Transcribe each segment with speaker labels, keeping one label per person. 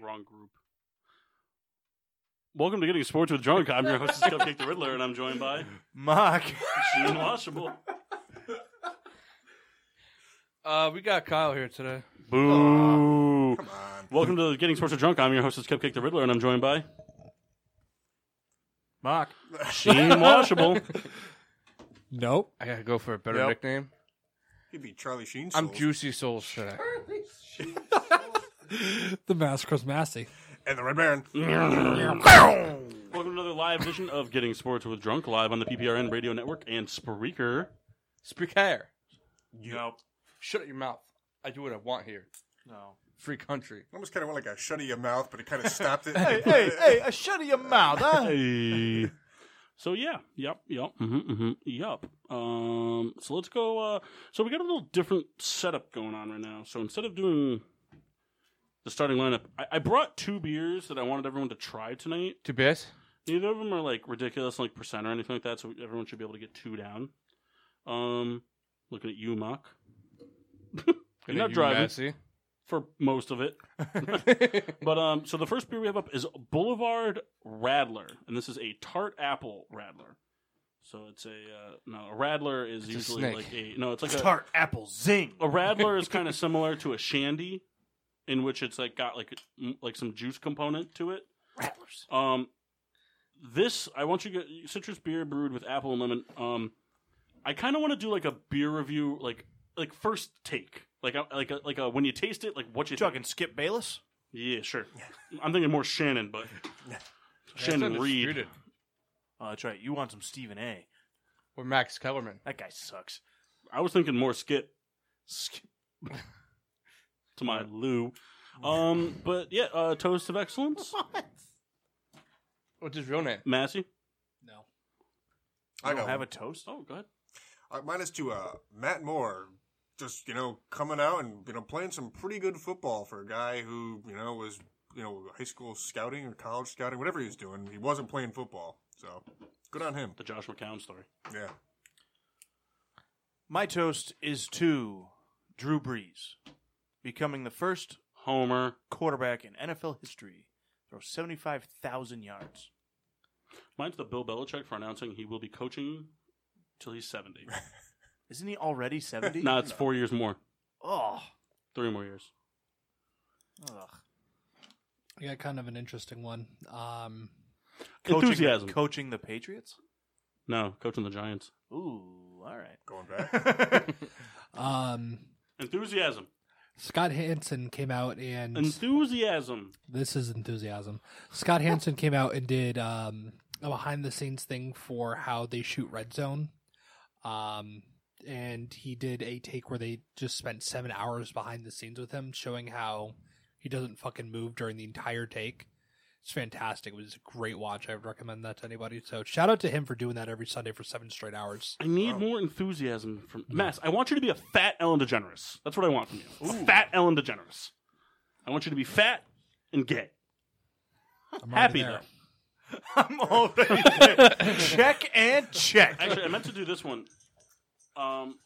Speaker 1: Wrong group. Welcome to Getting Sports with Drunk. I'm your host, Cupcake the Riddler, and I'm joined by
Speaker 2: Mock.
Speaker 1: Sheen Washable.
Speaker 3: Uh, we got Kyle here today.
Speaker 1: Boo.
Speaker 2: Come on.
Speaker 1: Welcome to Getting Sports with Drunk. I'm your host, Cupcake the Riddler, and I'm joined by
Speaker 2: Mock.
Speaker 1: Sheen Washable.
Speaker 4: Nope.
Speaker 3: I gotta go for a better
Speaker 2: Yep.
Speaker 3: nickname.
Speaker 2: He'd be Charlie Sheen.
Speaker 3: I'm
Speaker 2: sold.
Speaker 3: Juicy Souls today.
Speaker 5: The mask was nasty.
Speaker 2: And the Red Baron.
Speaker 1: Welcome to another live edition of Getting Sports with Drunk, live on the PPRN Radio Network and Spreaker.
Speaker 3: Speak hair.
Speaker 2: Yep.
Speaker 3: Shut your mouth. I do what I want here.
Speaker 1: No.
Speaker 3: Free country.
Speaker 2: Almost kind of went like a shut of your mouth, but it kind of stopped it.
Speaker 6: hey, hey, hey, uh, shut your mouth, huh?
Speaker 1: Hey. So yeah, yep, yep, hmm hmm yep. Um, so let's go. Uh, so we got a little different setup going on right now. So instead of doing the starting lineup, I, I brought two beers that I wanted everyone to try tonight.
Speaker 3: Two beers?
Speaker 1: Neither of them are like ridiculous, like percent or anything like that. So everyone should be able to get two down. Um, looking at you, Mock, You're not driving. for most of it. But um, so the first beer we have up is Boulevard Radler, and this is a tart apple radler. So it's a uh, no, a radler is
Speaker 3: It's a
Speaker 1: usually
Speaker 3: snake.
Speaker 1: like a no, it's like a,
Speaker 6: Tart apple zing.
Speaker 1: a radler is kind of similar to a shandy, in which it's like got like m- like some juice component to it.
Speaker 6: Rattlers.
Speaker 1: Um, this I want you to get citrus beer brewed with apple and lemon. Um, I kind of want to do like a beer review, like like first take, like a, like a, like a, when you taste it, like what you
Speaker 6: You
Speaker 1: think.
Speaker 6: talking Skip Bayless?
Speaker 1: Yeah, sure. I'm thinking more Shannon, but Shannon Reed.
Speaker 6: Oh, that's right. You want some Stephen A.
Speaker 3: Or Max Kellerman.
Speaker 6: That guy sucks.
Speaker 1: I was thinking more Skip
Speaker 6: Skip.
Speaker 1: to my Lou. Um, but yeah, uh, toast of excellence,
Speaker 3: What's his real name?
Speaker 1: Massey.
Speaker 2: I
Speaker 6: You don't
Speaker 2: got
Speaker 6: have a
Speaker 2: one.
Speaker 6: toast.
Speaker 1: Oh, good.
Speaker 2: Uh, mine is to uh, Matt Moore. Just, you know, coming out and, you know, playing some pretty good football for a guy who, you know, was, you know, high school scouting or college scouting, whatever he was doing. He wasn't playing football. So, good on him.
Speaker 1: The Josh McCown story.
Speaker 2: Yeah.
Speaker 6: My toast is to Drew Brees becoming the first
Speaker 1: Homer.
Speaker 6: quarterback in NFL history throw 75,000 yards.
Speaker 1: Mine's the Bill Belichick for announcing he will be coaching till he's 70.
Speaker 6: Isn't he already 70?
Speaker 1: no, it's four years more.
Speaker 6: Oh.
Speaker 1: Three more years.
Speaker 6: Ugh.
Speaker 5: I got kind of an interesting one. Um,
Speaker 6: Coaching
Speaker 1: Enthusiasm.
Speaker 6: The, coaching the Patriots?
Speaker 1: no, coaching the Giants.
Speaker 6: Ooh, all right.
Speaker 2: Going back.
Speaker 5: um,
Speaker 1: Enthusiasm.
Speaker 5: Scott Hansen came out and
Speaker 1: Enthusiasm.
Speaker 5: this is enthusiasm. Scott Hansen came out and did um, a behind the scenes thing for how they shoot Red Zone. Um, and he did a take where they just spent seven hours behind the scenes with him, showing how he doesn't fucking move during the entire take. It's fantastic. It was a great watch. I would recommend that to anybody. So shout out to him for doing that every Sunday for seven straight hours.
Speaker 1: I need more enthusiasm from Mass. I want you to be a fat Ellen DeGeneres. That's what I want from you. A fat Ellen DeGeneres. I want you to be fat and gay.
Speaker 5: I'm already
Speaker 1: Happy
Speaker 5: there.
Speaker 1: though.
Speaker 6: I'm already there. check and check.
Speaker 1: Actually, I meant to do this one. Um,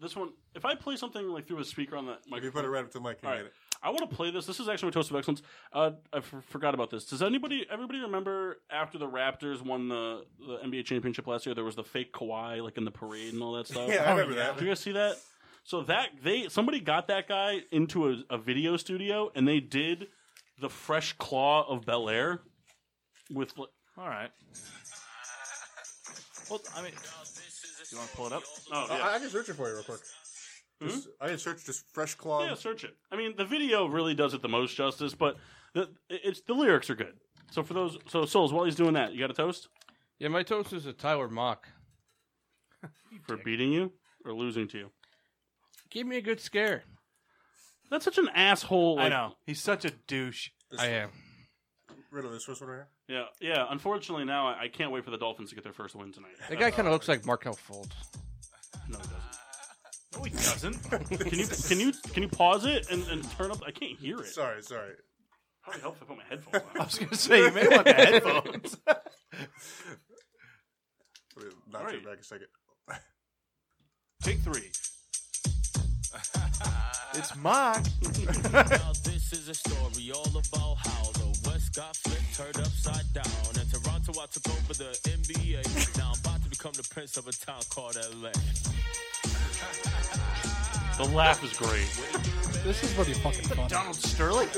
Speaker 1: this one. If I play something like through a speaker on that
Speaker 2: If you put
Speaker 1: microphone,
Speaker 2: it right up to the mic, you
Speaker 1: All
Speaker 2: get
Speaker 1: right. I want to play this. This is actually my toast of excellence. Uh, I f- forgot about this. Does anybody, everybody remember after the Raptors won the, the NBA championship last year? There was the fake Kawhi like in the parade and all that stuff.
Speaker 2: it. Yeah, I remember that.
Speaker 1: Do you guys see that? So that they somebody got that guy into a, a video studio and they did the fresh claw of Bel Air with like,
Speaker 6: All right. Well, I mean, you want to pull it up?
Speaker 1: oh
Speaker 2: Uh, I-
Speaker 1: yeah
Speaker 2: I, can search it for you real quick. Just, I can search just fresh claw.
Speaker 1: yeah search it. I mean the video really does it the most justice, but the, it's the lyrics are good. So for those so souls while he's doing that, you got a toast
Speaker 3: Yeah, my toast is a Tyler Mock.
Speaker 1: for beating you or losing to you.
Speaker 3: Give me a good scare.
Speaker 1: That's such an asshole.
Speaker 6: I
Speaker 1: like-
Speaker 6: know. He's such a douche.
Speaker 2: This,
Speaker 3: I am.
Speaker 2: Riddle, this first one right here.
Speaker 1: Yeah, yeah. Unfortunately, now I, I can't wait for the Dolphins to get their first win tonight.
Speaker 3: That guy kind of looks like Markel Fold.
Speaker 1: No, it
Speaker 6: No, he doesn't.
Speaker 1: doesn't. Can you can you can you pause it and, and turn up? I can't hear it.
Speaker 2: Sorry, sorry.
Speaker 1: Probably help if I put my headphones
Speaker 6: I
Speaker 1: on.
Speaker 6: was going to say, you may want the headphones.
Speaker 2: We'll Not
Speaker 1: Right.
Speaker 2: it back a second.
Speaker 6: Take three. It's mock.
Speaker 7: Now this is a story all about how the West got flipped, turned upside down. In Toronto, I took over the NBA. Now I'm about to become the prince of a town called LA.
Speaker 1: The laugh is great.
Speaker 5: This is really fucking fun.
Speaker 6: Donald Sterling.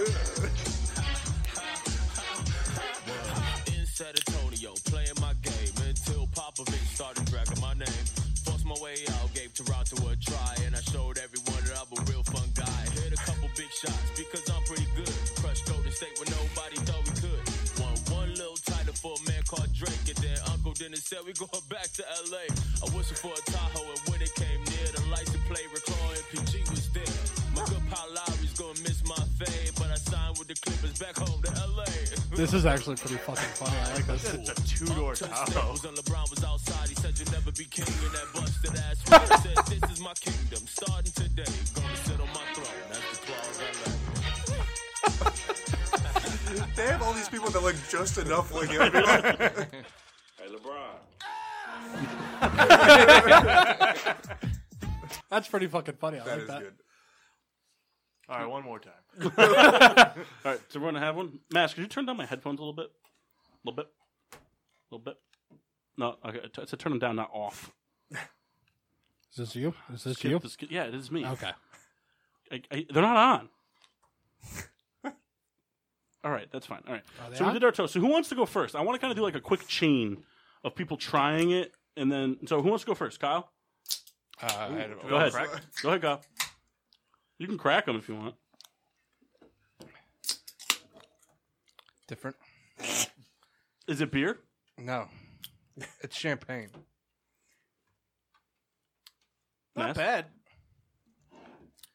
Speaker 7: In San Antonio, playing my game until Popovich started dragging my name. Forced my way out, gave Toronto a try, and I showed everyone that I'm a real fun guy. Hit a couple big shots because I'm pretty good. Crushed Golden State when nobody thought we could. Won one little title for a man called Drake, and then Uncle Dennis said we going back to LA. I whistled for a Tahoe, and when it came near, the lights and play recall and PG was there. My good pal Lowry's gonna miss my fade, but I signed with the Clippers back home to LA.
Speaker 5: This is actually pretty fucking funny. I like this.
Speaker 6: It's a two door Tahoe.
Speaker 7: Staples and LeBron was outside. He said you'll never be king in that busted ass. rap. I said this is my kingdom, starting today. Gonna sit on my throne. That's the 12 LA.
Speaker 2: They have all these people that look just enough like him.
Speaker 5: That's pretty fucking funny. I
Speaker 2: that
Speaker 5: like
Speaker 2: is
Speaker 5: that.
Speaker 2: good.
Speaker 6: All right, one more time.
Speaker 1: All right, does everyone have one? Max, could you turn down my headphones a little bit? A little bit. A little bit. No, okay. I t- I said turn them down, not off.
Speaker 5: Is this you? Is this
Speaker 1: Skip
Speaker 5: you?
Speaker 1: the sk- yeah, it is me.
Speaker 5: Okay.
Speaker 1: I, I, they're not on. All right, that's fine. All right.
Speaker 5: Are they
Speaker 1: So
Speaker 5: on?
Speaker 1: we did our toast. So who wants to go first? I want to kind of do like a quick chain of people trying it, and then so who wants to go first? Kyle,
Speaker 3: Uh, I don't
Speaker 1: go
Speaker 3: know.
Speaker 1: ahead. Go ahead, Kyle. You can crack them if you want.
Speaker 3: Different.
Speaker 1: Is it beer?
Speaker 3: No. It's champagne.
Speaker 1: Mass?
Speaker 6: Not bad.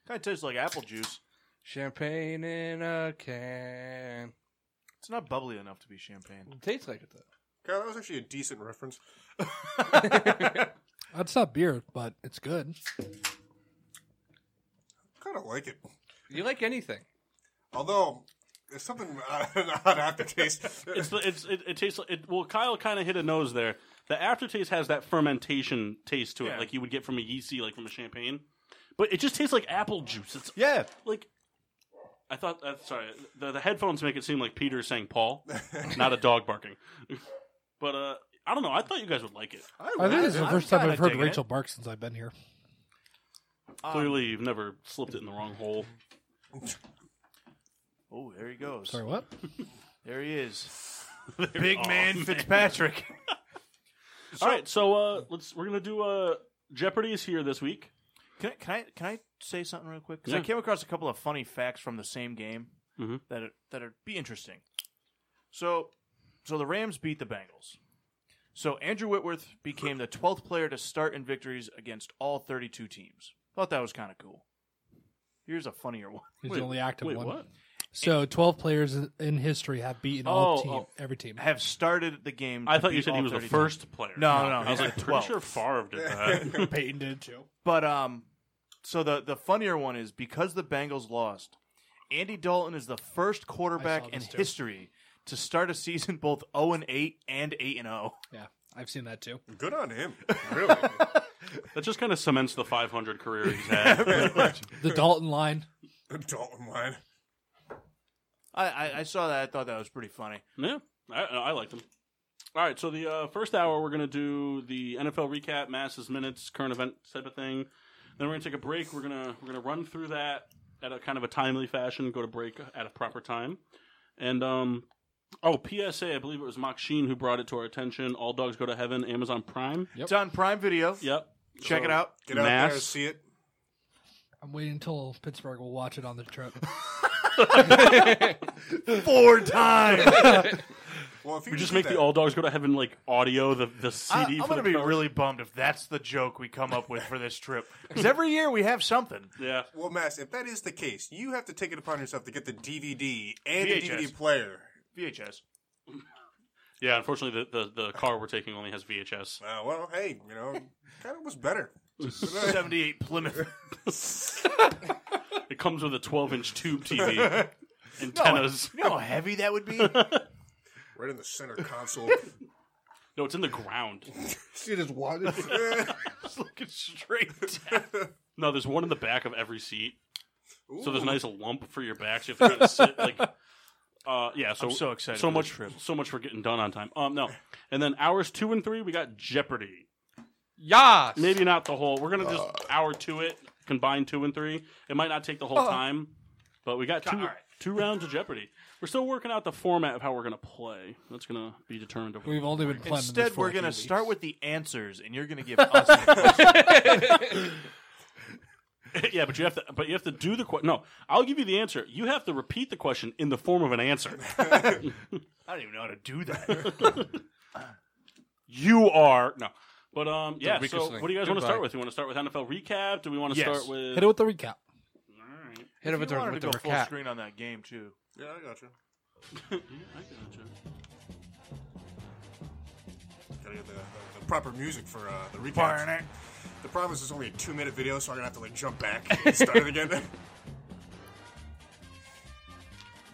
Speaker 6: Kind of tastes like apple juice.
Speaker 3: Champagne in a can.
Speaker 6: It's not bubbly enough to be champagne.
Speaker 3: It tastes like it though.
Speaker 2: Kyle, that was actually a decent reference.
Speaker 5: That's not beer, but it's good.
Speaker 2: Kind of like it.
Speaker 3: You like anything?
Speaker 2: Although, there's something odd odd aftertaste.
Speaker 1: It's the, it's it, it tastes like it. Well, Kyle kind of hit a nose there. The aftertaste has that fermentation taste to it,
Speaker 6: Yeah.
Speaker 1: like you would get from a yeasty, like from a champagne. But it just tastes like apple juice. It's
Speaker 6: Yeah.
Speaker 1: like I thought. Uh, sorry, the, the headphones make it seem like Peter is saying Paul, not a dog barking. but uh, I don't know. I thought you guys would like it.
Speaker 5: I think this is the
Speaker 6: I'm
Speaker 5: first time
Speaker 6: kinda
Speaker 5: I've heard
Speaker 6: digging it.
Speaker 5: Rachel bark since I've been here.
Speaker 6: Um,
Speaker 1: Clearly, you've never slipped it in the wrong hole.
Speaker 6: Oh, there he goes.
Speaker 5: Sorry, what?
Speaker 6: There he is. Big man Fitzpatrick.
Speaker 1: All right, so uh, let's we're gonna do uh, Jeopardy is here this week.
Speaker 6: Can I, can I can I say something real quick? Because I
Speaker 1: Yeah.
Speaker 6: came across a couple of funny facts from the same game
Speaker 1: Mhm.
Speaker 6: that are, that are be interesting. So, so the Rams beat the Bengals. So Andrew Whitworth became the twelfth player to start in victories against all thirty-two teams. Thought that was kind of cool. Here's a funnier one.
Speaker 5: He's
Speaker 1: Wait,
Speaker 5: the only active
Speaker 1: wait,
Speaker 5: one.
Speaker 1: what?
Speaker 5: So twelve players in history have beaten all
Speaker 6: Oh,
Speaker 5: team,
Speaker 6: oh.
Speaker 5: every team.
Speaker 6: Have started the game.
Speaker 1: I
Speaker 6: to
Speaker 1: thought you
Speaker 6: beat
Speaker 1: said
Speaker 6: all
Speaker 1: he was the
Speaker 6: 32
Speaker 1: first player.
Speaker 6: No, no, no,
Speaker 1: I was
Speaker 6: he's
Speaker 1: like
Speaker 6: like
Speaker 1: pretty
Speaker 6: 12.
Speaker 1: sure Favre did that.
Speaker 5: Peyton did too.
Speaker 6: But um, so the the funnier one is because the Bengals lost, Andy Dalton is the first
Speaker 5: I
Speaker 6: quarterback
Speaker 5: saw
Speaker 6: in
Speaker 5: this too.
Speaker 6: history to start a season both zero and eight and eight and oh. zero.
Speaker 5: Yeah, I've seen that too.
Speaker 2: good on him. Really.
Speaker 1: that just kind of cements the 500 career he's had.
Speaker 5: The Dalton line.
Speaker 2: Dalton line.
Speaker 6: I, I I saw that. I thought that was pretty funny.
Speaker 1: yeah, I, I liked him. All right, so the uh, first hour we're gonna do the NFL recap, masses, minutes, current event type of thing. Then we're gonna take a break. We're gonna we're gonna run through that at a kind of a timely fashion. Go to break at a proper time, and um. Oh, PSA! I believe it was Machine who brought it to our attention. All dogs go to heaven. Amazon Prime.
Speaker 5: Yep.
Speaker 6: It's on Prime Video.
Speaker 1: Yep.
Speaker 6: Check it out.
Speaker 2: Get out there,
Speaker 1: Mass.
Speaker 2: see it.
Speaker 5: I'm waiting until Pittsburgh will watch it on the trip.
Speaker 6: Four times.
Speaker 2: Well, if you
Speaker 1: We
Speaker 2: could
Speaker 1: just
Speaker 2: do
Speaker 1: make
Speaker 2: that,
Speaker 1: the All Dogs Go to Heaven like audio the the
Speaker 6: I,
Speaker 1: CD.
Speaker 6: am
Speaker 1: for
Speaker 6: gonna
Speaker 1: the
Speaker 6: be
Speaker 1: cover.
Speaker 6: really bummed if that's the joke we come up with for this trip. Because every year we have something.
Speaker 1: yeah.
Speaker 2: Well, Mass, if that is the case, you have to take it upon yourself to get the DVD and the
Speaker 6: VHS.
Speaker 2: DVD player.
Speaker 6: VHS.
Speaker 1: Yeah, unfortunately, the, the, the car we're taking only has VHS.
Speaker 2: Uh, well, hey, you know, kind of was better.
Speaker 6: 78 Plymouth.
Speaker 1: It comes with a 12 inch tube TV,
Speaker 5: Oh.
Speaker 1: antennas.
Speaker 6: You know how heavy that would be?
Speaker 2: Right in the center console.
Speaker 1: No, it's in the ground.
Speaker 8: She just wanted.
Speaker 6: Just looking straight
Speaker 1: No, there's one in the back of every seat, so there's a nice lump for your back. So you have to kind of sit like. Uh, yeah, so
Speaker 6: I'm so excited
Speaker 1: so
Speaker 6: for
Speaker 1: much,
Speaker 6: this trip.
Speaker 1: so much for getting done on time. Um, no, and then hours two and three, we got Jeopardy.
Speaker 3: Yas.
Speaker 1: Maybe not the whole. We're gonna just hour two it, combine two and three. It might not take the whole time, but we got two
Speaker 6: Alright.
Speaker 1: two rounds of Jeopardy. We're still working out the format of how we're gonna play. That's gonna be determined over.
Speaker 5: We've only been playing.
Speaker 6: Instead, we're going to start with the answers, and you're going to give us the question.
Speaker 1: yeah, but you have to. But you have to do the question. No, I'll give you the answer. You have to repeat the question in the form of an answer.
Speaker 6: I don't even know how to do that.
Speaker 1: you are no. But um, yeah.
Speaker 3: weakest
Speaker 1: So,
Speaker 3: link.
Speaker 1: what do you guys want to
Speaker 3: Goodbye.
Speaker 1: start with? You want to start with NFL recap? Do we want to
Speaker 6: Yes.
Speaker 1: start with?
Speaker 5: hit it with the recap.
Speaker 3: Hit it
Speaker 6: If
Speaker 3: with
Speaker 6: you
Speaker 3: the,
Speaker 6: wanted
Speaker 3: with
Speaker 6: to
Speaker 3: the
Speaker 6: go full
Speaker 3: recap.
Speaker 6: screen on that game, too.
Speaker 2: yeah, I got you.
Speaker 1: Yeah, I gotcha.
Speaker 2: Gotta get the, the, the proper music for uh, the recap. The problem is it's only a two minute video, so I'm gonna have to like jump back and start it again.
Speaker 1: Is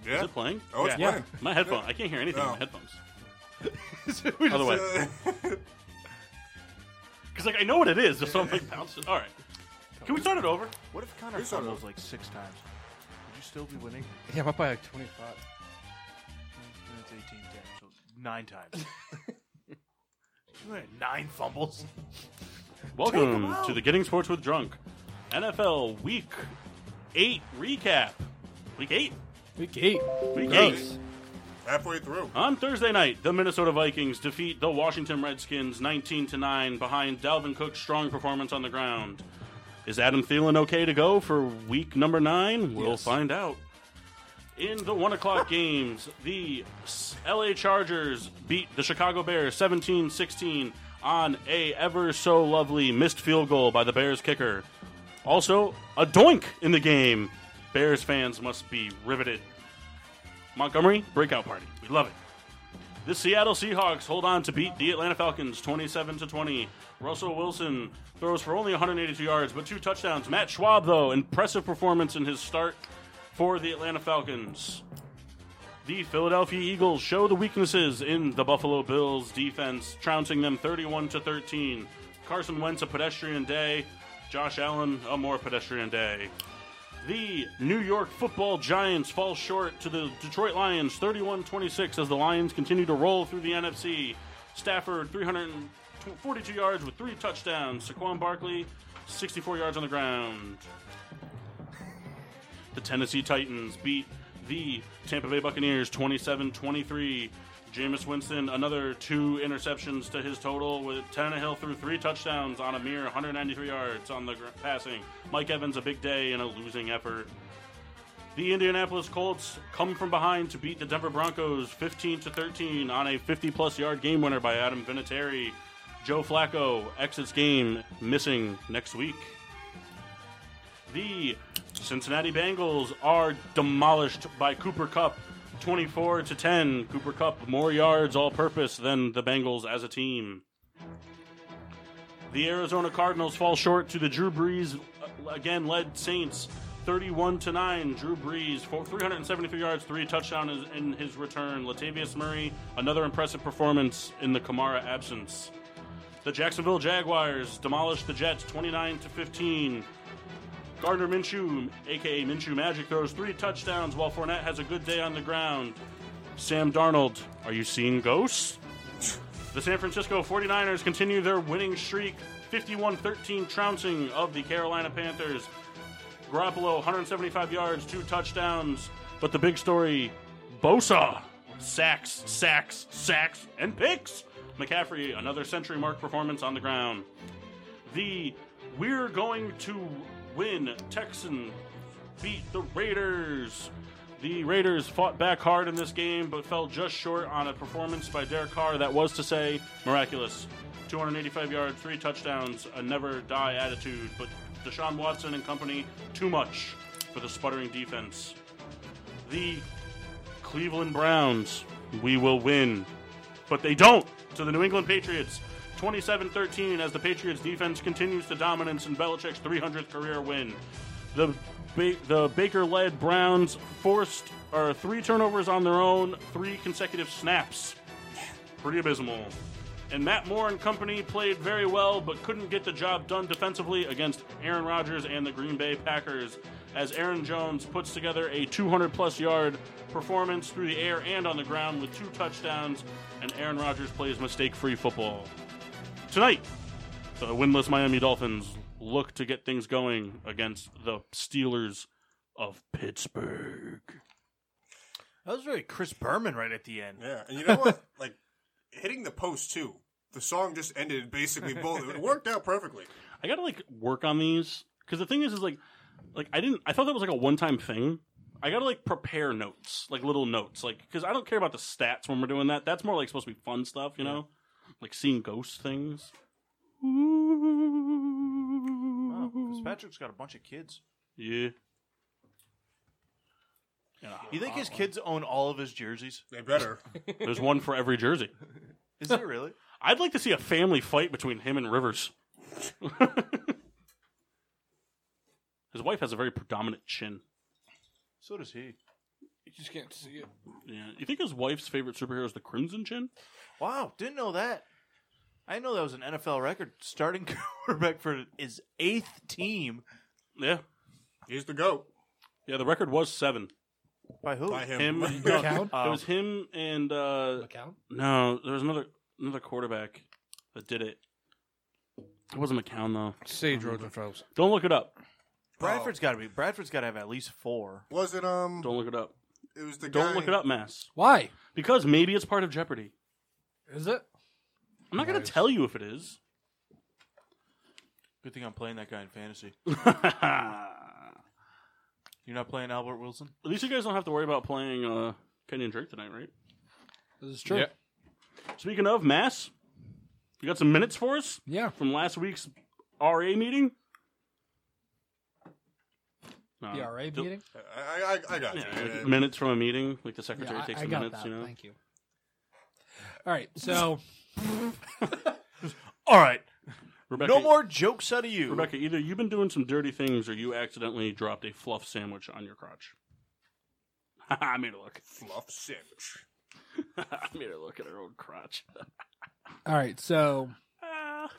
Speaker 2: yeah.
Speaker 1: it playing?
Speaker 2: Oh, it's
Speaker 6: Yeah.
Speaker 2: playing.
Speaker 1: My headphone. I can't hear anything in
Speaker 2: No.
Speaker 1: my headphones.
Speaker 6: We just-
Speaker 1: By the way, because like I know what it is, so I'm like bouncing. All right. Can we start it over?
Speaker 6: what if Connor
Speaker 2: Here's how to-
Speaker 6: fumbles like six times? Would you still be winning?
Speaker 3: Yeah, I'm up by like 25.
Speaker 6: That's 18 times. So nine times. you had nine fumbles.
Speaker 1: Welcome to the Getting Sports with Drunk NFL Week Eight recap. Week Eight.
Speaker 5: Week eight.
Speaker 1: Week Eight.
Speaker 5: Gross.
Speaker 2: halfway through.
Speaker 1: On Thursday night, the Minnesota Vikings defeat the Washington Redskins 19 to 9 behind Dalvin Cook's strong performance on the ground. Is Adam Thielen okay to go for week number nine? We'll find out. In the one o'clock games, the S- LA Chargers beat the Chicago Bears 17 16 on a ever so lovely missed field goal by the Bears kicker. Also, a doink in the game. Bears fans must be riveted. Montgomery, breakout party. We love it. The Seattle Seahawks hold on to beat the Atlanta Falcons 27 to 20. Russell Wilson throws for only 182 yards but two touchdowns. Matt Schwab though, impressive performance in his start for the Atlanta Falcons. The Philadelphia Eagles show the weaknesses in the Buffalo Bills defense, trouncing them 31 to 13. Carson Wentz a pedestrian day, Josh Allen a more pedestrian day. The New York Football Giants fall short to the Detroit Lions 31-26 as the Lions continue to roll through the NFC. Stafford 342 yards with three touchdowns. Saquon Barkley 64 yards on the ground. The Tennessee Titans beat the Tampa Bay Buccaneers 27-23. Jameis Winston, another two interceptions to his total, with Tannehill threw three touchdowns on a mere 193 yards on the gr- passing. Mike Evans, a big day in a losing effort. The Indianapolis Colts come from behind to beat the Denver Broncos 15 to 13 on a 50-plus yard game winner by Adam Vinatieri. Joe Flacco exits game missing next week. The Cincinnati Bengals are demolished by Cooper Cup 24 to 10. Cooper Cup more yards all purpose than the Bengals as a team. The Arizona Cardinals fall short to the Drew Brees uh, again led Saints 31 to 9. Drew Brees for 373 yards, three touchdowns in his return. Latavius Murray, another impressive performance in the Kamara absence. The Jacksonville Jaguars demolished the Jets 29 to 15. Gardner Minshew, aka Minshew Magic, throws three touchdowns while Fournette has a good day on the ground. Sam Darnold, are you seeing ghosts? The San Francisco 49ers continue their winning streak, 51 13 trouncing of the Carolina Panthers. Garoppolo, 175 yards, two touchdowns. But the big story Bosa, sacks, sacks, sacks, and picks. McCaffrey, another century mark performance on the ground the we're going to win Texan beat the Raiders. The Raiders fought back hard in this game, but fell just short on a performance by Derek Carr that was to say miraculous. 285 yards, three touchdowns, a never die attitude, but Deshaun Watson and company too much for the sputtering defense. The Cleveland Browns, we will win. But they don't to the New England Patriots. 27 13 as the Patriots defense continues to dominance in Belichick's 300th career win. The, ba- the Baker led Browns forced or three turnovers on their own, three consecutive snaps. Pretty abysmal. And Matt Moore and company played very well but couldn't get the job done defensively against Aaron Rodgers and the Green Bay Packers as Aaron Jones puts together a 200 plus yard performance through the air and on the ground with two touchdowns, and Aaron Rodgers plays mistake free football. Tonight, the winless Miami Dolphins look to get things going against the Steelers of Pittsburgh.
Speaker 6: That was really Chris Berman right at the end.
Speaker 2: Yeah, and you know what? like hitting the post too. The song just ended basically both. It worked out perfectly.
Speaker 1: I gotta like work on these because the thing is, is like, like I didn't. I thought that was like a one-time thing. I gotta like prepare notes, like little notes, like because I don't care about the stats when we're doing that. That's more like supposed to be fun stuff, you know, like seeing ghost things.
Speaker 6: Wow, Fitzpatrick's got a bunch of kids.
Speaker 1: Yeah.
Speaker 6: You think his kids own all of his jerseys?
Speaker 2: They better.
Speaker 1: There's one for every jersey.
Speaker 6: Is there really?
Speaker 1: I'd like to see a family fight between him and Rivers. His wife has a very predominant chin.
Speaker 6: So does he.
Speaker 3: You just can't see it.
Speaker 1: Yeah. You think his wife's favorite superhero is the Crimson Chin?
Speaker 6: Wow, didn't know that. I didn't know that was an NFL record. Starting quarterback for his eighth team
Speaker 1: Yeah.
Speaker 2: He's the goat.
Speaker 1: Yeah, the record was seven.
Speaker 6: by who?
Speaker 2: By him.
Speaker 1: Him. no,
Speaker 5: McCown?
Speaker 6: Oh. Um,
Speaker 1: it was him and uh,
Speaker 5: McCown?
Speaker 1: no, there was another another quarterback that did it. It wasn't McCown though.
Speaker 3: Sage Rosenfels.
Speaker 1: Don't look it up.
Speaker 6: Bradford's got to be. Bradford's got to have at least four.
Speaker 2: Was it Oh, um?
Speaker 1: Don't look it up.
Speaker 2: it was the guy.
Speaker 1: Don't look it up, Mass.
Speaker 5: Why?
Speaker 1: Because maybe it's part of Jeopardy.
Speaker 5: Is it?
Speaker 1: I'm not gonna tell you if it is.
Speaker 6: Good thing I'm playing that guy in fantasy.
Speaker 1: At
Speaker 6: You're not playing Albert Wilson.
Speaker 1: least you guys don't have to worry about playing uh, Kenny and Drake tonight, right?
Speaker 5: This is true.
Speaker 3: Yeah.
Speaker 1: Speaking of Mass, you got some minutes for us
Speaker 5: Yeah.
Speaker 1: from last week's RA meeting. No. Uh,
Speaker 5: The RA
Speaker 1: Don't-
Speaker 5: meeting?
Speaker 2: I, I, I got
Speaker 1: Yeah,
Speaker 2: you.
Speaker 1: like minutes from a meeting, like the secretary
Speaker 5: Yeah, I,
Speaker 1: takes
Speaker 5: I
Speaker 1: the
Speaker 5: got
Speaker 1: minutes,
Speaker 5: that.
Speaker 1: you know.
Speaker 5: Thank you. All right. So,
Speaker 6: All right,
Speaker 1: Rebecca,
Speaker 6: no more jokes out of you.
Speaker 1: Rebecca, either you've been doing some dirty things or you accidentally dropped a fluff sandwich on your crotch. I made her look.
Speaker 2: Fluff sandwich.
Speaker 1: I made her look at her own crotch.
Speaker 5: all right. So,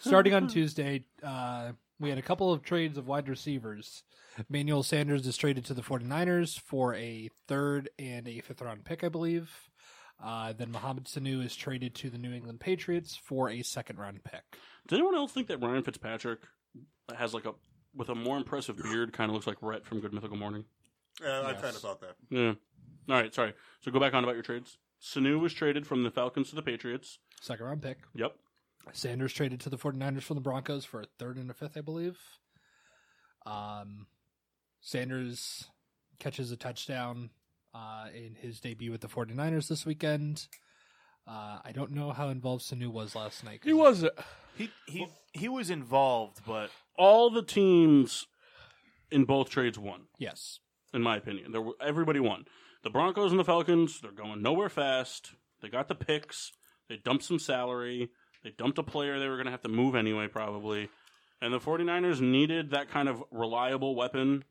Speaker 5: starting on Tuesday, uh, we had a couple of trades of wide receivers. Manuel Sanders is traded to the 49ers for a third and a fifth round pick, I believe. Uh, then Mohamed Sanu is traded to the New England Patriots for a second round pick.
Speaker 1: Did anyone else think that Ryan Fitzpatrick has like a with a more impressive beard kind of looks like Rhett from Good Mythical Morning?
Speaker 2: Yeah, I
Speaker 5: Yes.
Speaker 2: kind of thought that.
Speaker 1: Yeah. All right, sorry. So go back on about your trades. Sanu was traded from the Falcons to the Patriots.
Speaker 5: Second round pick.
Speaker 1: Yep.
Speaker 5: Sanders traded to the 49ers from the Broncos for a third and a fifth, I believe. Um, Sanders catches a touchdown uh, in his debut with the 49ers this weekend. Uh, I don't know how involved Sanu was last night. 'cause
Speaker 3: He was
Speaker 6: uh,
Speaker 3: a
Speaker 6: He he he was involved, but
Speaker 1: All the teams in both trades won.
Speaker 5: Yes.
Speaker 1: in my opinion. There were, everybody won. The Broncos and the Falcons, they're going nowhere fast. They got the picks. They dumped some salary. They dumped a player they were going to have to move anyway, probably. And the 49ers needed that kind of reliable weapon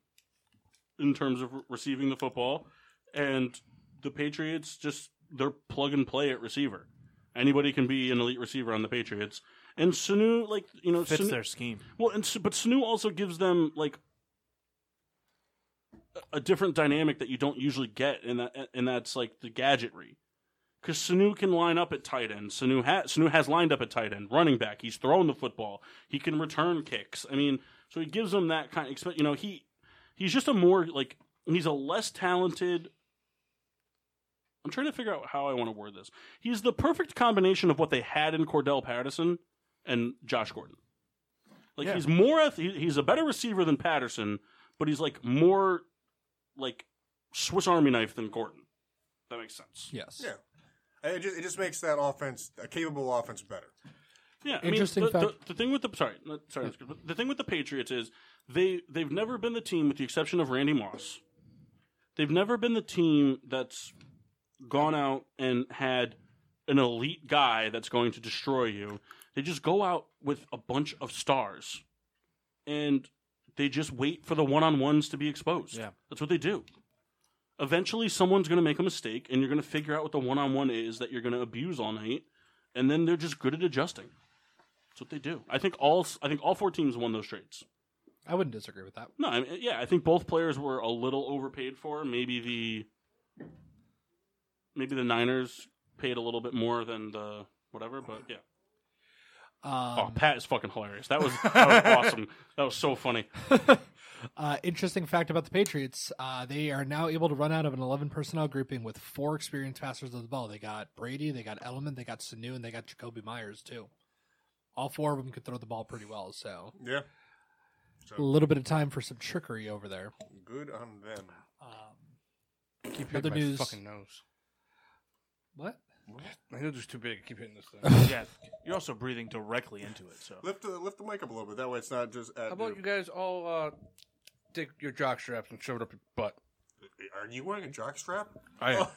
Speaker 1: in terms of re- receiving the football. And the Patriots just, they're plug and play at receiver. Anybody can be an elite receiver on the Patriots. And Sanu, like, you know,
Speaker 6: fits
Speaker 1: Sanu-
Speaker 6: their scheme.
Speaker 1: well, and s- but Snu also gives them like a, a different dynamic that you don't usually get, and that and that's like the gadgetry. Because Sanu can line up at tight end. Sanu, ha- Sanu has lined up at tight end, running back. He's thrown the football. He can return kicks. I mean, so he gives them that kind of. expe- You know, he he's just a more like he's a less talented. I'm trying to figure out how I want to word this. He's the perfect combination of what they had in Cordell Patterson and Josh Gordon. Like
Speaker 6: Yeah.
Speaker 1: he's more ath- he- he's a better receiver than Patterson, but he's like more like Swiss Army knife than Gordon. That makes sense.
Speaker 5: Yes.
Speaker 2: Yeah. And It just, it just makes that offense, a capable offense, better.
Speaker 1: Yeah, I
Speaker 5: Interesting
Speaker 1: mean, the,
Speaker 5: fact-
Speaker 1: The, the thing with the sorry, not, sorry, but the thing with the Patriots is they they've never been the team, with the exception of Randy Moss, they've never been the team that's gone out and had an elite guy that's going to destroy you. They just go out with a bunch of stars, and they just wait for the one on ones to be exposed.
Speaker 6: Yeah.
Speaker 1: that's what they do. Eventually, someone's going to make a mistake, and you're going to figure out what the one on one is that you're going to abuse all night, and then they're just good at adjusting. That's what they do. I think all I think all four teams won those trades.
Speaker 5: I wouldn't disagree with that.
Speaker 1: No, I mean, yeah, I think both players were a little overpaid for. Maybe the maybe the Niners paid a little bit more than the whatever, but yeah. Oh,
Speaker 5: Um,
Speaker 1: Pat is fucking hilarious. That was, that was awesome. That was so funny.
Speaker 5: uh, interesting fact about the Patriots: uh, they are now able to run out of an eleven personnel grouping with four experienced passers of the ball. They got Brady, they got Element, they got Sanu, and they got Jacoby Myers too. All four of them could throw the ball pretty well, so
Speaker 2: Yeah.
Speaker 5: a little bit of time for some trickery over there.
Speaker 2: Good on them.
Speaker 5: Um,
Speaker 3: Keep
Speaker 5: Other
Speaker 3: hitting my
Speaker 5: news.
Speaker 3: fucking nose.
Speaker 5: what?
Speaker 3: My nose is too big. I keep hitting this thing.
Speaker 6: yeah, you're also breathing directly into it. So
Speaker 2: Lift the lift the mic up a little bit. That way, it's not just. At
Speaker 3: How about
Speaker 2: your-
Speaker 3: you guys all uh, take your jock straps and shove it up your butt?
Speaker 2: Are you wearing a jock strap?
Speaker 3: I am.
Speaker 5: Are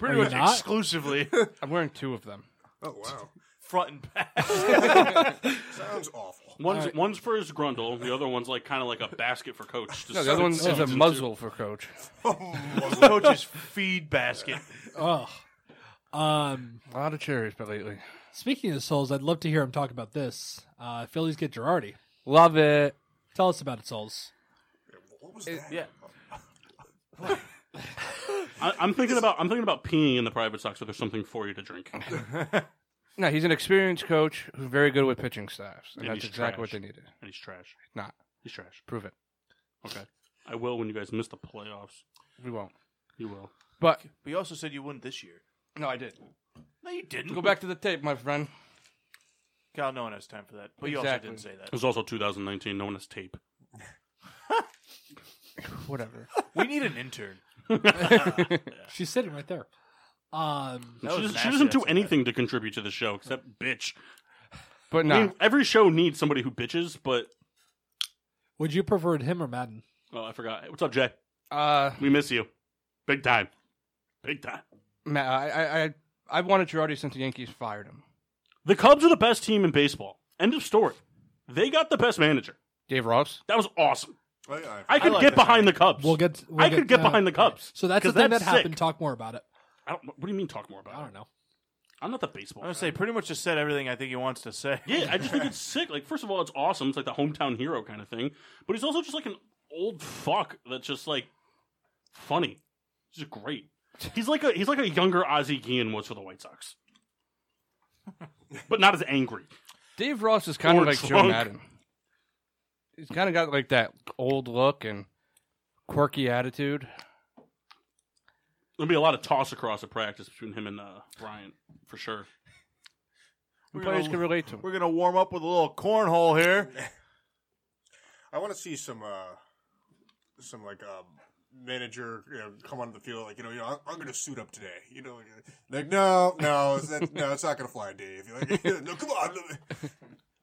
Speaker 6: pretty
Speaker 5: you
Speaker 6: much
Speaker 5: not?
Speaker 6: exclusively
Speaker 3: I'm wearing two of them.
Speaker 2: Oh wow,
Speaker 6: front and back.
Speaker 2: sounds awful.
Speaker 1: One's one's for his grundle. The other one's like kind of like a basket for coach. to
Speaker 3: No, the
Speaker 1: set
Speaker 3: other one is
Speaker 1: itself
Speaker 3: a
Speaker 1: into.
Speaker 3: muzzle for Coach.
Speaker 6: Coach's feed basket.
Speaker 5: Oh. Um,
Speaker 3: A lot of cherries, but lately,
Speaker 5: speaking of souls, I'd love to hear him talk about this. Uh, Phillies get Girardi.
Speaker 3: love it.
Speaker 5: Tell us about it, souls.
Speaker 2: What was that?
Speaker 6: Yeah,
Speaker 1: I, I'm thinking about I'm thinking about peeing in the private socks. So there's something for you to drink. And
Speaker 3: No, he's an experienced coach who's very good with pitching staffs, and
Speaker 1: And
Speaker 3: that's
Speaker 1: he's
Speaker 3: exactly what
Speaker 1: trash.
Speaker 3: they needed.
Speaker 1: he's trash.
Speaker 3: Not
Speaker 1: He's trash.
Speaker 3: prove it.
Speaker 1: Okay, I will when you guys miss the playoffs.
Speaker 3: We won't.
Speaker 1: You will.
Speaker 3: But
Speaker 6: but you also said you wouldn't this year.
Speaker 3: no, I did.
Speaker 6: No, you didn't.
Speaker 3: Go back to the tape, my friend.
Speaker 6: Kyle. No one has time for that. But you
Speaker 3: Exactly.
Speaker 6: also didn't say
Speaker 1: It was also 2019. No one has tape.
Speaker 3: Whatever.
Speaker 6: that. We need an intern.
Speaker 5: She's sitting right there. Um,
Speaker 6: That
Speaker 1: She
Speaker 6: was
Speaker 1: doesn't, she
Speaker 6: nasty,
Speaker 1: doesn't do
Speaker 6: that's
Speaker 1: anything to contribute to the show except bitch.
Speaker 3: But
Speaker 1: I
Speaker 3: no,
Speaker 1: mean, every show needs somebody who bitches, but
Speaker 5: would you prefer him or Madden?
Speaker 1: oh, I forgot. What's up, Jay?
Speaker 3: uh,
Speaker 1: We miss you, big time, big time.
Speaker 3: Matt, I, I, I, I wanted Girardi since the Yankees fired him.
Speaker 1: The Cubs are the best team in baseball. End of story. They got the best manager.
Speaker 3: Dave Ross.
Speaker 1: That was awesome.
Speaker 2: Oh, yeah,
Speaker 1: I could
Speaker 6: like
Speaker 1: get
Speaker 6: that
Speaker 1: behind the Cubs.
Speaker 5: We'll get. we'll
Speaker 1: I could get
Speaker 5: uh,
Speaker 1: behind the Cubs.
Speaker 5: So that's the
Speaker 1: 'cause
Speaker 5: thing that
Speaker 1: that's
Speaker 5: happened.
Speaker 1: sick.
Speaker 5: Talk more about it.
Speaker 1: I don't, what do you mean talk more about?
Speaker 5: I don't
Speaker 1: it?
Speaker 5: know.
Speaker 1: I'm not the baseball.
Speaker 6: I'm gonna
Speaker 1: guy.
Speaker 6: say pretty much just said everything I think he wants to say.
Speaker 1: Yeah, I just think it's sick. Like, first of all, it's awesome. It's like the hometown hero kind of thing. But he's also just like an old fuck that's just like funny. He's just great. He's like a he's like a younger Ozzie Guillen was for the White Sox, but not as angry.
Speaker 3: Dave Ross is kind
Speaker 1: Or
Speaker 3: of like Joe
Speaker 1: drunk.
Speaker 3: Madden. He's kind of got like that old look and quirky attitude.
Speaker 1: There'll be a lot of toss across at practice between him and uh, Brian for sure.
Speaker 6: We're
Speaker 3: Players
Speaker 6: gonna-
Speaker 3: can relate to him.
Speaker 6: We're gonna warm up with a little cornhole here.
Speaker 2: I want to see some, uh, some like um, manager you know, come onto the field like you know, you know I'm, I'm going to suit up today. You know, like, like no, no, it's that, no, it's not going to fly, Dave. You're Like, no, come on.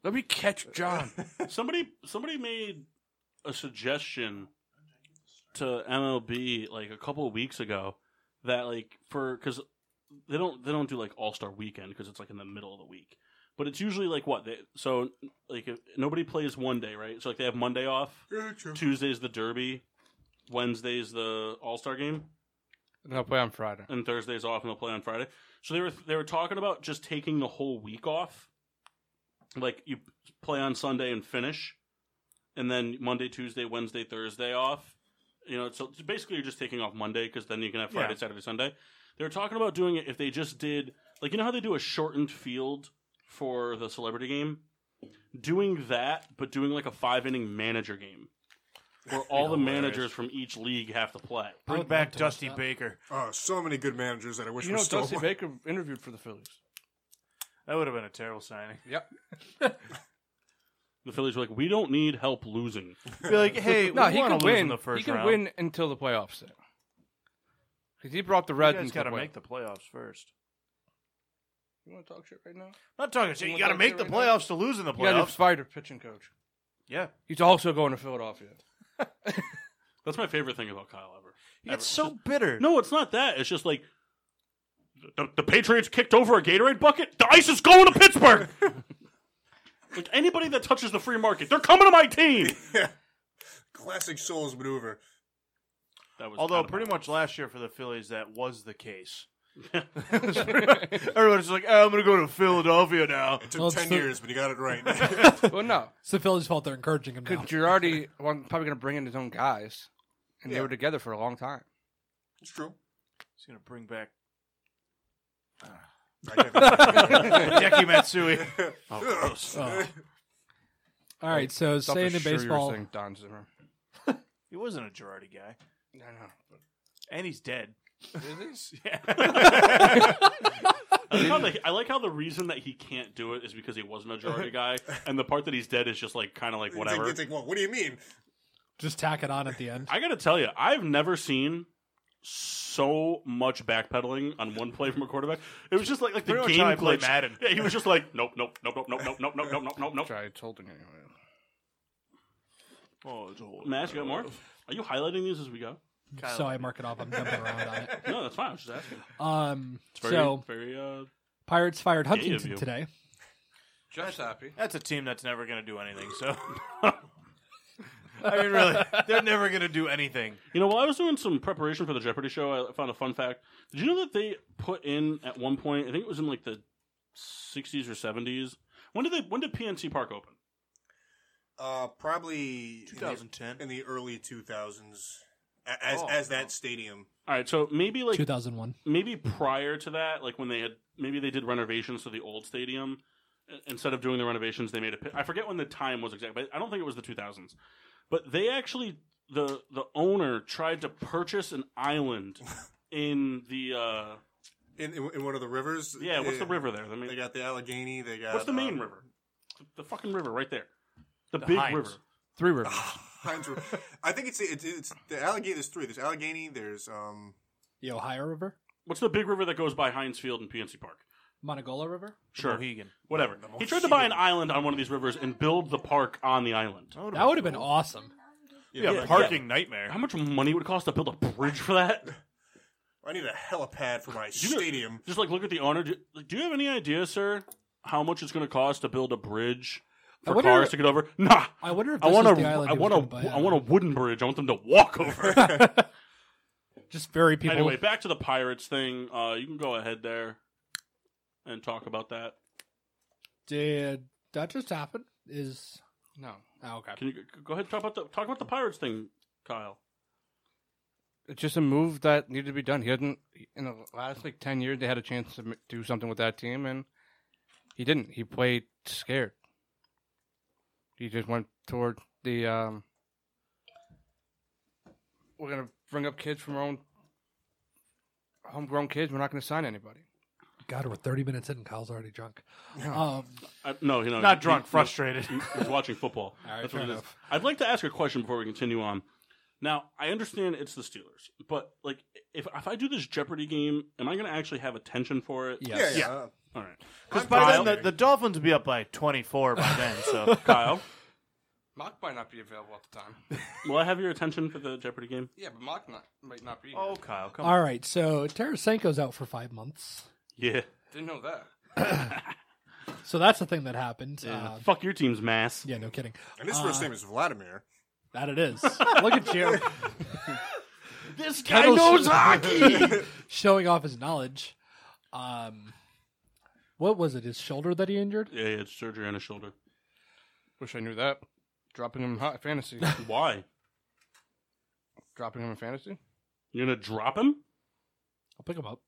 Speaker 3: Let me catch John.
Speaker 1: Somebody somebody made a suggestion to MLB like a couple of weeks ago that like for because they don't they don't do like All Star Weekend because it's like in the middle of the week, but it's usually like what they, so like if, nobody plays one day right so like they have Monday off, Tuesday's the Derby, Wednesday's the All Star game,
Speaker 3: and I'll play on Friday.
Speaker 1: and Thursday's off and they'll play on Friday. So they were they were talking about just taking the whole week off. Like you play on Sunday and finish, and then Monday, Tuesday, Wednesday, Thursday off. You know, so basically you're just taking off Monday because then you can have Friday,
Speaker 6: Yeah.
Speaker 1: Saturday, Sunday. They were talking about doing it if they just did like you know how they do a shortened field for the celebrity game, doing that but doing like a five inning manager game where all the managers from each league have to play.
Speaker 5: I
Speaker 6: Bring
Speaker 5: would love
Speaker 6: back
Speaker 5: to watch
Speaker 6: Dusty
Speaker 5: that.
Speaker 6: Baker.
Speaker 2: Oh, so many good managers that I wish
Speaker 3: You
Speaker 2: were
Speaker 3: know,
Speaker 2: still.
Speaker 3: Dusty Baker interviewed for the Phillies.
Speaker 6: That would have been a terrible signing.
Speaker 3: Yep.
Speaker 1: The Phillies were like, we don't need help losing.
Speaker 6: Be like, hey,
Speaker 3: No,
Speaker 6: we
Speaker 3: he
Speaker 6: wanna
Speaker 3: can
Speaker 6: lose in
Speaker 3: win.
Speaker 6: the first
Speaker 3: he can
Speaker 6: round.
Speaker 3: win until the playoffs. Because he brought the
Speaker 6: you
Speaker 3: Reds
Speaker 6: guys
Speaker 3: into
Speaker 6: got to
Speaker 3: play.
Speaker 6: make the playoffs first.
Speaker 3: You want to talk shit right now?
Speaker 6: I'm not talking shit.
Speaker 3: You
Speaker 6: You
Speaker 3: wanna
Speaker 6: got to
Speaker 3: talk
Speaker 6: make
Speaker 3: shit
Speaker 6: the
Speaker 3: right now?
Speaker 6: playoffs to lose in the
Speaker 3: You got to
Speaker 6: playoffs.
Speaker 3: fired pitching coach.
Speaker 6: Yeah,
Speaker 3: He's also going to Philadelphia.
Speaker 1: That's my favorite thing about Kyle ever.
Speaker 6: he
Speaker 1: Ever.
Speaker 6: gets so bitter.
Speaker 1: No, it's not that. It's just like the, the Patriots kicked over a Gatorade bucket. The ice is going to Pittsburgh. like anybody that touches the free market, they're coming to my team.
Speaker 2: Classic Souls maneuver.
Speaker 1: That was
Speaker 6: Although
Speaker 1: out of
Speaker 6: pretty
Speaker 1: bounds.
Speaker 6: much last year for the Phillies, that was the case.
Speaker 1: Yeah.
Speaker 6: Everyone's like, oh, I'm going to go to Philadelphia now.
Speaker 2: It took
Speaker 5: Well, it's
Speaker 2: ten
Speaker 5: the-
Speaker 2: years, but you got it right.
Speaker 3: well, no.
Speaker 5: It's the Phillies' fault they're encouraging him
Speaker 3: Because
Speaker 5: now.
Speaker 3: Girardi was probably going to bring in his own guys, and they
Speaker 2: Yeah.
Speaker 3: were together for a long time.
Speaker 2: it's true.
Speaker 6: He's going to bring back
Speaker 2: I can't
Speaker 6: Hideki Matsui.
Speaker 1: Oh, gross.
Speaker 5: Oh. All right, so
Speaker 3: Stop
Speaker 5: staying
Speaker 3: the
Speaker 5: in
Speaker 3: Shrewer
Speaker 5: baseball,
Speaker 3: thing, Don Zimmer.
Speaker 6: He wasn't a Girardi guy.
Speaker 3: I know.
Speaker 6: And he's dead.
Speaker 3: Is he?
Speaker 1: I, like how the- I like how the reason that he can't do it is because he wasn't a Girardi guy, and the part that he's dead is just like kind of like whatever.
Speaker 2: It's like, well, what do you mean?
Speaker 5: just tack it on at the end.
Speaker 1: I gotta tell you, I've never seen so much backpedaling on one play from a quarterback. It was just like like the
Speaker 6: Pretty much
Speaker 1: game
Speaker 6: how I play
Speaker 1: glitched.
Speaker 6: Madden.
Speaker 1: Yeah, he was just like, nope, nope, nope, nope, nope, nope, nope, nope, nope, nope, nope.
Speaker 3: Try holding it anyway.
Speaker 6: Oh, it's a whole
Speaker 1: Matt, you got more? Are you highlighting these as we go?
Speaker 6: Kyle.
Speaker 5: So I mark it off. I'm jumping around on it.
Speaker 1: No, that's fine. I was just asking.
Speaker 5: Um,
Speaker 1: It's very,
Speaker 5: so
Speaker 1: very. Uh,
Speaker 5: Pirates fired
Speaker 1: of
Speaker 5: Huntington
Speaker 1: you.
Speaker 5: today.
Speaker 3: Just happy.
Speaker 6: That's a team that's never going to do anything, so. I mean, really, they're never going to do anything.
Speaker 1: you know, while I was doing some preparation for the Jeopardy show, I found a fun fact. Did you know that they put in at one point? I think it was in like the '60s or '70s. When did they? When did PNC Park open?
Speaker 2: Uh, probably in the,
Speaker 6: 2010.
Speaker 2: in the early two thousands, as
Speaker 6: Oh.
Speaker 2: as that stadium.
Speaker 1: All right, so maybe like
Speaker 5: 2001.
Speaker 1: maybe
Speaker 2: Mm-hmm.
Speaker 1: prior to that, like when they had maybe they did renovations to the old stadium. I- Instead of doing the renovations, they made a. pi- I forget when the time was exact, but I don't think it was the 2000s. But they actually the the owner tried to purchase an island in the uh
Speaker 2: In, in in one of the rivers.
Speaker 1: yeah. What's the
Speaker 2: Uh,
Speaker 1: river there? The main,
Speaker 2: They got the Allegheny. They got
Speaker 1: what's the main
Speaker 2: um,
Speaker 1: river? The, the fucking river right there. The,
Speaker 6: The
Speaker 1: big
Speaker 6: Hines.
Speaker 1: river.
Speaker 3: Three Rivers.
Speaker 2: Hines River. I think it's it's, it's the Allegheny. There's three. There's Allegheny. There's um.
Speaker 5: The Ohio River,
Speaker 1: What's the big river that goes by Heinz Field and PNC Park?
Speaker 5: Monagola River.
Speaker 1: Sure,
Speaker 6: Mohegan.
Speaker 1: whatever.
Speaker 2: The
Speaker 1: He tried to buy an
Speaker 2: Mohegan.
Speaker 1: island on one of these rivers and build the park on the island.
Speaker 5: That would have been awesome.
Speaker 6: Yeah,
Speaker 1: Yeah,
Speaker 6: parking
Speaker 1: yeah.
Speaker 6: nightmare.
Speaker 1: How much money would it cost to build a bridge for that?
Speaker 2: I need a helipad for my
Speaker 1: know-
Speaker 2: stadium.
Speaker 1: Just like look at the owner. Do, like, do you have any idea, sir, how much it's going to cost to build a bridge for
Speaker 5: I wonder-
Speaker 1: cars to get over? Nah,
Speaker 5: I wonder if
Speaker 1: I
Speaker 5: this
Speaker 1: want
Speaker 5: is
Speaker 1: a,
Speaker 5: the island.
Speaker 1: I
Speaker 5: he was
Speaker 1: want
Speaker 5: gonna buy
Speaker 1: a, I
Speaker 5: out
Speaker 1: want a
Speaker 5: of.
Speaker 1: wooden bridge. I want them to walk over.
Speaker 5: just very people.
Speaker 1: anyway, back to the pirates thing. Uh, you can go ahead there and talk about that.
Speaker 5: Did that just happen? Is
Speaker 3: No.
Speaker 5: oh, okay.
Speaker 1: Can you g- go ahead and talk about the talk about the pirates thing, Kyle?
Speaker 3: It's just a move that needed to be done. He hadn't, in the last like 10 years, they had a chance to m- do something with that team, and he didn't. He played scared. He just went toward the, um, we're going to bring up kids from our own, homegrown kids. We're not going to sign anybody.
Speaker 5: God, we're 30 minutes in. and Kyle's already drunk. Um,
Speaker 1: I, no, you know,
Speaker 6: Not
Speaker 1: he-
Speaker 6: drunk,
Speaker 1: he-
Speaker 6: frustrated.
Speaker 1: he- he's watching football.
Speaker 5: All right,
Speaker 1: That's what
Speaker 5: fair
Speaker 1: it is.
Speaker 5: enough.
Speaker 1: I'd like to ask a question before we continue on. Now, I understand it's the Steelers, but like, if if I do this Jeopardy game, am I going to actually have attention for it?
Speaker 5: yes.
Speaker 2: Yeah, yeah.
Speaker 1: All right,
Speaker 6: Because
Speaker 2: I'm
Speaker 6: by
Speaker 2: Kyle.
Speaker 6: then, the, the Dolphins will be up by 24 by then, so.
Speaker 1: Kyle,
Speaker 3: Mock might not be available at the time.
Speaker 1: will I have your attention for the Jeopardy game?
Speaker 3: yeah, but Mock not, might not be.
Speaker 6: oh, Kyle, come on.
Speaker 5: All right. So Tarasenko's out for five months.
Speaker 1: Yeah.
Speaker 3: Didn't know that.
Speaker 5: So that's the thing that happened. Yeah, uh,
Speaker 1: Fuck your team's mass.
Speaker 5: yeah no kidding.
Speaker 2: And his first name is Vladimir.
Speaker 5: That it is. Look at you.
Speaker 1: This
Speaker 5: guy knows
Speaker 1: hockey.
Speaker 5: showing off his knowledge. Um, what was it? His shoulder that he injured?
Speaker 1: yeah, yeah, it's surgery on his shoulder.
Speaker 3: Wish I knew that. Dropping him in hot fantasy.
Speaker 1: Why?
Speaker 3: Dropping him in fantasy?
Speaker 1: You're gonna drop him?
Speaker 5: I'll pick him up.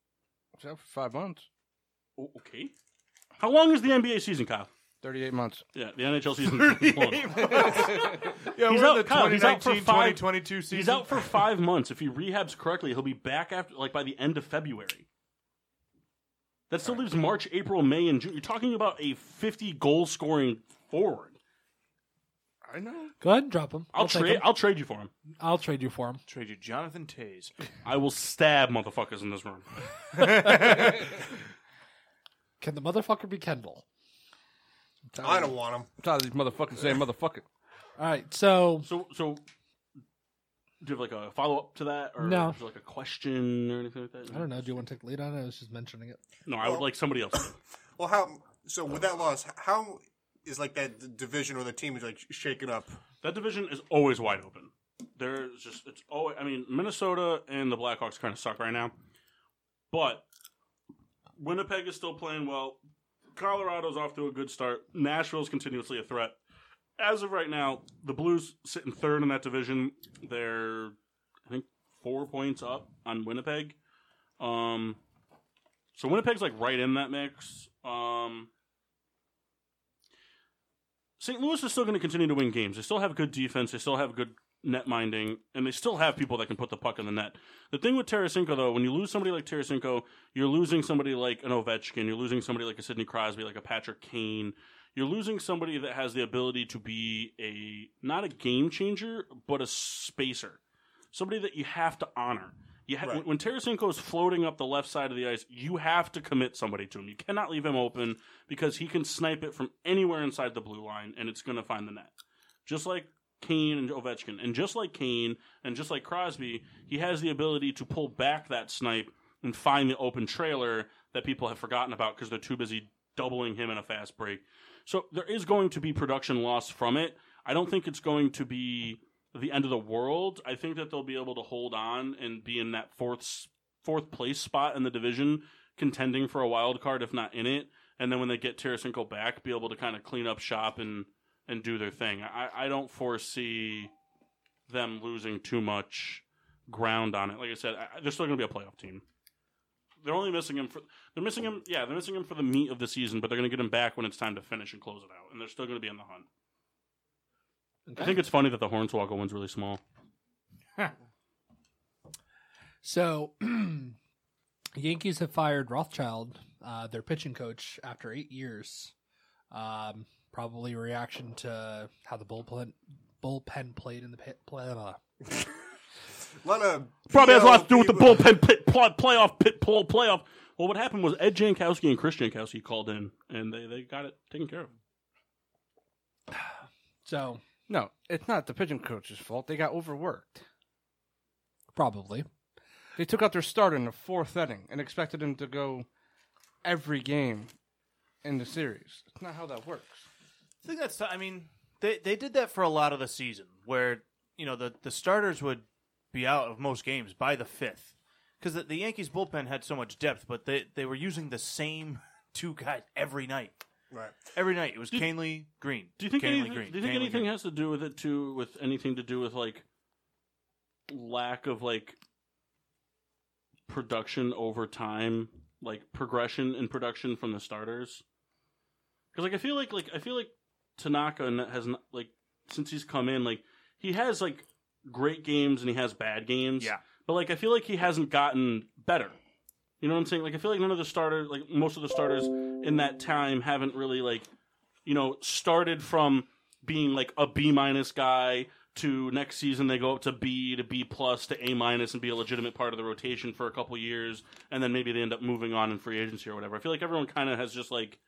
Speaker 3: He's out for five months.
Speaker 1: Oh, okay. How long is the NBA season, Kyle?
Speaker 3: 38 months.
Speaker 1: Yeah, the NHL season. is long.
Speaker 6: Yeah,
Speaker 1: He's
Speaker 6: we're
Speaker 1: out-
Speaker 6: in the
Speaker 1: Kyle, he's out for
Speaker 6: 2019
Speaker 1: five-
Speaker 6: 2022 season.
Speaker 1: He's out for five months. If he rehabs correctly, he'll be back after like by the end of February. That still leaves March, April, May, and June. You're talking about a 50 goal scoring forward.
Speaker 3: I know.
Speaker 5: Go ahead and drop him.
Speaker 1: I'll,
Speaker 5: take
Speaker 1: trade.
Speaker 5: him.
Speaker 1: I'll trade you for him.
Speaker 5: I'll trade you for him.
Speaker 6: Trade you Jonathan Taze.
Speaker 1: I will stab motherfuckers in this room.
Speaker 5: Can the motherfucker be Kendall?
Speaker 2: I don't want him.
Speaker 3: I'm tired of these motherfuckers saying motherfucker.
Speaker 5: All right, so
Speaker 1: So, so do you have like a follow up to that, or
Speaker 5: No.
Speaker 1: is there like a question or anything like that?
Speaker 5: I don't know. Do you want to take the lead on it? I was just mentioning it.
Speaker 1: No, I would like somebody else. to.
Speaker 2: Well, how? So with that loss, h- how is like that d- division or the team is like sh- shaken up?
Speaker 1: that division is always wide open. There's just it's always. I mean, Minnesota and the Blackhawks kind of suck right now, but Winnipeg is still playing well. Colorado's off to a good start. Nashville's continuously a threat. As of right now, the Blues sit in third in that division. They're I think four points up on Winnipeg. Um, so Winnipeg's like right in that mix. Um, St. Louis is still going to continue to win games. They still have good defense. They still have good net minding, and they still have people that can put the puck in the net. The thing with Tarasenko, though, when you lose somebody like Tarasenko, you're losing somebody like an Ovechkin. You're losing somebody like a Sidney Crosby, like a Patrick Kane. You're losing somebody that has the ability to be a not a game changer, but a spacer, somebody that you have to honor. You ha-
Speaker 2: Right.
Speaker 1: When Tarasenko is floating up the left side of the ice, you have to commit somebody to him. You cannot leave him open because he can snipe it from anywhere inside the blue line and it's going to find the net. Just like Kane and Ovechkin, and just like Kane and just like Crosby, he has the ability to pull back that snipe and find the open trailer that people have forgotten about because they're too busy doubling him in a fast break. So there is going to be production loss from it. I don't think it's going to be the end of the world. I think that they'll be able to hold on and be in that fourth s- fourth place spot in the division, contending for a wild card if not in it. And then when they get Tarasenko back, be able to kind of clean up shop and and do their thing. I, I don't foresee them losing too much ground on it. Like I said, I, I- they're still going to be a playoff team. They're only missing him for they're missing him. Yeah, they're missing him for the meat of the season, but they're going to get him back when it's time to finish and close it out. And they're still going to be in the hunt. I think it's funny that the Hornswoggle one's really small.
Speaker 5: So, Yankees have fired Rothschild, uh, their pitching coach, after eight years. Um, probably a reaction to how the bullpen bullpen played in the pit, play, uh,
Speaker 2: A lot of
Speaker 1: Probably has a lot to do
Speaker 2: PLP
Speaker 1: with the bullpen pit plot playoff pit pull playoff. Well, what happened was Ed Jankowski and Chris Jankowski called in, and they, they got it taken care of.
Speaker 5: so
Speaker 3: No, it's not the pigeon coach's fault. They got overworked.
Speaker 5: probably
Speaker 3: They took out their starter in the fourth inning and expected him to go every game in the series. It's not how that works.
Speaker 6: I think that's. I mean, they they did that for a lot of the season, where you know the the starters would be out of most games by the fifth, because the, the Yankees bullpen had so much depth, but they they were using the same two guys every night.
Speaker 2: Right.
Speaker 6: Every night it was Canley Green.
Speaker 1: Do you think
Speaker 6: Canley
Speaker 1: anything,
Speaker 6: Green?
Speaker 1: do you think
Speaker 6: Canley
Speaker 1: anything
Speaker 6: Green.
Speaker 1: has to do with it too? With anything to do with like lack of like production over time, like progression in production from the starters? Because like I feel like like I feel like Tanaka n- has not, like since he's come in like he has like great games and he has bad games.
Speaker 6: Yeah.
Speaker 1: but like I feel like he hasn't gotten better. You know what I'm saying? Like I feel like none of the starters, like most of the starters in that time, haven't really like you know, started from being like a B minus guy to next season they go up to B to B plus to A minus and be a legitimate part of the rotation for a couple years, and then maybe they end up moving on in free agency or whatever. I feel like everyone kind of has just like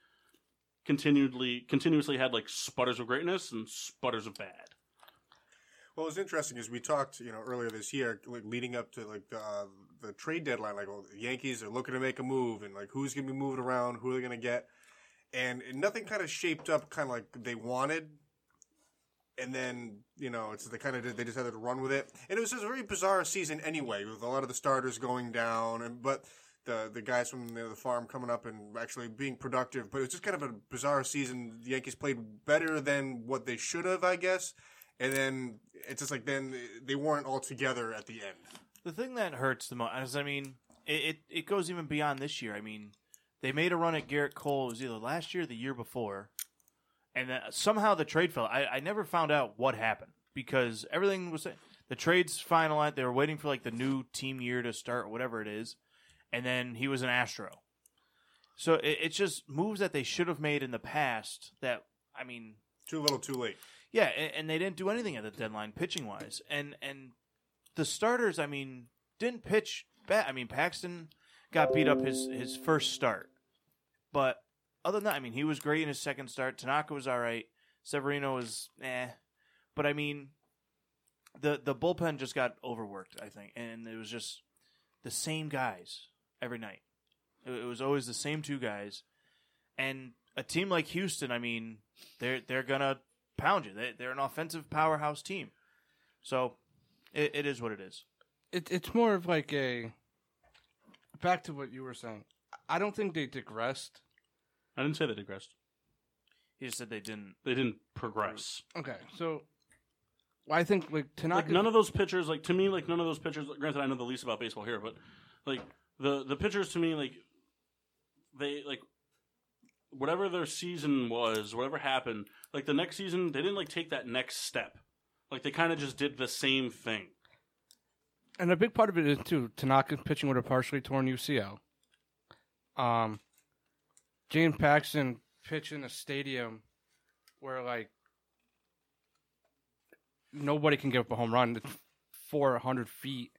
Speaker 1: continually continuously had like sputters of greatness and sputters of bad.
Speaker 2: What was interesting is we talked, you know, earlier this year, like, leading up to like the, uh, the trade deadline. Like, well, the Yankees are looking to make a move, and like who's going to be moved around, who they're going to get, and nothing kind of shaped up, kind of like they wanted. And then you know, it's they kind of they decided to run with it, and it was just a very bizarre season anyway, with a lot of the starters going down, and but the the guys from the, the farm coming up and actually being productive. But it was just kind of a bizarre season. The Yankees played better than what they should have, I guess. And then it's just like then they weren't all together at the end.
Speaker 6: The thing that hurts the most is, I mean, it, it, it goes even beyond this year. I mean, they made a run at Garrett Cole. It was either last year or the year before. And uh, somehow the trade fell. I, I never found out what happened because everything was the trades finalized. They were waiting for like the new team year to start, or whatever it is. And then he was an Astro. So it, it's just moves that they should have made in the past that, I mean,
Speaker 2: Too little, too late.
Speaker 6: Yeah, and, and they didn't do anything at the deadline pitching wise, and and the starters, I mean, didn't pitch bad. I mean, Paxton got beat up his his first start, but other than that, I mean, he was great in his second start. Tanaka was all right. Severino was eh, but I mean, the the bullpen just got overworked, I think, and it was just the same guys every night. It, it was always the same two guys, and a team like Houston, I mean, they're they're gonna pound you. They, they're an offensive powerhouse team, so it, it is what it is.
Speaker 3: it, it's more of like a back to what you were saying. I don't think they digressed.
Speaker 1: I didn't say they digressed.
Speaker 6: He just said they didn't.
Speaker 1: They didn't progress.
Speaker 3: Okay, so well, I think like Tanaka.
Speaker 1: Like none of those pitchers, like to me, like none of those pitchers. Granted, I know the least about baseball here, but like the the pitchers to me, like they like whatever their season was, whatever happened, like the next season, they didn't like take that next step. Like they kind of just did the same thing.
Speaker 3: and a big part of it is too Tanaka pitching with a partially torn UCL. Um, James Paxton pitching a stadium where like nobody can give up a home run. It's four hundred feet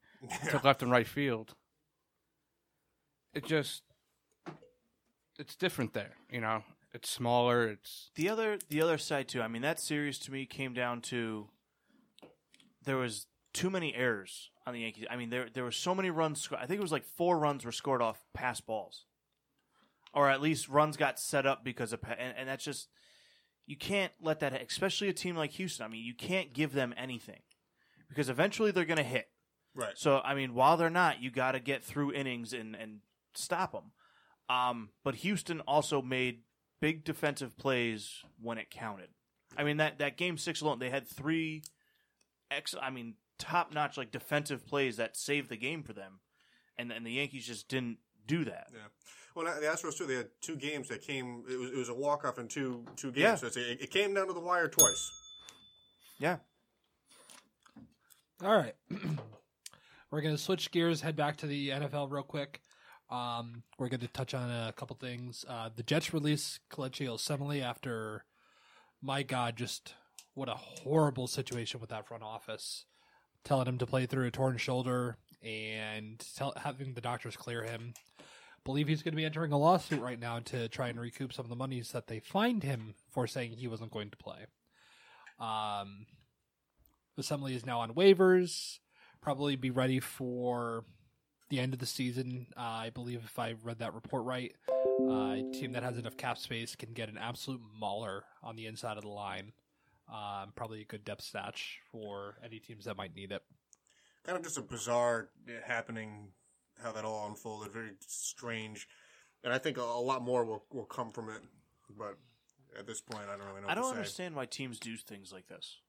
Speaker 3: to left and right field. It just it's different there, you know. It's smaller. It's
Speaker 6: The other the other side too. I mean, that series to me came down to there was too many errors on the Yankees. I mean, there there were so many runs. Sco- I think it was like four runs were scored off pass balls, or at least runs got set up because of pa- and, and that's just you can't let that. ha- Especially a team like Houston. I mean, you can't give them anything because eventually they're going to hit.
Speaker 2: Right.
Speaker 6: So I mean, while they're not, you got to get through innings and and stop them. Um, but Houston also made big defensive plays when it counted. I mean that that game six alone, they had three ex. I mean top notch like defensive plays that saved the game for them, and and the Yankees just didn't do that.
Speaker 2: Yeah. Well, the Astros too. They had two games that came. It was, it was a walk off in two two games.
Speaker 6: Yeah.
Speaker 2: So it's a, it came down to the wire twice.
Speaker 6: Yeah,
Speaker 5: All right. We're going to switch gears, head back to the NFL real quick. Um, we're going to touch on a couple things. Uh, the Jets release Coleccio Semele after, my God, just what a horrible situation with that front office. Telling him to play through a torn shoulder and tell, having the doctors clear him. Believe he's going to be entering a lawsuit right now to try and recoup some of the monies that they fined him for saying he wasn't going to play. Um, Assembly is now on waivers. Probably be ready for the end of the season. Uh, I believe if I read that report right, uh, a team that has enough cap space can get an absolute mauler on the inside of the line. Um, probably a good depth snatch for any teams that might need it.
Speaker 2: Kind of just a bizarre uh, happening. How that all unfolded. Very strange. And I think a, a lot more will will come from it. But at this point, I don't really know. What
Speaker 6: I don't
Speaker 2: to
Speaker 6: understand why teams do things like this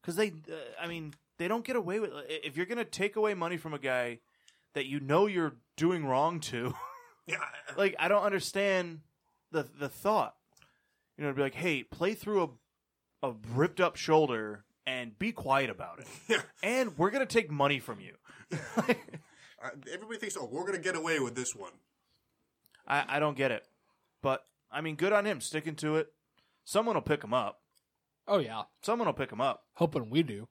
Speaker 6: because they. Uh, I mean, they don't get away with. If you're going to take away money from a guy that you know you're doing wrong to.
Speaker 2: Say. Yeah. I-
Speaker 6: like I don't understand the the thought. You know, to be like, hey, play through a a ripped up shoulder and be quiet about it,
Speaker 2: Yeah.
Speaker 6: and we're gonna take money from you.
Speaker 2: I, everybody thinks, oh, we're gonna get away with this one.
Speaker 6: I, I don't get it, but I mean, good on him sticking to it. Someone will pick him up.
Speaker 5: Oh yeah,
Speaker 6: Someone will pick him up,
Speaker 5: hoping we do.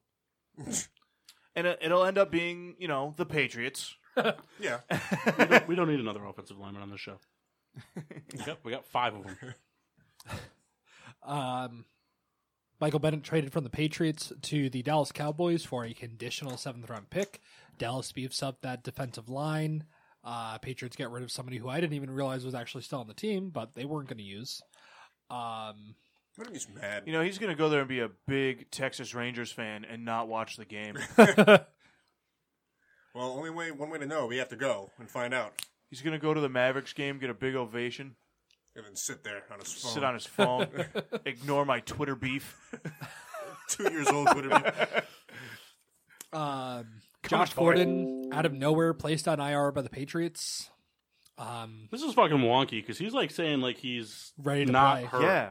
Speaker 6: and it, it'll end up being you know the Patriots.
Speaker 2: Yeah.
Speaker 1: We don't, we don't need another offensive lineman on this show. We got, we got five of them.
Speaker 5: Um, Michael Bennett traded from the Patriots to the Dallas Cowboys for a conditional seventh round pick. Dallas beefs up that defensive line. Uh, Patriots get rid of somebody who I didn't even realize was actually still on the team, but they weren't going to use. Um,
Speaker 2: Everybody's mad.
Speaker 6: You know, he's gonna go there and be a big Texas Rangers fan and not watch the game.
Speaker 2: Well, only way one way to know. We have to go and find out.
Speaker 6: he's gonna go to the Mavericks game, get a big ovation.
Speaker 2: And then sit there on his phone.
Speaker 6: sit on his phone, ignore my Twitter beef.
Speaker 2: Two years old would have
Speaker 5: um, Josh Gordon, out of nowhere, placed on IR by the Patriots. Um,
Speaker 1: This is fucking wonky because he's like saying like he's
Speaker 5: Ready to
Speaker 1: not
Speaker 5: play.
Speaker 1: hurt.
Speaker 6: Yeah.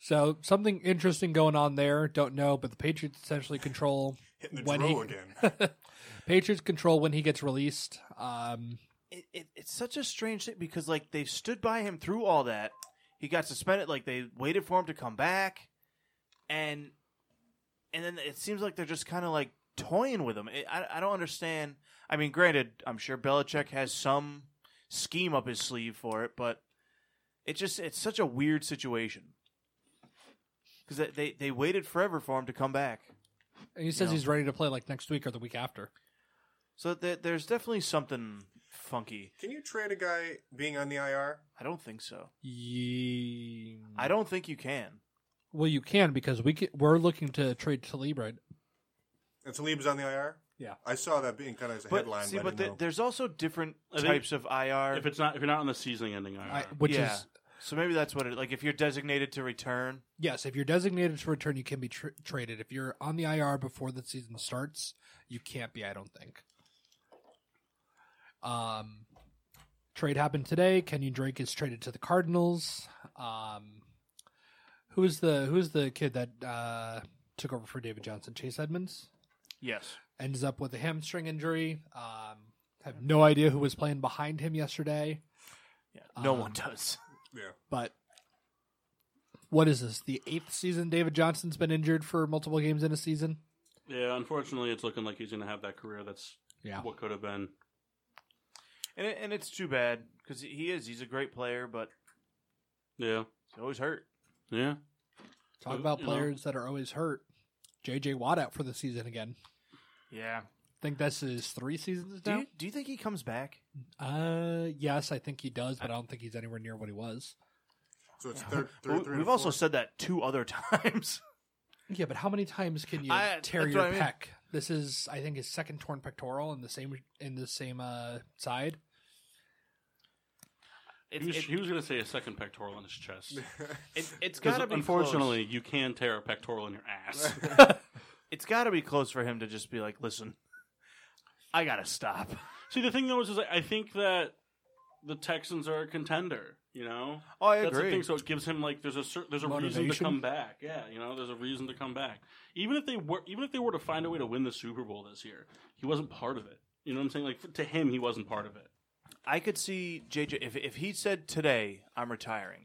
Speaker 5: so something interesting going on there. Don't know, but the Patriots essentially control
Speaker 2: hitting the
Speaker 5: when
Speaker 2: draw
Speaker 5: he
Speaker 2: again.
Speaker 5: Patriots control when he gets released. Um,
Speaker 6: It, it, it's such a strange thing because, like, they stood by him through all that. He got suspended. Like, they waited for him to come back. and and then it seems like they're just kind of like toying with him. It, I I don't understand. I mean, granted, I'm sure Belichick has some scheme up his sleeve for it, but it just it's such a weird situation because they, they they waited forever for him to come back.
Speaker 5: And he says
Speaker 6: know.
Speaker 5: he's ready to play like next week or the week after.
Speaker 6: So there there's definitely something funky.
Speaker 2: Can you trade a guy being on the IR?
Speaker 6: I don't think so.
Speaker 5: Ye-
Speaker 6: I don't think you can.
Speaker 5: well, you can because we can, we're looking to trade Talib right.
Speaker 2: And Talib's on the IR.
Speaker 5: Yeah.
Speaker 2: I saw that being kind of as a
Speaker 6: But
Speaker 2: headline.
Speaker 6: see,
Speaker 2: but, I
Speaker 6: but
Speaker 2: didn't
Speaker 6: there-
Speaker 2: know.
Speaker 6: there's also different
Speaker 1: I think
Speaker 6: types of IR.
Speaker 1: If it's not, if you're not on the season-ending IR,
Speaker 5: I, which
Speaker 6: Yeah.
Speaker 5: is
Speaker 6: so maybe that's what it like. If you're designated to return,
Speaker 5: yes, if you're designated to return, you can be tr traded. If you're on the IR before the season starts, you can't be. I don't think. Um, trade happened today. Kenyon Drake is traded to the Cardinals. Um, who's the who's the kid that uh, took over for David Johnson? Chase Edmonds.
Speaker 6: yes,
Speaker 5: ends up with a hamstring injury. Um, have no idea who was playing behind him yesterday,
Speaker 6: yeah, no
Speaker 5: Um,
Speaker 6: one does.
Speaker 5: but what is this? The eighth season David Johnson's been injured for multiple games in a season.
Speaker 1: yeah, unfortunately, it's looking like he's going to have that career. That's
Speaker 5: Yeah,
Speaker 1: what could have been.
Speaker 6: And it, and it's too bad because he is he's a great player, but
Speaker 1: Yeah,
Speaker 6: he's always hurt.
Speaker 1: yeah.
Speaker 5: talk about
Speaker 1: You know.
Speaker 5: players that are always hurt. J.J. Watt out for the season again.
Speaker 6: Yeah.
Speaker 5: think this is three seasons
Speaker 6: Do
Speaker 5: now.
Speaker 6: you, do you think he comes back?
Speaker 5: Uh, yes, I think he does, but I don't think he's anywhere near what he was.
Speaker 2: so it's third,
Speaker 6: We-
Speaker 2: third, three.
Speaker 6: we've
Speaker 2: and
Speaker 6: also
Speaker 2: four.
Speaker 6: said that two other times.
Speaker 5: Yeah, but how many times can you
Speaker 6: I-
Speaker 5: tear
Speaker 6: that's
Speaker 5: your
Speaker 6: what I mean.
Speaker 5: pec? This is, I think, his second torn pectoral in the same in the same uh, side.
Speaker 1: He
Speaker 6: It's,
Speaker 1: was,
Speaker 6: it,
Speaker 1: he was going to say a second pectoral in his chest.
Speaker 6: it, has got
Speaker 1: Because
Speaker 6: to be
Speaker 1: unfortunately,
Speaker 6: close.
Speaker 1: you can tear a pectoral in your ass.
Speaker 6: It's got to be close for him to just be like, listen, I gotta stop.
Speaker 1: See, the thing though is, is I I think that the Texans are a contender. You know,
Speaker 6: Oh, I
Speaker 1: that's the
Speaker 6: agree.
Speaker 1: thing. So it gives him like there's a cer- there's a reason to
Speaker 5: Motivation.
Speaker 1: come back. Yeah, you know, there's a reason to come back. Even if they were even if they were to find a way to win the Super Bowl this year, he wasn't part of it. You know what I'm saying? Like f to him, he wasn't part of it.
Speaker 6: I could see JJ if if he said today I'm retiring,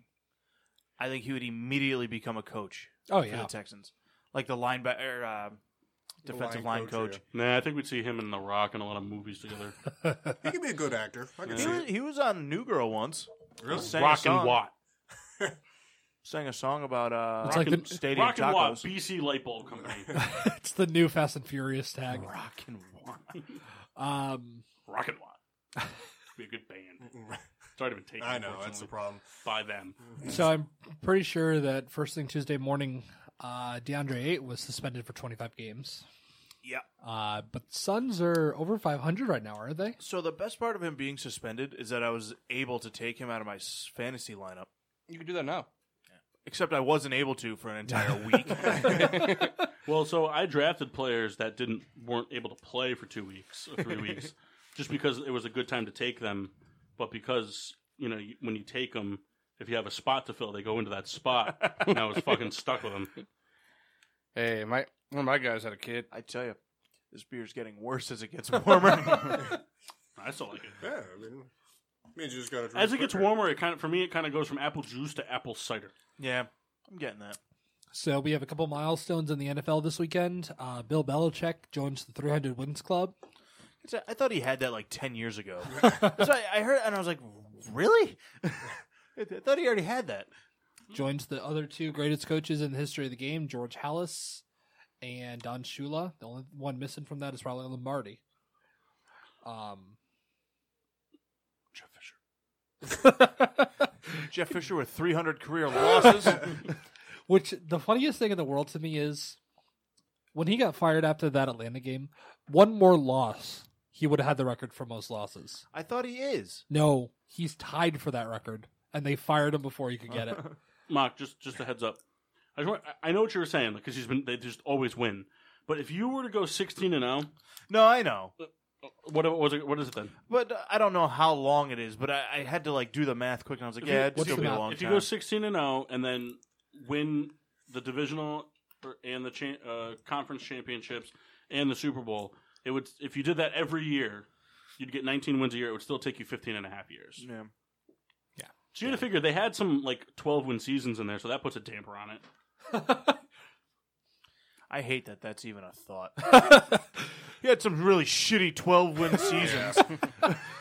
Speaker 6: I think he would immediately become a coach
Speaker 5: Oh
Speaker 6: for the Texans, like the linebacker, uh, defensive
Speaker 2: line
Speaker 6: line
Speaker 2: coach,
Speaker 6: coach.
Speaker 1: Nah, I think we'd see him and The Rock in a lot of movies together.
Speaker 2: he could be a good actor. I can
Speaker 1: Yeah.
Speaker 6: He,
Speaker 2: see
Speaker 6: was,
Speaker 2: it.
Speaker 6: he was on New Girl once.
Speaker 2: Really?
Speaker 6: Sang a
Speaker 1: Rock and
Speaker 6: song-
Speaker 1: Watt.
Speaker 6: Sang a song about uh,
Speaker 5: It's like
Speaker 1: Rock and-
Speaker 5: the-
Speaker 6: stadium
Speaker 1: Rock and Watt,
Speaker 6: tacos.
Speaker 1: BC Light Bulb Company.
Speaker 5: it's the new Fast and Furious tag.
Speaker 6: Rock and Watt.
Speaker 5: Um,
Speaker 1: Rock and Watt. Be a good band. It's already been taken.
Speaker 2: I know that's the
Speaker 1: unfortunately,
Speaker 2: problem.
Speaker 1: by them.
Speaker 5: so I'm pretty sure that first thing Tuesday morning, uh, DeAndre Eight was suspended for 25 games.
Speaker 6: Yeah.
Speaker 5: Uh, but Suns are over 500 right now, are they?
Speaker 6: So the best part of him being suspended is that I was able to take him out of my s- fantasy lineup.
Speaker 3: You can do that now.
Speaker 6: Except I wasn't able to for an entire week.
Speaker 1: Well, so I drafted players that didn't weren't able to play for two weeks or three weeks, just because it was a good time to take them. But because you know you, when you take them, if you have a spot to fill, they go into that spot, and I was fucking stuck with them.
Speaker 3: Hey, my one of my guys had a kid.
Speaker 6: I tell you, this beer's getting worse as it gets warmer.
Speaker 1: I still like it.
Speaker 2: Yeah, I mean, means you just got to.
Speaker 1: As it gets warmer, it kind of for me it kind of goes from apple juice to apple cider.
Speaker 6: yeah, I'm getting that.
Speaker 5: So we have a couple milestones in the NFL this weekend. Uh, Bill Belichick joins the 300 Wins Club.
Speaker 6: It's a- I thought he had that like ten years ago. so I, I heard and I was like, really? I th- I thought he already had that.
Speaker 5: Joins the other two greatest coaches in the history of the game, George Hallis and Don Shula. The only one missing from that is probably Lombardi. Um,
Speaker 6: Jeff Fisher. Jeff Fisher with 300 career losses.
Speaker 5: Which the funniest thing in the world to me is when he got fired after that Atlanta game, one more loss, he would have had the record for most losses.
Speaker 6: I thought he is.
Speaker 5: No, he's tied for that record, and they fired him before he could get it.
Speaker 1: Mock, just just a heads up. I, just want, I- I know what you were saying because he's been they just always win. But if you were to go sixteen and zero,
Speaker 6: No, I know,
Speaker 1: what was it? What is it then?
Speaker 6: but uh, I don't know how long it is. But I, I had to like do the math quick, and I was like,
Speaker 1: If
Speaker 6: yeah,
Speaker 1: you-
Speaker 6: it'd
Speaker 5: what's
Speaker 6: still
Speaker 5: the
Speaker 6: be a
Speaker 5: math?
Speaker 6: long
Speaker 1: if
Speaker 6: time.
Speaker 1: you go 16 and 0 and then win the divisional or- and the cha- uh, conference championships and the Super Bowl, it would if you did that every year, you'd get 19 wins a year. It would still take you 15 and a half years.
Speaker 6: yeah.
Speaker 1: So you got to figure they had some like 12 win seasons in there, so that puts a damper on it.
Speaker 6: I hate that that's even a thought. he had some really shitty 12 win seasons.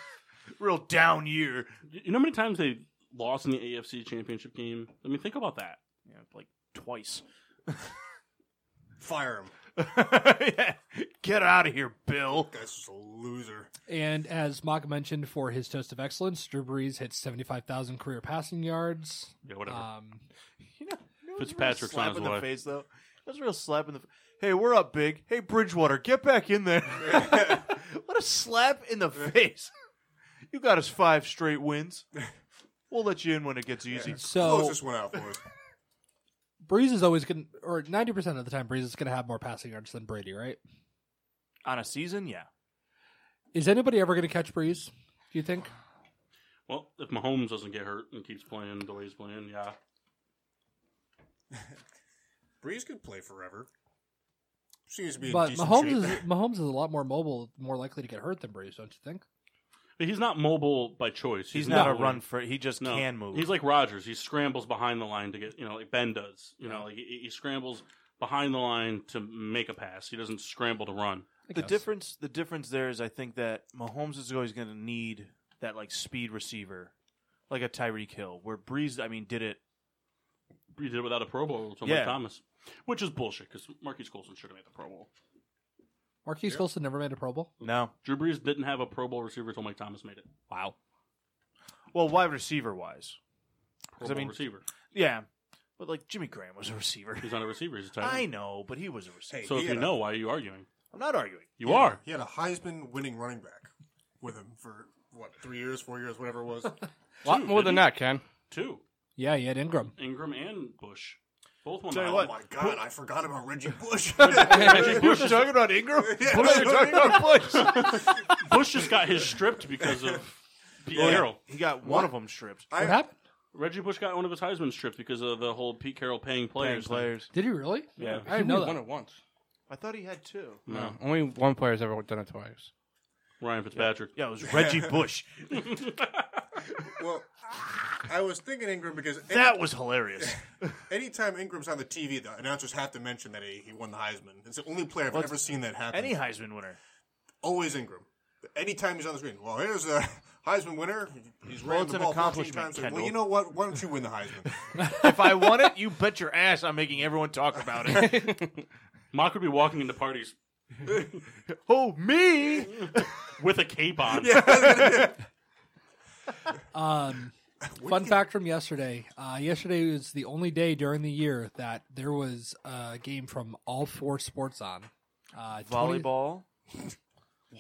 Speaker 6: Real down year.
Speaker 1: You you know how many times they lost in the AFC Championship game? I mean, think about that.
Speaker 6: Yeah, like twice.
Speaker 2: Fire him.
Speaker 6: yeah. Get out of here, Bill.
Speaker 2: Guy's just a loser.
Speaker 5: And as Mock mentioned for his toast of excellence, Drew Brees hit 75,000 career passing yards.
Speaker 1: Yeah, whatever.
Speaker 5: Um,
Speaker 6: You know, you know what's a real
Speaker 1: Fitzpatrick's on
Speaker 6: slap
Speaker 1: his
Speaker 6: in the
Speaker 1: way.
Speaker 6: face though. That's a real slap in the. Hey, we're up big. Hey, Bridgewater, get back in there. what a slap in the face! You got us five straight wins. We'll let you in when it gets easy.
Speaker 5: so
Speaker 2: Close this one out for us.
Speaker 5: Brees is always going to, or 90% of the time, Brees is going to have more passing yards than Brady, right?
Speaker 6: On a season, yeah.
Speaker 5: Is anybody ever going to catch Brees, do you think?
Speaker 1: Well, if Mahomes doesn't get hurt and keeps playing the way he's playing, yeah.
Speaker 2: Breeze could play forever. Seems to be in
Speaker 5: But
Speaker 2: decent
Speaker 5: Mahomes is,
Speaker 2: shape.
Speaker 5: Mahomes is a lot more mobile, more likely to get hurt than Brees, don't you think?
Speaker 1: But he's not mobile by choice.
Speaker 6: He's, not
Speaker 1: a
Speaker 6: a run for. He just can move.
Speaker 1: He's like Rogers. He scrambles behind the line to get you know like Ben does. You know, like he, he scrambles behind the line to make a pass. He doesn't scramble to run.
Speaker 5: I
Speaker 6: the
Speaker 5: guess.
Speaker 6: difference. The difference there is, I think that Mahomes is always going to need that like speed receiver, like a Tyreek Hill, where Breeze. I mean, did it
Speaker 1: He did it without a Pro Bowl to
Speaker 6: Yeah.
Speaker 1: Mike Thomas, which is bullshit because Marquise Colson should have made the Pro Bowl.
Speaker 5: Marquise Colston never made a Pro Bowl.
Speaker 6: no.
Speaker 1: Drew Brees didn't have a Pro Bowl receiver until Mike Thomas made it.
Speaker 5: Wow.
Speaker 6: Well, wide receiver wise,
Speaker 1: Pro
Speaker 6: 'Cause I
Speaker 1: Bowl
Speaker 6: mean-
Speaker 1: receiver.
Speaker 6: Yeah, but like Jimmy Graham was a receiver.
Speaker 1: He's not a receiver. He's a tight
Speaker 6: I
Speaker 1: end.
Speaker 6: know, but he was a receiver.
Speaker 2: Hey,
Speaker 1: So
Speaker 2: he
Speaker 1: if you
Speaker 2: had a-
Speaker 1: know, why are you arguing?
Speaker 6: I'm not arguing.
Speaker 1: You are.
Speaker 2: He had a Heisman winning running back with him for what three years, four years, whatever it was.
Speaker 3: A lot
Speaker 1: Two,
Speaker 3: more than
Speaker 1: didn't
Speaker 3: that, Ken.
Speaker 1: he? Two.
Speaker 5: Yeah, he had Ingram.
Speaker 1: Ingram and Bush. Both won
Speaker 6: Tell
Speaker 1: the
Speaker 6: you
Speaker 2: oh
Speaker 1: Heisman.
Speaker 2: my god, I forgot about Reggie Bush.
Speaker 1: Reggie Bush,
Speaker 6: You're talking about Ingram?
Speaker 1: Bush just got his stripped because of Pete Carroll.
Speaker 6: He got one of them stripped.
Speaker 2: I,
Speaker 5: What happened?
Speaker 1: Reggie Bush got one of his Heisman stripped because of the whole Pete Carroll paying
Speaker 6: Playing
Speaker 1: players. thing.
Speaker 6: players.
Speaker 5: Did he really?
Speaker 1: Yeah.
Speaker 5: I didn't know
Speaker 3: won
Speaker 5: that.
Speaker 3: it once.
Speaker 6: I thought he had two.
Speaker 1: No.
Speaker 3: Only one player's ever done it twice.
Speaker 1: Ryan Fitzpatrick.
Speaker 6: Yeah, it was Reggie Bush.
Speaker 2: well, I was thinking Ingram because any,
Speaker 6: That was hilarious.
Speaker 2: anytime Ingram's on the TV, the announcers have to mention that he, he won the Heisman. It's the only player I've ever seen that happen.
Speaker 6: Any Heisman winner.
Speaker 2: Always Ingram. Anytime he's on the screen, well, here's a Heisman winner. He's
Speaker 6: Well,
Speaker 2: ran
Speaker 6: it's
Speaker 2: the
Speaker 6: an
Speaker 2: ball 14
Speaker 6: accomplishment,
Speaker 2: times. Well,
Speaker 6: Kendall.
Speaker 2: you know what? Why don't you win the Heisman?
Speaker 6: If I won it, you bet your ass I'm making everyone talk about it.
Speaker 1: Mock would be walking into parties
Speaker 6: oh, me?
Speaker 1: with a cape on.
Speaker 5: Um, fun fact from yesterday. Uh, yesterday was the only day during the year that there was a game from all four sports on. Uh, 20
Speaker 6: Volleyball,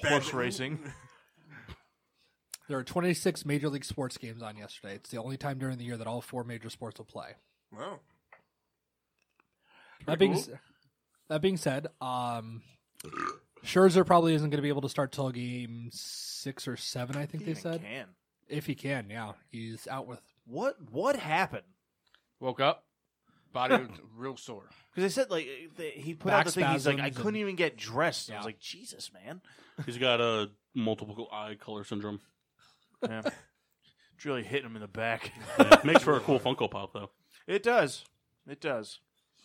Speaker 6: horse racing.
Speaker 5: there are 26 major league sports games on yesterday. It's the only time during the year that all four major sports will play.
Speaker 2: well,
Speaker 5: That being s- that being said, um, Scherzer probably isn't going to be able to start till game six or seven. I think
Speaker 6: He
Speaker 5: they
Speaker 6: even
Speaker 5: said
Speaker 6: can.
Speaker 5: if he can. Yeah, he's out with.
Speaker 6: What, what happened?
Speaker 3: Woke up, body was real sore.
Speaker 6: Because they said like eh, they, he put
Speaker 5: Back
Speaker 6: out the thing. He's like, I
Speaker 5: spasms
Speaker 6: couldn't
Speaker 5: and-
Speaker 6: even get dressed. I
Speaker 5: Yeah.
Speaker 6: was like, Jesus, man.
Speaker 1: He's got a multiple eye color syndrome.
Speaker 6: Yeah. it's really hitting him in the back.
Speaker 1: Yeah, makes for a cool Funko Pop though.
Speaker 6: it does. It does.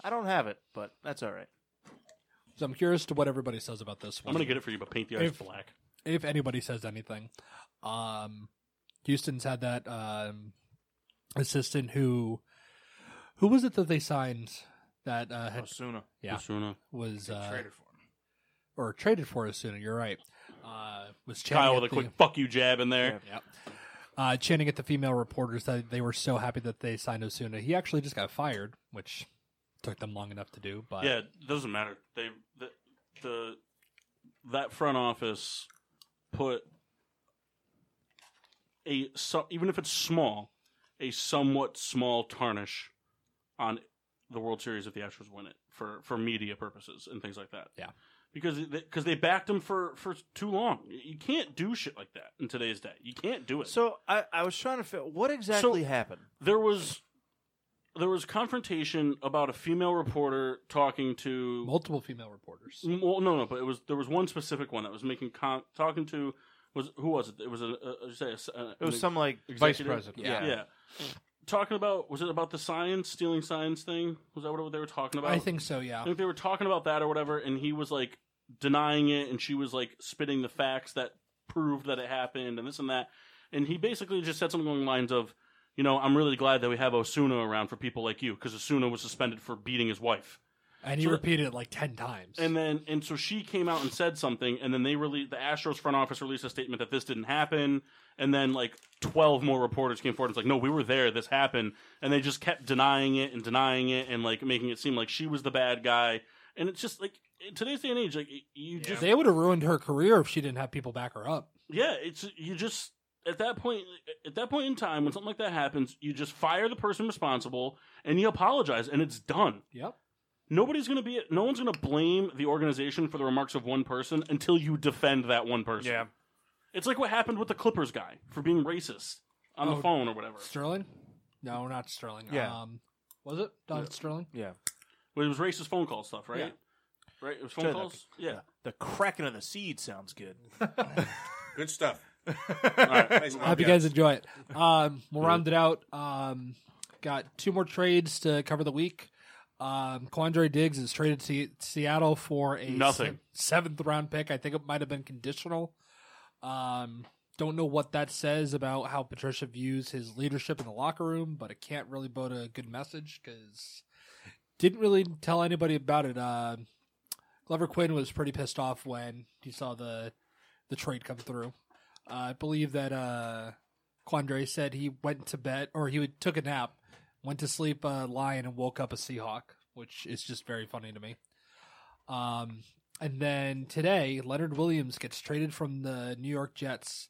Speaker 6: I don't have it, but that's all right.
Speaker 5: So I'm curious to what everybody says about this one.
Speaker 1: I'm gonna get it for you, but paint the eyes
Speaker 5: If-
Speaker 1: black.
Speaker 5: if anybody says anything. Um, Houston's had that um, assistant who, who was it that they signed that uh, had,
Speaker 6: Osuna.
Speaker 5: Yeah.
Speaker 1: Osuna.
Speaker 5: was uh,
Speaker 3: Traded for him.
Speaker 5: or traded for Asuna. You're right. Uh, was chanting
Speaker 1: Kyle
Speaker 5: at
Speaker 1: with a
Speaker 5: the,
Speaker 1: quick fuck you jab in there.
Speaker 5: uh, chanting at the female reporters that they were so happy that they signed Osuna. He actually just got fired, which took them long enough to do. But
Speaker 1: Yeah, it doesn't matter. They the, the that front office put a so, even if it's small, a somewhat small tarnish on the World Series if the Astros win it for for media purposes and things like that.
Speaker 5: Yeah.
Speaker 1: Because because they backed him for for too long. You can't do shit like that in today's day. You can't do it.
Speaker 6: So I, I was trying to figure what exactly happened.
Speaker 1: there was there was confrontation about a female reporter talking to
Speaker 5: multiple female reporters.
Speaker 1: Mm, Well, no, no, but it was there was one specific one that was making com- talking to was who was it? It was a, a, a, say a- a-
Speaker 6: It was
Speaker 1: an
Speaker 6: some like
Speaker 1: executive?
Speaker 3: Vice president.
Speaker 1: Yeah. talking about was it about the signs stealing signs thing? Was that what they were talking about?
Speaker 5: I think so. Yeah.
Speaker 1: I think they were talking about that or whatever, and he was like denying it, and she was like spitting the facts that proved that it happened, and this and that. And he basically just said something along the lines of, you know, I'm really glad that we have Osuna around for people like you, because Osuna was suspended for beating his wife.
Speaker 5: And he
Speaker 1: So-
Speaker 5: repeated it like ten times.
Speaker 1: And then, and so she came out and said something, and then they released the Astros front office released a statement that this didn't happen, and then like twelve more reporters came forward and was like, no, we were there, this happened, and they just kept denying it and denying it and like making it seem like she was the bad guy, and it's just like in today's day and age, like you just
Speaker 5: they would have ruined her career if she didn't have people back her up.
Speaker 1: yeah, it's you just at that point at that point in time when something like that happens, you just fire the person responsible and you apologize, and it's done.
Speaker 5: Yep.
Speaker 1: Nobody's going to be no one's going to blame the organization for the remarks of one person until you defend that one person.
Speaker 6: Yeah.
Speaker 1: It's like what happened with the Clippers guy for being racist on the
Speaker 5: Oh.
Speaker 1: phone or whatever.
Speaker 5: Sterling? No, not Sterling.
Speaker 6: Yeah.
Speaker 5: Um, was it Don Sterling?
Speaker 1: Well, it was racist phone call stuff, right? Right? It was phone
Speaker 6: Sure,
Speaker 1: calls? Yeah.
Speaker 6: The cracking of the seed sounds good.
Speaker 2: Good stuff. Thanks a lot,
Speaker 5: I hope you
Speaker 2: guys.
Speaker 5: guys enjoy it. Um, we'll round it out. Um, got two more trades to cover the week. Um, Quandre Diggs is traded to Se- Seattle for a
Speaker 1: Nothing.
Speaker 5: se- seventh round pick. I think it might have been conditional. Um, don't know what that says about how Patricia views his leadership in the locker room, but it can't really bode a good message because didn't really tell anybody about it. Uh, Glover Quinn was pretty pissed off when he saw the the trade come through. Uh, I believe that uh, Quandre said he went to bed or he would, took a nap, went to sleep a lion, and woke up a Seahawk, which is just very funny to me. Um, and then today, Leonard Williams gets traded from the New York Jets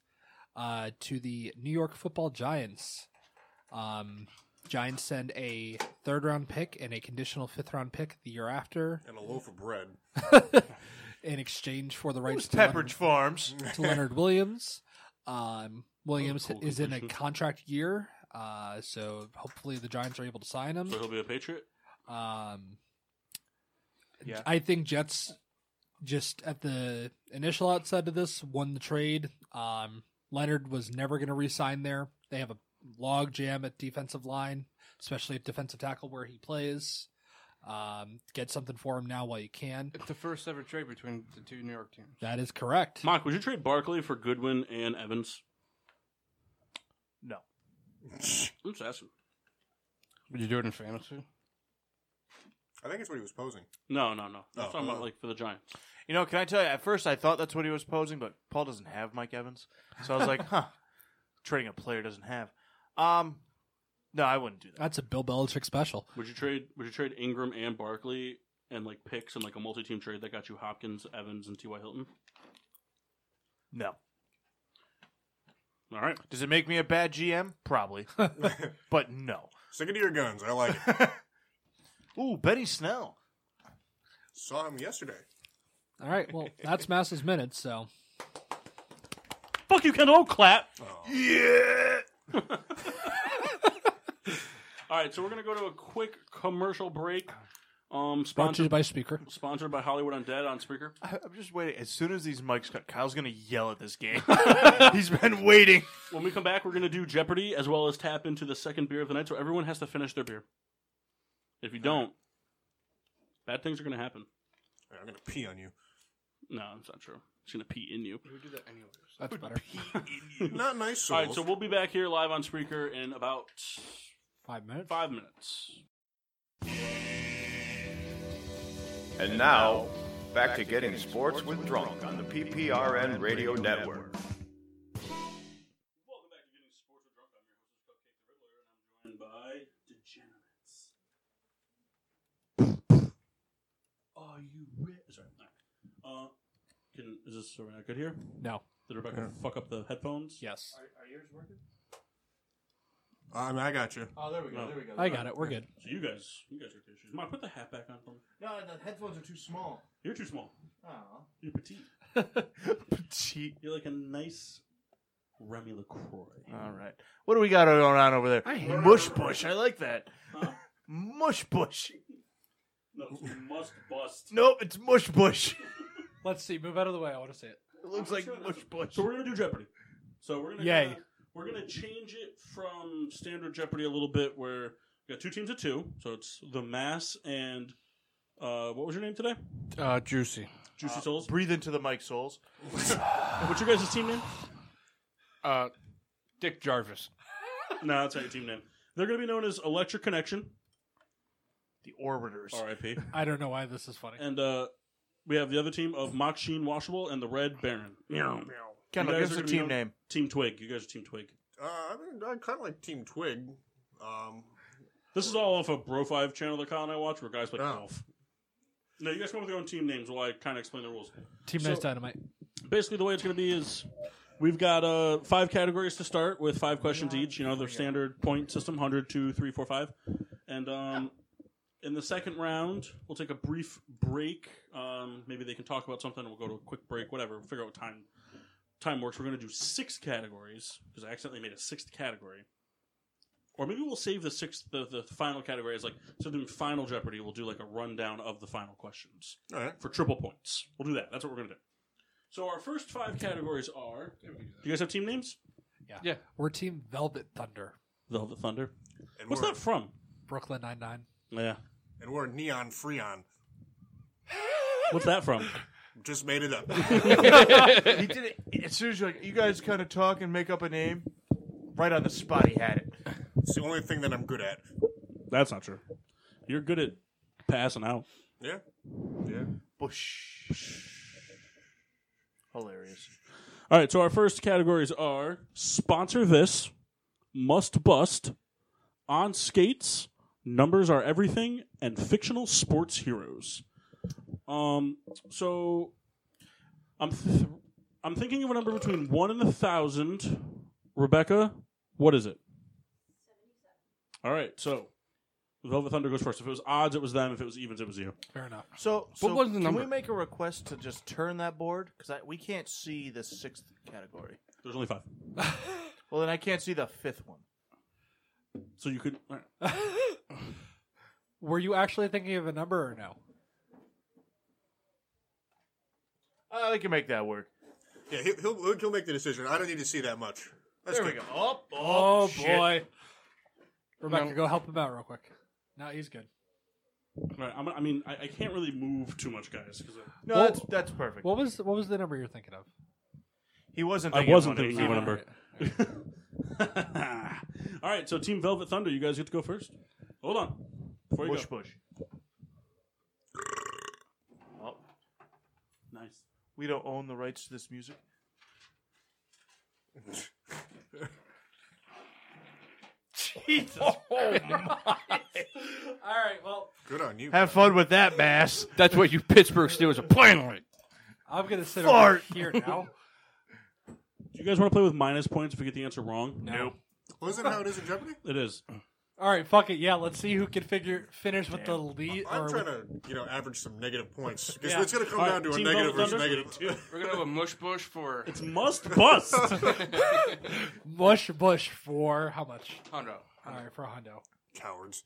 Speaker 5: uh, to the New York Football Giants. Um, Giants send a third round pick and a conditional fifth round pick the year after
Speaker 2: And a loaf of bread.
Speaker 5: in exchange for the rights to Leonard-
Speaker 6: Pepperidge Farms.
Speaker 5: to Leonard Williams. Um, Williams
Speaker 1: Oh, cool
Speaker 5: is in a
Speaker 1: completion.
Speaker 5: contract year, uh, so hopefully the Giants are able to sign him.
Speaker 1: So he'll be a Patriot?
Speaker 5: Um,
Speaker 6: Yeah.
Speaker 5: I think Jets just at the initial outset of this won the trade. Um, Leonard was never going to re-sign there. They have a log jam at defensive line, especially at defensive tackle where he plays. Um, get something for him now while you can.
Speaker 3: It's the first ever trade between the two New York teams.
Speaker 5: That is correct.
Speaker 1: Mock, would you trade Barkley for Goodwin and Evans?
Speaker 6: No.
Speaker 1: I'm just asking.
Speaker 3: Would you do it in fantasy?
Speaker 2: I think it's what he was posing.
Speaker 1: No, no, no. I'm
Speaker 2: Oh,
Speaker 1: talking about
Speaker 2: uh,
Speaker 1: like for the Giants.
Speaker 6: You know, can I tell you? At first, I thought that's what he was posing, but Paul doesn't have Mike Evans, so I was like, huh, trading a player doesn't have. Um, no, I wouldn't do that.
Speaker 5: That's a Bill Belichick special.
Speaker 1: Would you trade? Would you trade Ingram and Barkley and like picks and like a multi-team trade that got you Hopkins, Evans, and T.Y. Hilton?
Speaker 6: No.
Speaker 1: All right,
Speaker 6: Does it make me a bad GM? Probably, but no.
Speaker 2: Stick it to your guns. I like it.
Speaker 6: Ooh, Benny Snell.
Speaker 2: Saw him yesterday.
Speaker 5: All right. Well, that's Masses minutes. So
Speaker 1: fuck you, Kendall. Don't clap.
Speaker 6: Yeah.
Speaker 1: All right, so we're gonna go to a quick commercial break. Um,
Speaker 5: brought to you
Speaker 1: sponsored
Speaker 5: by Speaker.
Speaker 1: sponsored by Hollywood Undead on speaker.
Speaker 6: I- I'm just waiting. As soon as these mics cut, Kyle's gonna yell at this game. He's been waiting.
Speaker 1: When we come back, we're gonna do Jeopardy as well as tap into the second beer of the night. So everyone has to finish their beer. If you don't, bad things are gonna happen.
Speaker 2: Yeah, I'm going to pee on you.
Speaker 1: No, it's not true. It's gonna pee in you.
Speaker 3: You would do that anyways.
Speaker 5: That's better.
Speaker 2: Not nice
Speaker 1: All
Speaker 2: souls.
Speaker 1: right, so we'll be back here live on speaker in about
Speaker 5: Five minutes.
Speaker 1: five minutes.
Speaker 8: And now, back to getting sports with drunk on the PPRN Radio Network.
Speaker 1: Welcome back to Getting Sports with Drunk. I'm your host, Cupcake the Riddler, and I'm joined by Degenerates. Are you ready? Sorry. all right. Uh, can, is this so we're not good here?
Speaker 5: No.
Speaker 1: Did Rebecca fuck up the headphones?
Speaker 5: Yes.
Speaker 2: I mean, I got you.
Speaker 6: Oh, there we
Speaker 1: go, No. there
Speaker 6: we go.
Speaker 5: I got it. We're good.
Speaker 1: So you guys, you guys are the issues. Mom, put the hat back on for me.
Speaker 6: No, the headphones are too small.
Speaker 1: You're too small.
Speaker 6: Oh.
Speaker 1: You're petite.
Speaker 6: Petite.
Speaker 1: You're like a nice Remy LaCroix.
Speaker 6: All right. What do we got going on over there? Mush Bush. I like that. Mush Bush.
Speaker 1: No, it's must bust.
Speaker 6: Nope, it's Mush Bush.
Speaker 5: Let's see. Move out of the way. I want to see it.
Speaker 6: It looks like Mush Bush.
Speaker 1: So we're gonna do Jeopardy. So we're gonna
Speaker 5: Yay.
Speaker 1: kinda- We're gonna change it from standard Jeopardy a little bit, where we got two teams of two, so it's the Mass and uh, what was your name today?
Speaker 3: Uh, juicy.
Speaker 1: Juicy Souls.
Speaker 6: Breathe into the mic, souls.
Speaker 1: What's your guys' team name?
Speaker 3: Uh, Dick Jarvis.
Speaker 1: no, that's not your team name. They're gonna be known as Electric Connection,
Speaker 6: The orbiters.
Speaker 1: R.I.P.
Speaker 5: I don't know why this is funny.
Speaker 1: and uh, we have the other team of Machine Washable and the Red Baron. Meow.
Speaker 6: Kendall,
Speaker 1: You
Speaker 6: give
Speaker 1: guys
Speaker 6: us
Speaker 1: are
Speaker 6: a
Speaker 1: gonna be
Speaker 6: team
Speaker 1: on-
Speaker 6: name.
Speaker 1: Team Twig. You guys are Team Twig.
Speaker 2: Uh, I mean, I kind of like Team Twig. Um,
Speaker 1: This is all off a Bro Five channel that Kyle and I watch, where guys play
Speaker 2: Oh.
Speaker 1: golf. No, you guys come up with your own team names while I kind of explain the rules.
Speaker 5: Team
Speaker 1: so-
Speaker 5: Nice Dynamite.
Speaker 1: basically the way it's going to be is we've got uh, five categories to start with five questions each you know their standard point system 100 2 3 4 5 and um, in the second round we'll take a brief break um, maybe they can talk about something we'll go to a quick break whatever we'll figure out what time time works we're going to do six categories because i accidentally made a sixth category or maybe we'll save the sixth the, the final category as like so doing final jeopardy we'll do like a rundown of the final questions
Speaker 2: all right.
Speaker 1: for triple points. We'll do that. That's what we're going to do. So our first five categories are. Do you guys have team names?
Speaker 3: Yeah.
Speaker 5: We're Team Velvet Thunder.
Speaker 1: Velvet Thunder.
Speaker 2: And
Speaker 1: What's
Speaker 2: we're,
Speaker 1: that from?
Speaker 5: Brooklyn Nine Nine.
Speaker 1: Yeah.
Speaker 2: And we're Neon Freon.
Speaker 1: What's that from?
Speaker 2: Just made it up.
Speaker 6: he did it as soon as you're like, you guys kind of talk and make up a name. Right on the spot, he had it.
Speaker 2: it's the only thing that I'm good at.
Speaker 1: That's not true. You're good at passing out.
Speaker 2: Yeah. Yeah.
Speaker 6: Bush. Hilarious.
Speaker 1: All right. So our first categories are sponsor this, must bust, on skates, numbers are everything, and fictional sports heroes. Um. So, I'm th- I'm thinking of a number between one and a thousand. Rebecca, what is it? All right. So, Velvet Thunder goes first. If it was odds, it was them. If it was evens, it was you.
Speaker 5: Fair enough.
Speaker 6: So, so
Speaker 3: was the
Speaker 6: can
Speaker 3: number?
Speaker 6: we make a request to just turn that board? Because we can't see the sixth category.
Speaker 1: There's only five.
Speaker 6: Well, then I can't see the fifth one.
Speaker 1: So you could. all right.
Speaker 5: Were you actually thinking of a number or no?
Speaker 6: Uh, I can make that work.
Speaker 2: Yeah. He, he'll he'll make the decision. I don't need to see that much. That's
Speaker 6: There we
Speaker 2: good.
Speaker 6: go. Oh, oh, shit.
Speaker 5: boy. Rebecca, go help him out real quick. No, he's good.
Speaker 1: All right, I'm, I mean, I, I can't really move too much, guys. 'cause I-
Speaker 6: No,
Speaker 5: Well-
Speaker 6: that's that's perfect.
Speaker 5: What was what was the number you're thinking of?
Speaker 6: he wasn't.
Speaker 1: I
Speaker 6: Thinking
Speaker 1: wasn't
Speaker 6: one, it was
Speaker 1: thinking
Speaker 6: even-
Speaker 1: of a All right, so Team Velvet Thunder, you guys get to go first. Hold on. Before you
Speaker 6: Bush,
Speaker 1: go.
Speaker 6: bush. Oh,
Speaker 1: Nice.
Speaker 6: we don't own the rights to this music.
Speaker 5: All right, well,
Speaker 2: Good on you.
Speaker 6: Have fun with that, Mass.
Speaker 3: That's what you Pittsburgh Steelers are playing like.
Speaker 5: I'm gonna sit over
Speaker 6: Fart.
Speaker 5: here now.
Speaker 1: Do you guys want to play with minus points if we get the answer wrong?
Speaker 6: Nope.
Speaker 2: Wasn't how it is in Jeopardy?
Speaker 1: It is.
Speaker 5: All right, fuck it. Yeah, let's see who can figure finish with the lead.
Speaker 2: I'm
Speaker 5: or
Speaker 2: trying
Speaker 5: with-
Speaker 2: to, you know, average some negative points because
Speaker 5: Yeah.
Speaker 2: it's going to come
Speaker 1: All
Speaker 2: down to
Speaker 1: right,
Speaker 2: a
Speaker 1: Team
Speaker 2: negative
Speaker 1: Velvet
Speaker 2: versus negative.
Speaker 1: Thunder.
Speaker 3: We're gonna have a mush bush for
Speaker 1: It's must bust.
Speaker 5: mush bush for how much?
Speaker 3: Hondo.
Speaker 5: All right, for Hondo.
Speaker 2: Cowards.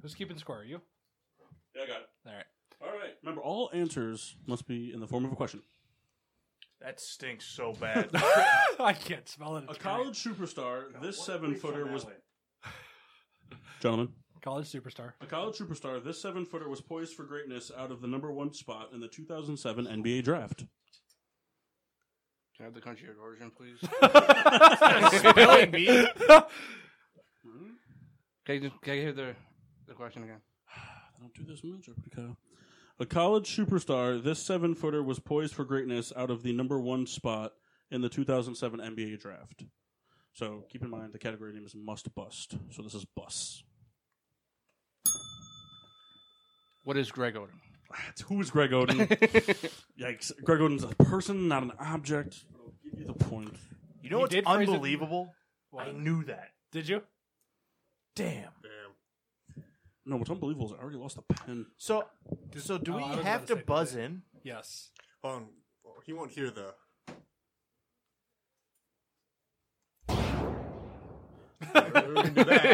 Speaker 5: Who's keeping score? Are you?
Speaker 1: Yeah, I got it.
Speaker 5: All right.
Speaker 1: All right. Remember, all answers must be in the form of a question.
Speaker 6: That stinks so bad.
Speaker 5: I can't smell it.
Speaker 1: A
Speaker 5: It's
Speaker 1: college superstar, this seven footer was. Gentlemen.
Speaker 5: great. college superstar.
Speaker 1: A college superstar, this seven footer was poised for greatness out of the number one spot in the 2007 NBA draft.
Speaker 3: Can I have the country of origin, please? Can I, just- can I hear the, the question again?
Speaker 1: I don't do this in wheelchair, pretty Kyle. A college superstar, this seven footer was poised for greatness out of the number one spot in the 2007 NBA draft. So keep in mind the category name is must bust. So this is bus.
Speaker 3: What is Greg Odom?
Speaker 1: That's- who is Greg Oden? Yikes. Greg Oden's a person, not an object. I'll give you the point.
Speaker 6: You know
Speaker 5: He
Speaker 6: what's
Speaker 5: did phrase it-
Speaker 6: unbelievable? I knew that.
Speaker 5: Did you?
Speaker 6: Damn.
Speaker 2: Damn.
Speaker 1: No, what's unbelievable is I already lost a pen.
Speaker 6: So, so do
Speaker 5: Oh,
Speaker 6: we
Speaker 5: I was
Speaker 6: have
Speaker 5: about to
Speaker 6: to
Speaker 5: say
Speaker 6: buzz
Speaker 5: that.
Speaker 6: in?
Speaker 5: Yes.
Speaker 2: Hold on. Oh, He won't hear the. We can do that.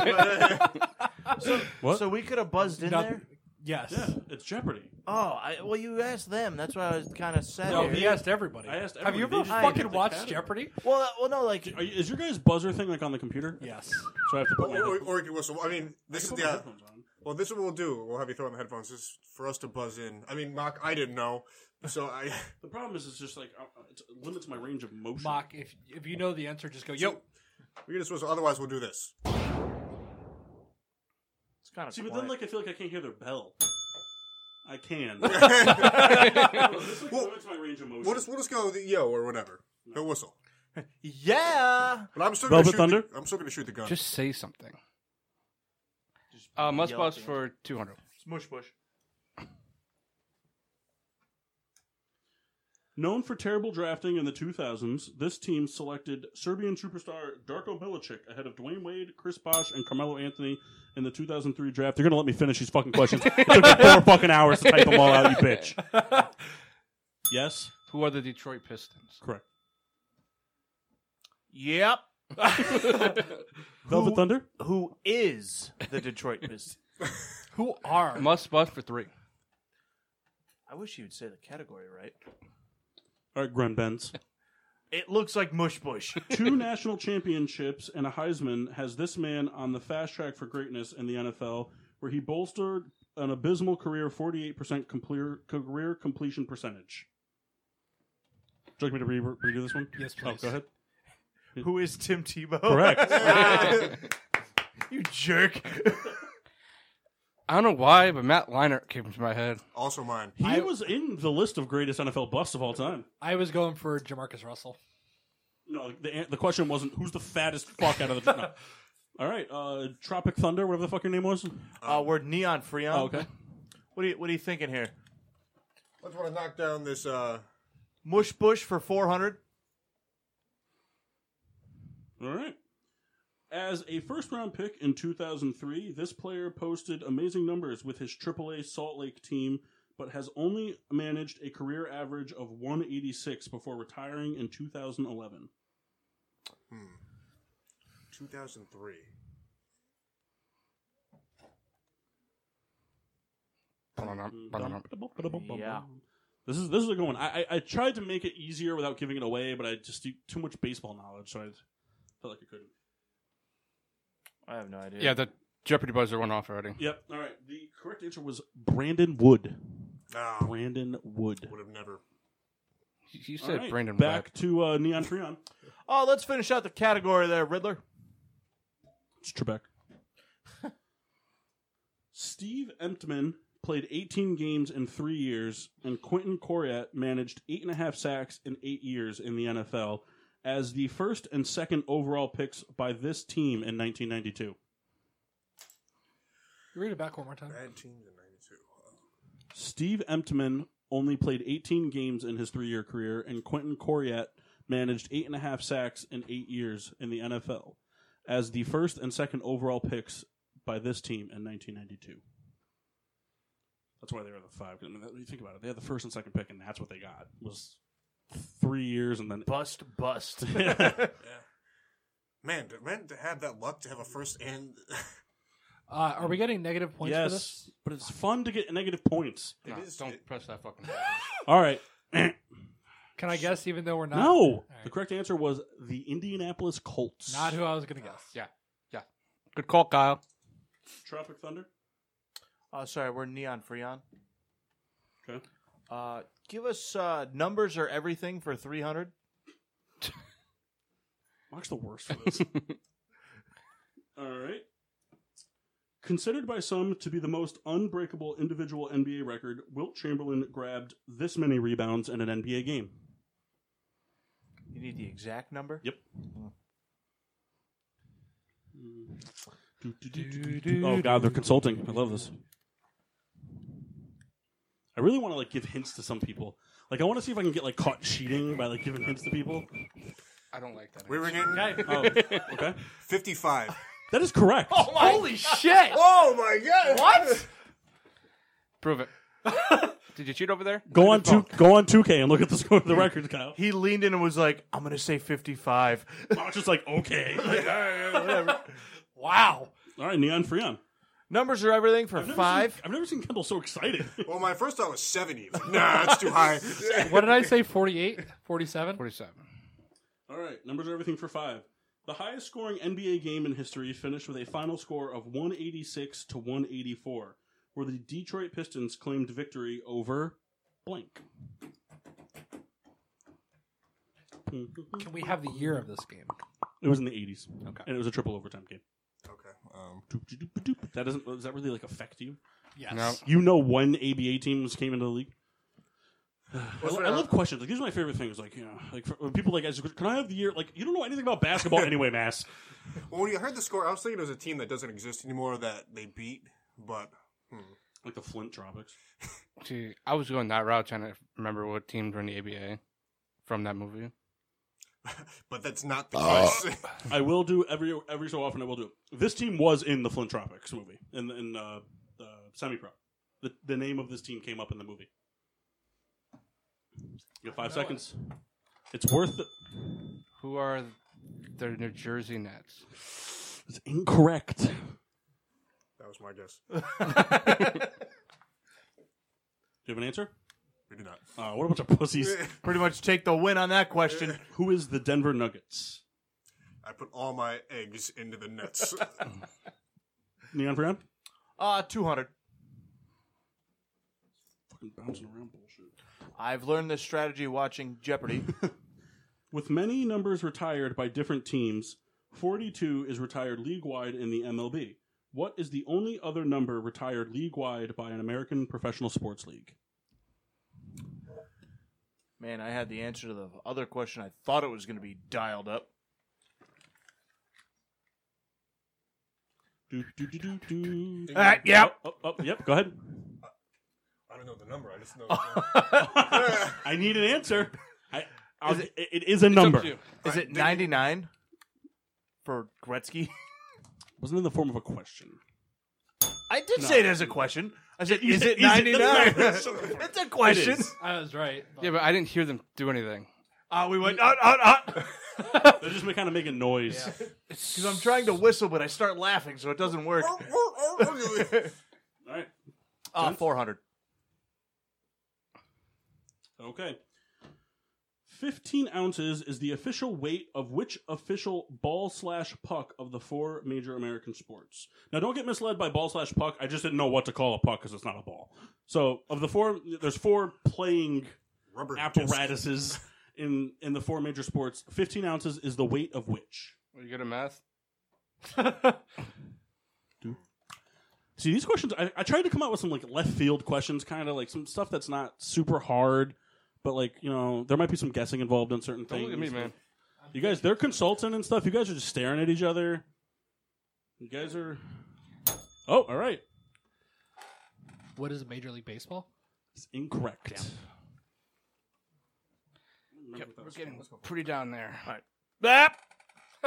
Speaker 1: What?
Speaker 6: So we could have buzzed in
Speaker 5: Not-
Speaker 6: there.
Speaker 5: Yes.
Speaker 1: yeah, it's Jeopardy.
Speaker 6: Oh, I, well, you asked them. That's why I was kind of sad.
Speaker 1: No,
Speaker 6: here.
Speaker 1: he
Speaker 5: he asked everybody.
Speaker 1: I asked
Speaker 5: Have you
Speaker 1: everybody.
Speaker 5: ever
Speaker 1: They just
Speaker 5: fucking
Speaker 1: didn't
Speaker 5: watched
Speaker 1: have it.
Speaker 5: Jeopardy?
Speaker 6: well, uh, well, no, like
Speaker 1: Are you, is your guys' buzzer thing like on the computer?
Speaker 5: Yes.
Speaker 1: So I have to put
Speaker 2: Or,
Speaker 1: my
Speaker 2: or,
Speaker 1: headphones-
Speaker 2: or, well, so, I mean, Oh, this
Speaker 1: I
Speaker 2: is
Speaker 1: can put
Speaker 2: the.
Speaker 1: my headphones on.
Speaker 2: Well, this is what we'll do. We'll have you throw on the headphones just for us to buzz in. I mean, Mock, I didn't know, so I.
Speaker 1: The problem is, it's just like uh, uh, it's- it limits my range of motion.
Speaker 5: Mock, if if you know the answer, just go, yo.
Speaker 2: We can just whistle. Otherwise, we'll do this.
Speaker 6: it's kind of
Speaker 1: See, but then like I feel like I can't hear their bell. I can. This, like, limits my range of motion.
Speaker 2: We'll just we'll just go the yo or whatever. He'll whistle.
Speaker 6: yeah.
Speaker 2: But I'm still gonna
Speaker 1: Velvet
Speaker 2: shoot
Speaker 1: Thunder?
Speaker 2: The, I'm still gonna shoot the gun.
Speaker 3: Just say something. Uh, must
Speaker 6: yell at
Speaker 3: bust
Speaker 6: the
Speaker 3: for 200.
Speaker 6: Smush bush.
Speaker 1: Known for terrible drafting in the 2000s, this team selected Serbian superstar Darko Milicic ahead of Dwayne Wade, Chris Bosh, and Carmelo Anthony in the 2003 draft. They're going to let me finish these fucking questions. it took me four fucking hours to type them all out, you bitch. Yes?
Speaker 3: Who are the Detroit Pistons?
Speaker 1: Correct.
Speaker 6: Yep.
Speaker 1: Velvet Thunder?
Speaker 6: Who is the Detroit Pistons?
Speaker 5: Who are?
Speaker 3: Must bust for three.
Speaker 6: I wish you would say the category right.
Speaker 1: All right, Gren Benz.
Speaker 6: It looks like mush bush.
Speaker 1: Two national championships and a Heisman has this man on the fast track for greatness in the NFL, where he bolstered an abysmal career 48% complete, career completion percentage. Would you like me to re- redo this one?
Speaker 5: Yes,
Speaker 1: Oh,
Speaker 5: please.
Speaker 1: go ahead.
Speaker 6: Who is Tim Tebow?
Speaker 1: Correct.
Speaker 6: you jerk.
Speaker 3: I don't know why, but Matt Leinart came to my head.
Speaker 2: also mine.
Speaker 1: he
Speaker 5: I-
Speaker 1: was in the list of greatest NFL busts of all time.
Speaker 5: I was going for Jamarcus Russell.
Speaker 1: No, the, an- the question wasn't who's the fattest fuck out of the. No. All right, uh, Tropic Thunder, whatever the fuck your name was.
Speaker 6: Uh, we're neon freon.
Speaker 1: Oh, okay.
Speaker 6: What are you What are you thinking here?
Speaker 2: I just want to knock down this. uh
Speaker 6: Mush bush for four hundred.
Speaker 1: All right. As a first round pick in 2003, this player posted amazing numbers with his AAA Salt Lake team, but has only managed a career average of 186 before retiring in 2011.
Speaker 2: 2003.
Speaker 1: Mm,
Speaker 6: Yeah.
Speaker 1: This is this is a good one. I, I I tried to make it easier without giving it away, but I just do too much baseball knowledge, so I felt like I couldn't.
Speaker 6: I have no idea.
Speaker 3: Yeah, the Jeopardy buzzer went off already.
Speaker 1: Yep. All right. The correct answer was Brandon Wood.
Speaker 2: Oh,
Speaker 1: Brandon Wood.
Speaker 2: would have never.
Speaker 3: You
Speaker 1: All
Speaker 3: said
Speaker 1: right,
Speaker 3: Brandon
Speaker 1: Back
Speaker 3: Webb.
Speaker 1: to uh, Neon Freon.
Speaker 6: Oh, let's finish out the category there, Riddler.
Speaker 1: It's Trebek. Steve Emptman played 18 games in three years, and Quentin Coriat managed eight and a half sacks in eight years in the NFL as the first and second overall picks by this team in 1992.
Speaker 5: Read it back one more time.
Speaker 2: Bad teams in '92.
Speaker 1: Steve Emptman only played 18 games in his three year career, and Quentin Coriat managed eight and a half sacks in eight years in the NFL as the first and second overall picks by this team in 1992. That's why they were the five. 'cause, I mean, that- you think about it, they had the first and second pick, and that's what they got was three years, and then
Speaker 6: Bust, bust.
Speaker 2: Man, to- man, to have that luck to have a first and
Speaker 5: Uh, are we getting negative points for this?
Speaker 1: Mm. yes, but it's fun to get negative points.
Speaker 2: it
Speaker 3: No,
Speaker 2: is-
Speaker 3: don't
Speaker 2: it-
Speaker 3: press that fucking
Speaker 1: All right,
Speaker 5: Can I guess even though we're not?
Speaker 1: no,
Speaker 5: right.
Speaker 1: the correct answer was the Indianapolis Colts.
Speaker 5: Not who I was going to guess.
Speaker 3: Yeah. Yeah. Good call, Kyle.
Speaker 1: Tropic Thunder.
Speaker 6: Oh, sorry, we're neon freon.
Speaker 1: Okay.
Speaker 6: Uh, give us uh, numbers or everything for three hundred.
Speaker 1: Mark's the worst for this. All right. Considered by some to be the most unbreakable individual NBA record, Wilt Chamberlain grabbed this many rebounds in an NBA game.
Speaker 6: You need the exact number.
Speaker 1: Yep. Oh god, they're consulting. I love this. I really want to like give hints to some people. Like I want to see if I can get like caught cheating by like giving hints to people.
Speaker 3: I don't like that.
Speaker 2: we were getting
Speaker 1: Oh, okay.
Speaker 2: 55.
Speaker 1: That is correct.
Speaker 6: Oh
Speaker 5: Holy shit!
Speaker 2: oh my god! What?
Speaker 3: Prove it. Did you cheat over there?
Speaker 1: Go on two go on 2K and look at the score of the record, Kyle.
Speaker 6: He leaned in and was like, "I'm gonna say 55."
Speaker 1: I was just like, okay.
Speaker 5: Wow.
Speaker 1: All right, Neon Freon.
Speaker 6: Numbers are everything for
Speaker 1: I've never
Speaker 6: five.
Speaker 1: seen- I've never seen Kendall so excited.
Speaker 2: Well, my first thought was 70. Like, nah, that's too high.
Speaker 9: What did I say? 48? 47?
Speaker 3: 47.
Speaker 1: All right, numbers are everything for five. The highest scoring NBA game in history finished with a final score of 186 to 184, where the Detroit Pistons claimed victory over blank.
Speaker 5: Can we have the year of this game?
Speaker 1: It was in the 80s.
Speaker 5: Okay.
Speaker 1: And it was a triple overtime game.
Speaker 2: okay. Um,
Speaker 1: That doesn't does that really like affect you?
Speaker 5: Yes.
Speaker 3: No.
Speaker 1: You know when ABA teams came into the league. I,
Speaker 2: What's
Speaker 1: lo-
Speaker 2: it
Speaker 1: I
Speaker 2: on?
Speaker 1: love questions. Like these are my favorite things. Like you know, like for, when people like ask, can I have the year? Like you don't know anything about basketball anyway, Mass.
Speaker 2: well, when you heard the score, I was thinking it was a team that doesn't exist anymore that they beat, but
Speaker 1: Like the Flint Tropics.
Speaker 3: See, I was going that route trying to remember what teams were in the ABA from that movie.
Speaker 2: but that's not the case.
Speaker 1: I will do every every so often. I will do. it. This team was in the Flint Tropics movie in in uh, uh, semi pro. The the name of this team came up in the movie. You have five seconds. It's worth. The,
Speaker 3: Who are the New Jersey Nets?
Speaker 1: it's incorrect.
Speaker 2: that was my guess.
Speaker 1: Do you have an answer?
Speaker 2: We do not.
Speaker 1: Uh, what a bunch of pussies.
Speaker 6: Pretty much take the win on that question.
Speaker 1: Who is the Denver Nuggets?
Speaker 2: I put all my eggs into the nets.
Speaker 1: Neon for Neon?
Speaker 6: Uh, 200.
Speaker 1: Fucking bouncing around bullshit.
Speaker 6: I've learned this strategy watching Jeopardy.
Speaker 1: With many numbers retired by different teams, 42 is retired league wide in the MLB. What is the only other number retired league wide by an American professional sports league?
Speaker 6: Man, I had the answer to the other question. I thought it was going to be dialed up.
Speaker 1: Do, do, do, do, do.
Speaker 6: Ah, yep.
Speaker 1: Oh, oh, yep, go ahead.
Speaker 2: I don't know the number. I just know.
Speaker 1: I need an answer. I, I'll, it, it is a number.
Speaker 6: Is it 99 for Gretzky?
Speaker 1: Wasn't in the form of a question.
Speaker 6: I did say it as a question. I said, is it
Speaker 1: it-
Speaker 6: 99?
Speaker 1: is
Speaker 6: It's a question.
Speaker 9: I was right. but-
Speaker 3: Yeah, but I didn't hear them do anything.
Speaker 6: Uh, we went, uh, uh, uh.
Speaker 1: They're just kind of making noise.
Speaker 6: Because I'm trying to whistle, but I start laughing, so it doesn't work.
Speaker 1: All right.
Speaker 6: Uh, 400.
Speaker 1: Okay. 15 ounces is the official weight of which official ball slash puck of the four major American sports? Now, don't get misled by ball slash puck. I just didn't know what to call a puck because it's not a ball. So, of the four, there's four playing
Speaker 2: Rubber apparatus.
Speaker 1: apparatuses in, in the four major sports. 15 ounces is the weight of which?
Speaker 3: Were you good at math?
Speaker 1: See these questions. I, I tried to come up with some like left field questions, kind of like some stuff that's not super hard, but like you know there might be some guessing involved in certain
Speaker 3: Don't
Speaker 1: things.
Speaker 3: look at me, man.
Speaker 1: You guys, they're consulting and stuff. You guys are just staring at each other. You guys are. Oh, all right.
Speaker 9: What is Major League Baseball?
Speaker 1: It's incorrect.
Speaker 3: We're getting pretty down there.
Speaker 6: Bap.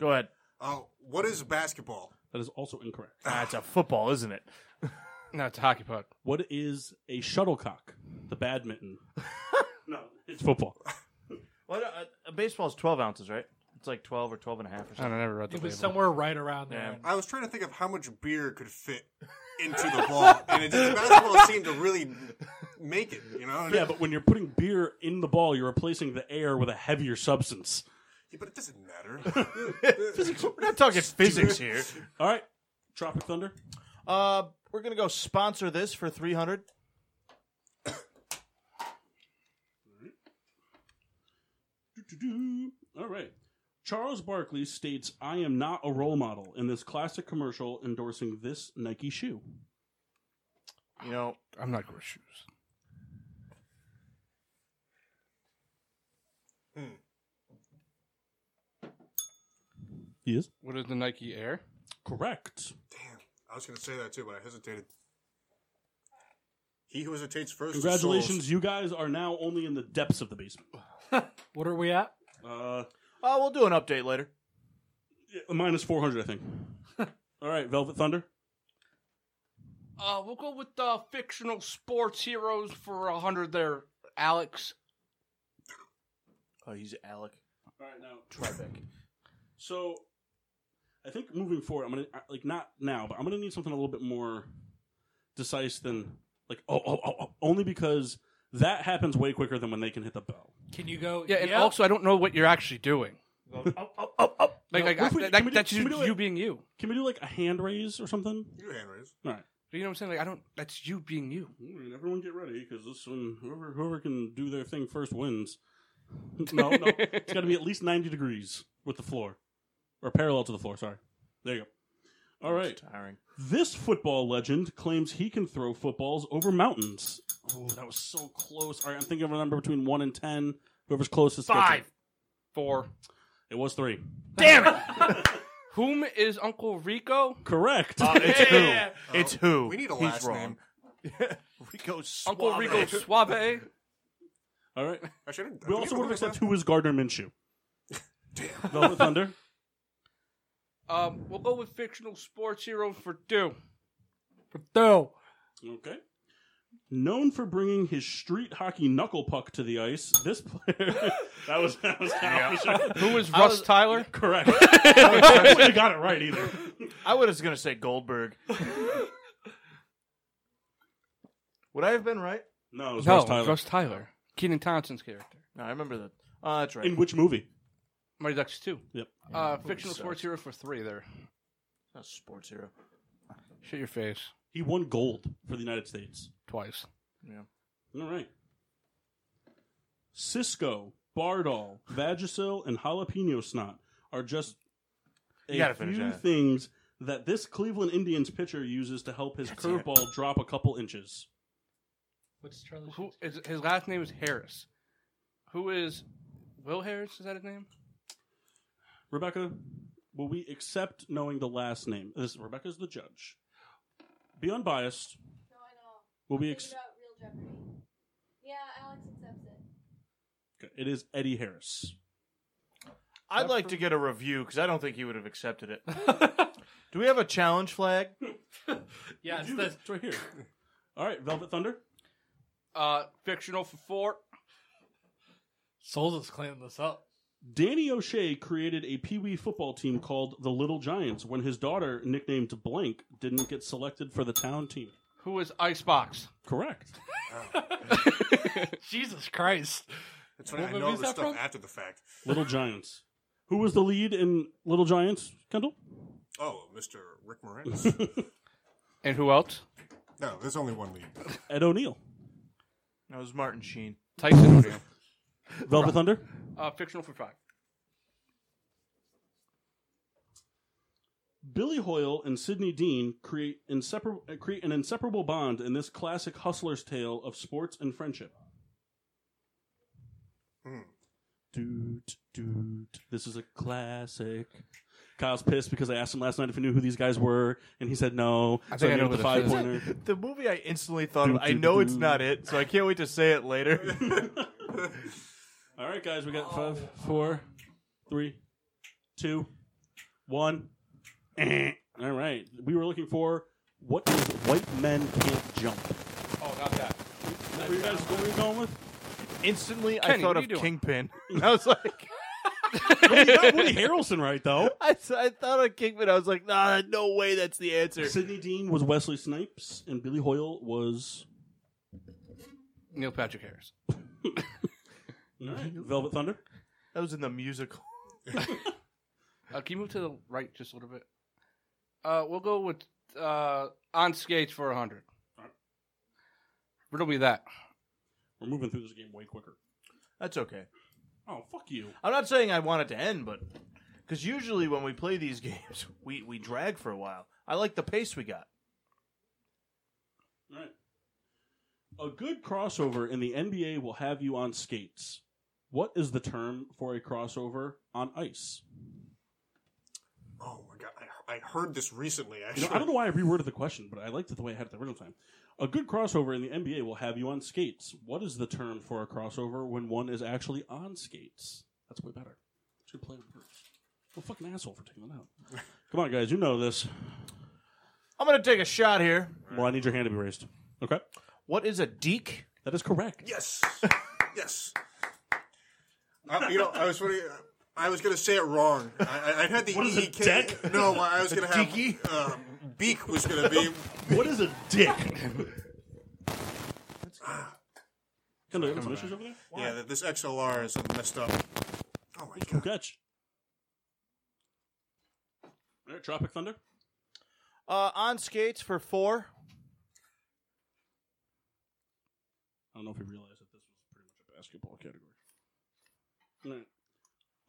Speaker 6: Go ahead.
Speaker 2: Uh, what is basketball?
Speaker 1: That is also incorrect.
Speaker 6: That's Ah, a football, isn't it?
Speaker 3: No, it's a hockey puck.
Speaker 1: What is a shuttlecock? The badminton. no, it's football.
Speaker 6: What uh, a baseball's 12 ounces, right? It's like 12 or 12 and a half or
Speaker 3: I don't
Speaker 6: something.
Speaker 3: know, I never read the
Speaker 9: It was
Speaker 3: label.
Speaker 9: somewhere right around there.
Speaker 6: Yeah.
Speaker 2: I was trying to think of how much beer could fit into the ball, and it just basketball seemed to really make it. You know?
Speaker 1: Yeah, but when you're putting beer in the ball, you're replacing the air with a heavier substance.
Speaker 2: Yeah, but it doesn't matter.
Speaker 6: We're not talking physics here.
Speaker 1: All right, Tropic Thunder.
Speaker 6: Uh, we're gonna go sponsor this for three hundred.
Speaker 1: Do-do-do. All right. Charles Barkley states, I am not a role model in this classic commercial endorsing this Nike shoe.
Speaker 6: You know,
Speaker 3: I'm not good with shoes.
Speaker 1: He is?
Speaker 3: What is the Nike Air?
Speaker 1: Correct.
Speaker 2: Damn, I was gonna say that too, but I hesitated. He who hesitates first. is
Speaker 1: Congratulations, you guys are now only in the depths of the basement.
Speaker 9: What are we at?
Speaker 1: Uh,
Speaker 6: uh, we'll do an update later.
Speaker 1: yeah, minus 400, I think. All right, Velvet Thunder.
Speaker 3: Uh, we'll go with the fictional sports heroes for a hundred there, Alex.
Speaker 6: Oh, he's Alec
Speaker 1: All right, now.
Speaker 6: Trebek.
Speaker 1: So, I I think moving forward, I'm gonna I- like not now, but I'm gonna need something a little bit more decisive than like oh oh oh, oh only because that happens way quicker than when they can hit the bell.
Speaker 9: Can you go?
Speaker 3: Yeah, and also I don't know what you're actually doing.
Speaker 1: oh,
Speaker 3: Like, like,
Speaker 1: what
Speaker 3: I,
Speaker 1: if we-
Speaker 3: that-
Speaker 1: can we do-
Speaker 3: that's
Speaker 1: can we
Speaker 3: you,
Speaker 1: do it?
Speaker 3: you being you.
Speaker 1: Can we do like a hand raise or something?
Speaker 2: You hand raise.
Speaker 1: All right.
Speaker 3: You know what I'm saying? Like I don't. That's you being you.
Speaker 1: All right, everyone get ready because this one, whoever, whoever can do their thing first wins. no, no, it's got to be at least ninety degrees with the floor, or parallel to the floor. Sorry, there you go. All right,
Speaker 6: Tiring.
Speaker 1: this football legend claims he can throw footballs over mountains. Oh, that was so close. All right, I'm thinking of a number between one and ten. Whoever's closest, gets it.
Speaker 3: Five. Four.
Speaker 1: It was three.
Speaker 3: Damn it! Whom is Uncle Rico?
Speaker 1: Correct.
Speaker 6: it's who? It's who?
Speaker 2: We need a
Speaker 6: He's
Speaker 2: last
Speaker 6: wrong.
Speaker 2: name.
Speaker 6: Rico
Speaker 3: Uncle
Speaker 6: Suave.
Speaker 3: Rico Suave.
Speaker 1: All right.
Speaker 2: Actually, I didn't,
Speaker 1: We
Speaker 2: I
Speaker 1: also
Speaker 2: didn't
Speaker 1: would
Speaker 2: look
Speaker 1: have
Speaker 2: at
Speaker 1: accepted who is Gardner Minshew.
Speaker 2: Damn.
Speaker 1: Velvet Thunder.
Speaker 3: Um, we'll go with fictional sports hero for two.
Speaker 9: No.
Speaker 1: Okay. Known for bringing his street hockey knuckle puck to the ice, this player. that was that was kind of
Speaker 3: Who is Russ Tyler?
Speaker 1: correct. I wouldn't have got it right either.
Speaker 6: I was gonna say Goldberg. Would I have been right?
Speaker 1: No, it was
Speaker 3: no,
Speaker 1: Russ Tyler.
Speaker 3: Russ Tyler. Keenan Thompson's character.
Speaker 6: No, I remember that. Oh, that's right.
Speaker 1: In which movie?
Speaker 3: Mighty Ducks two.
Speaker 1: Yep.
Speaker 3: Uh, fictional sports hero for three. There.
Speaker 6: That's sports hero.
Speaker 3: Shut your face
Speaker 1: He won gold for the United States.
Speaker 3: twice.
Speaker 1: All right. Cisco, Bardol, Vagisil, and Jalapeno Snot are just
Speaker 6: You gotta
Speaker 1: a
Speaker 6: finish
Speaker 1: few
Speaker 6: that.
Speaker 1: things that this Cleveland Indians pitcher uses to help his curveball drop a couple inches.
Speaker 9: What's Charlie?
Speaker 3: Who is his last name is Harris. Who is Will Harris? Is that his name?
Speaker 1: Rebecca, will we accept knowing the last name? This Rebecca's the judge. Be unbiased.
Speaker 10: No, I know.
Speaker 1: Will we?
Speaker 10: Think
Speaker 1: Ex-
Speaker 10: about real Jeopardy. Yeah, Alex accepts it.
Speaker 1: it is Eddie Harris.
Speaker 6: I'd like to get a review because I don't think he would have accepted it. Do we have a challenge flag?
Speaker 9: Yeah, it's
Speaker 1: You-
Speaker 9: this.
Speaker 1: it's right here. All right, Velvet Thunder.
Speaker 3: Uh, fictional for four.
Speaker 9: Souls is cleaning this up.
Speaker 1: Danny O'Shea created a Pee Wee football team called the Little Giants when his daughter, nicknamed Blank, didn't get selected for the town team.
Speaker 3: Who is Icebox?
Speaker 1: Correct.
Speaker 9: Jesus Christ.
Speaker 2: It's funny,
Speaker 9: What
Speaker 2: I know
Speaker 9: movie is
Speaker 2: this
Speaker 9: that
Speaker 2: stuff
Speaker 9: from?
Speaker 2: after the fact.
Speaker 1: Little Giants. Who was the lead in Little Giants, Kendall?
Speaker 2: Oh, Mr. Rick Moranis.
Speaker 3: And who else?
Speaker 2: no, there's only one lead.
Speaker 1: Ed O'Neill.
Speaker 6: No, it was Martin Sheen.
Speaker 3: Tyson O'Neill.
Speaker 1: Velvet Thunder.
Speaker 3: Uh, fictional for five.
Speaker 1: Billy Hoyle and Sidney Dean create, insepar- uh, create an inseparable bond in this classic hustler's tale of sports and friendship.
Speaker 2: Hmm.
Speaker 1: Doot, doot. This is a classic. Kyle's pissed because I asked him last night if he knew who these guys were, and he said no.
Speaker 3: I
Speaker 1: so
Speaker 3: think I
Speaker 1: I named
Speaker 3: know who
Speaker 1: the
Speaker 3: this
Speaker 1: five
Speaker 3: is.
Speaker 1: pointer.
Speaker 6: The movie I instantly thought of, I know it's not it, so I can't wait to say it later.
Speaker 1: All right, guys, we got five, four, three, two, one. Eh. All right, we were looking for what is white men can't jump.
Speaker 3: Oh, not that.
Speaker 1: Were you guys what were you going with?
Speaker 6: Instantly,
Speaker 3: Kenny,
Speaker 6: I thought
Speaker 3: what are
Speaker 6: of
Speaker 3: you doing?
Speaker 6: Kingpin. I was like,
Speaker 1: You got Woody Harrelson right though.
Speaker 6: I, s- I thought of Kingpin. I was like, nah, no way that's the answer.
Speaker 1: Sidney Dean was Wesley Snipes, and Billy Hoyle was
Speaker 3: Neil Patrick Harris.
Speaker 1: All right, Velvet Thunder.
Speaker 6: That was in the musical.
Speaker 3: Uh, can you move to the right just a little bit? Uh, we'll go with uh, on skates for a hundred. Riddle me that.
Speaker 1: We're moving through this game way quicker.
Speaker 6: That's okay.
Speaker 1: Oh fuck you!
Speaker 6: I'm not saying I want it to end, but because usually when we play these games, we, we drag for a while. I like the pace we got.
Speaker 1: All right. A good crossover in the NBA will have you on skates. What is the term for a crossover on ice?
Speaker 2: Oh my god, I, I heard this recently.
Speaker 1: You
Speaker 2: Actually,
Speaker 1: know, I don't know why I reworded the question, but I liked it the way I had it the original time. A good crossover in the NBA will have you on skates. What is the term for a crossover when one is actually on skates? That's way better. It's good play on words. I'm a fucking asshole for taking that out. Come on, guys, you know this.
Speaker 6: I'm gonna take a shot here.
Speaker 1: Well, I need your hand to be raised. Okay,
Speaker 6: What is a deke?
Speaker 1: that is correct.
Speaker 2: Yes, yes. Uh, I, you know, I was funny. I was gonna say it wrong. I, I, I had the
Speaker 1: What is it,
Speaker 2: EK.
Speaker 1: deck?
Speaker 2: No, I was
Speaker 1: A
Speaker 2: gonna have
Speaker 1: tiki?
Speaker 2: uh, beak was gonna be.
Speaker 1: What is a dick? Can I have some issues over there?
Speaker 2: yeah, that this XLR is something messed up. Oh my
Speaker 1: Good
Speaker 2: god!
Speaker 1: catch. All right, Tropic Thunder.
Speaker 6: Uh, on skates for four.
Speaker 1: I don't know if he realized that this was pretty much a basketball category. Alright.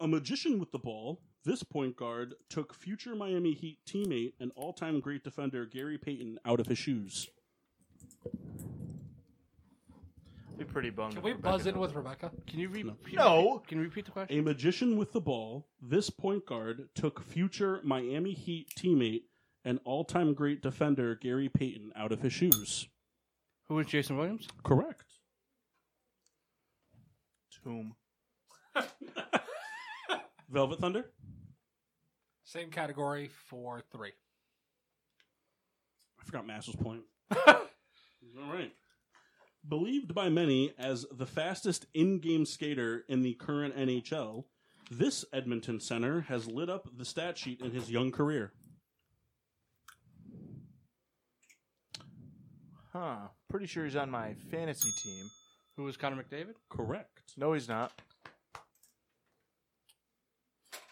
Speaker 1: A magician with the ball, this point guard took future Miami Heat teammate and all time great defender Gary Payton out of his shoes.
Speaker 6: Be pretty bummed.
Speaker 9: Can
Speaker 6: if
Speaker 9: we
Speaker 6: Rebecca
Speaker 9: buzz in
Speaker 6: doesn't.
Speaker 9: with Rebecca?
Speaker 3: Can you repeat?
Speaker 6: No.
Speaker 3: Can you repeat the question?
Speaker 1: A magician with the ball, this point guard took future Miami Heat teammate and all time great defender Gary Payton out of his shoes.
Speaker 3: Who is Jason Williams?
Speaker 1: Correct.
Speaker 6: Tomb.
Speaker 1: Velvet Thunder?
Speaker 5: Same category for three.
Speaker 1: I forgot Mass's point. All right. Believed by many as the fastest in game skater in the current NHL, this Edmonton center has lit up the stat sheet in his young career.
Speaker 6: Huh. Pretty sure he's on my fantasy team.
Speaker 3: Who is Connor McDavid?
Speaker 1: Correct.
Speaker 6: No, he's not.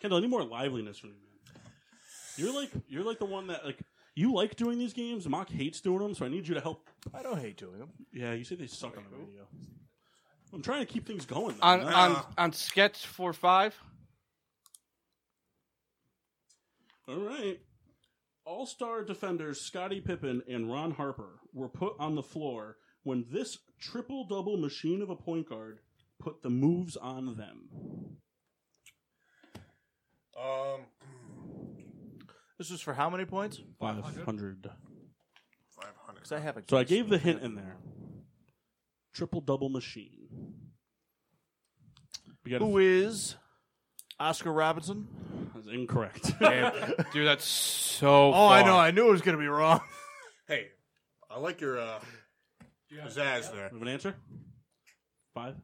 Speaker 1: Kendall, any more liveliness from you, man? You're like you're like the one that like you like doing these games. Mock hates doing them, so I need you to help.
Speaker 6: I don't hate doing them.
Speaker 1: Yeah, you say they suck on the radio. I'm trying to keep things going. Though.
Speaker 3: On
Speaker 1: Not-
Speaker 3: on on sketch four five.
Speaker 1: All right. All star defenders Scottie Pippen and Ron Harper were put on the floor when this triple double machine of a point guard put the moves on them.
Speaker 2: Um,
Speaker 6: This was for how many points?
Speaker 1: 500.
Speaker 2: five hundred.
Speaker 6: Because I have a.
Speaker 1: So I gave the hint in there. Triple double machine. We got
Speaker 6: Who is Oscar Robinson?
Speaker 1: that's incorrect.
Speaker 3: Dude, that's so.
Speaker 6: Oh, I
Speaker 3: far.
Speaker 6: know. I knew it was gonna be wrong.
Speaker 2: Hey, I like your uh, pizzazz there.
Speaker 1: have an answer? Five.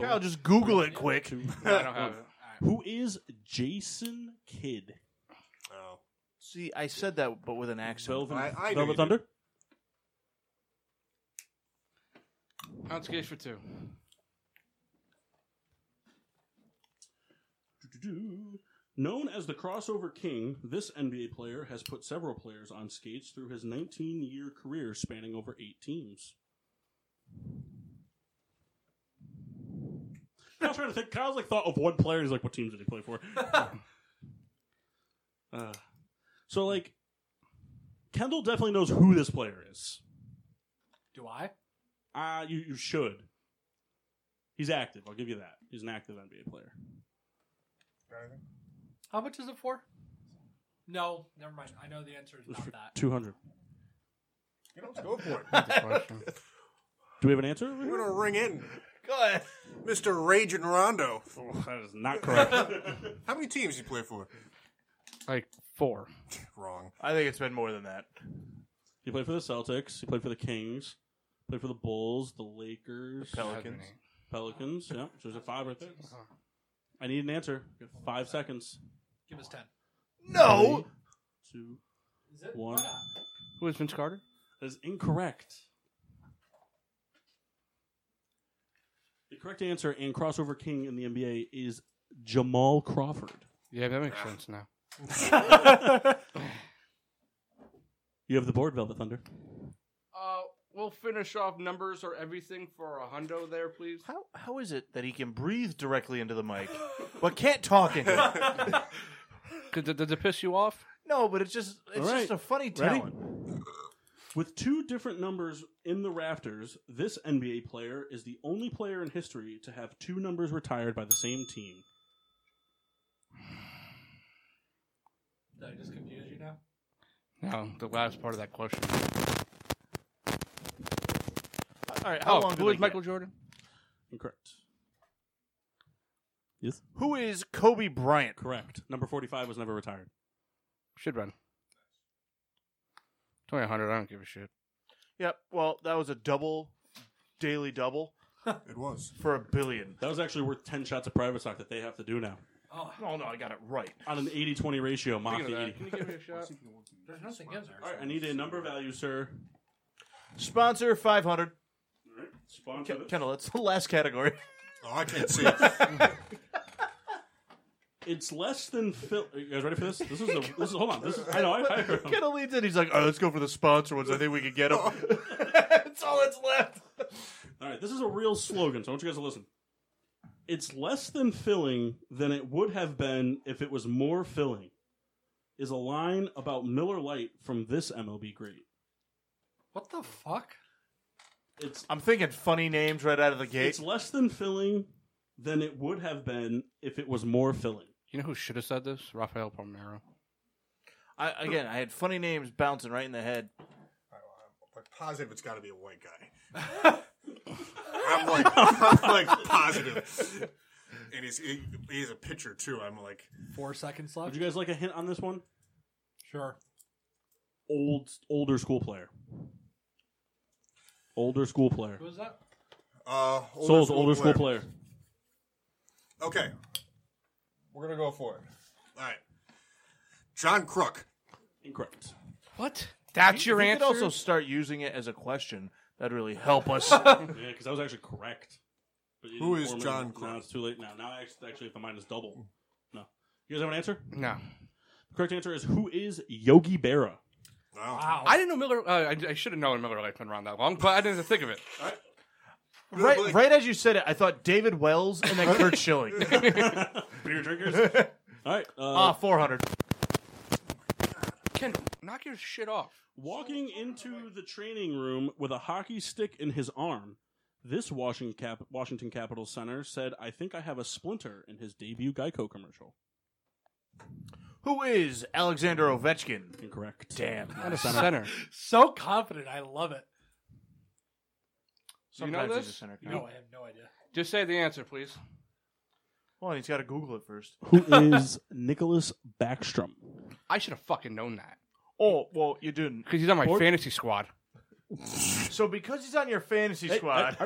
Speaker 6: Kyle, just Google it quick.
Speaker 1: Two.
Speaker 3: I don't have it.
Speaker 1: Who is Jason Kidd?
Speaker 2: Oh.
Speaker 6: See, I said that, but with an accent.
Speaker 1: Velvet,
Speaker 2: I- I knew you
Speaker 1: Velvet
Speaker 2: did.
Speaker 1: Thunder?
Speaker 3: On sketch for two.
Speaker 1: Doo-doo-doo. Known as the crossover king, this NBA player has put several players on skates through his 19 year career spanning over eight teams. I was trying to think. Kyle's like thought of one player. He's like, what teams did he play for? uh, so like, Kendall definitely knows who this player is.
Speaker 5: Do I?
Speaker 1: Uh, you you should. He's active. I'll give you that. He's an active NBA player.
Speaker 5: How much is it for? No, never mind. I know the answer is not that.
Speaker 1: Two hundred.
Speaker 2: You know, go for it.
Speaker 1: Do we have an answer? over here?
Speaker 2: We're gonna ring in
Speaker 6: Go ahead.
Speaker 2: Mr. Rage and Rondo.
Speaker 1: That is not correct.
Speaker 2: How many teams you play for?
Speaker 3: Like four.
Speaker 2: Wrong.
Speaker 6: I think it's been more than that.
Speaker 1: he played for the Celtics. He played for the Kings. Played for the Bulls, the Lakers,
Speaker 6: Pelicans.
Speaker 1: Pelicans. Yeah, so there's a five right there. I need an answer. You got five seconds.
Speaker 5: Give us ten.
Speaker 6: No.
Speaker 1: Three, two, one.
Speaker 3: Who is Vince Carter?
Speaker 1: That is incorrect. The correct answer and crossover king in the NBA is Jamal Crawford.
Speaker 3: Yeah, that makes sense now.
Speaker 1: You have the board, Velvet Thunder.
Speaker 3: Uh, we'll finish off numbers or everything for a hundo there, please.
Speaker 6: How how is it that he can breathe directly into the mic, but can't talk into it?
Speaker 3: Did, did, did it piss you off?
Speaker 6: No, but it's just it's
Speaker 1: All right.
Speaker 6: just a funny
Speaker 1: Ready?
Speaker 6: talent.
Speaker 1: With two different numbers in the rafters, this NBA player is the only player in history to have two numbers retired by the same team.
Speaker 9: Did I just confuse you now?
Speaker 3: No, the last part of that question.
Speaker 6: All right, how
Speaker 3: oh,
Speaker 6: long
Speaker 3: who
Speaker 6: do
Speaker 3: is
Speaker 6: they
Speaker 3: Michael
Speaker 6: get?
Speaker 3: Jordan?
Speaker 1: Incorrect. Yes?
Speaker 6: Who is Kobe Bryant?
Speaker 1: Correct. Number 45 was never retired.
Speaker 3: Should run. Twenty hundred. I don't give a shit.
Speaker 6: Yep. Well, that was a double, daily double
Speaker 2: It was.
Speaker 6: for a billion.
Speaker 1: That was actually worth 10 shots of private stock that they have to do now.
Speaker 9: Oh,
Speaker 6: Oh no, I got it right.
Speaker 1: On an 80 20 ratio, mock
Speaker 3: Speaking
Speaker 1: the
Speaker 3: of
Speaker 1: 80.
Speaker 3: that, can you give me a shot?
Speaker 9: there's nothing in there.
Speaker 1: All right, I need a number value, sir.
Speaker 6: Sponsor five hundred.
Speaker 1: Sponsor.
Speaker 6: Ken- Kendall, that's the last category.
Speaker 2: Oh, I can't see it.
Speaker 1: It's less than Phil. Are you guys ready for this? This is the. This is hold on. This is, I know. I, I heard him.
Speaker 6: Kendall leads in. He's like, "Oh, let's go for the sponsor ones. I think we can get them." that's all that's left.
Speaker 1: All right, this is a real slogan, so I want you guys to listen. It's less than filling than it would have been if it was more filling. Is a line about Miller Lite from this MLB great.
Speaker 9: What the fuck?
Speaker 1: It's
Speaker 6: I'm thinking funny names right out of the
Speaker 1: it's
Speaker 6: gate.
Speaker 1: less than filling than it would have been if it was more filling.
Speaker 3: You know who should have said this? Rafael Palmero.
Speaker 6: I, again, I had funny names bouncing right in the head.
Speaker 2: I'm positive it's got to be a white guy. I'm like, I'm like positive. And he's he, he's a pitcher too. I'm like,
Speaker 9: Four seconds
Speaker 1: Would
Speaker 9: left.
Speaker 1: you guys like a hint on this one?
Speaker 9: Sure.
Speaker 1: Old older school player. Older school player.
Speaker 9: Who was that?
Speaker 2: uh, older
Speaker 1: Soul's older school player.
Speaker 2: Okay, we're gonna go for it. All right, John Crook.
Speaker 1: Incorrect.
Speaker 3: What? That's
Speaker 6: If
Speaker 3: your
Speaker 6: you
Speaker 3: answer.
Speaker 6: could also start using it as a question. That'd really help us.
Speaker 1: Yeah, because I was actually correct. But you
Speaker 2: Who
Speaker 1: didn't
Speaker 2: is
Speaker 1: inform me.
Speaker 2: John
Speaker 1: Now
Speaker 2: Crump?
Speaker 1: it's too late. Now, now I actually, actually, if the mine is double, no. You guys have an answer?
Speaker 3: no.
Speaker 1: The correct answer is who is Yogi Berra?
Speaker 2: Wow.
Speaker 9: Wow.
Speaker 3: I didn't know Miller. Uh, I, I should have known Miller Lite been around that long, but I didn't even think of it.
Speaker 6: right, right as you said it, I thought David Wells and then Kurt Schilling.
Speaker 1: Beer drinkers. All right. Uh,
Speaker 6: Ah, four hundred.
Speaker 3: Ken, knock your shit off.
Speaker 1: Walking into the training room with a hockey stick in his arm, this Washington, Cap- Washington Capitals center said, "I think I have a splinter" in his debut Geico commercial.
Speaker 6: Who is Alexander Ovechkin?
Speaker 1: Incorrect.
Speaker 6: Damn.
Speaker 3: Not a center.
Speaker 9: So confident. I love it.
Speaker 3: You know
Speaker 6: Sometimes he's
Speaker 3: this?
Speaker 6: a center.
Speaker 9: No, I have no idea.
Speaker 3: Just say the answer, please.
Speaker 6: Well, he's got to Google it first.
Speaker 1: Who is Nicholas Backstrom?
Speaker 3: I should have fucking known that
Speaker 6: Oh, well, you didn't.
Speaker 3: because he's on my fantasy squad.
Speaker 6: So because he's on your fantasy squad,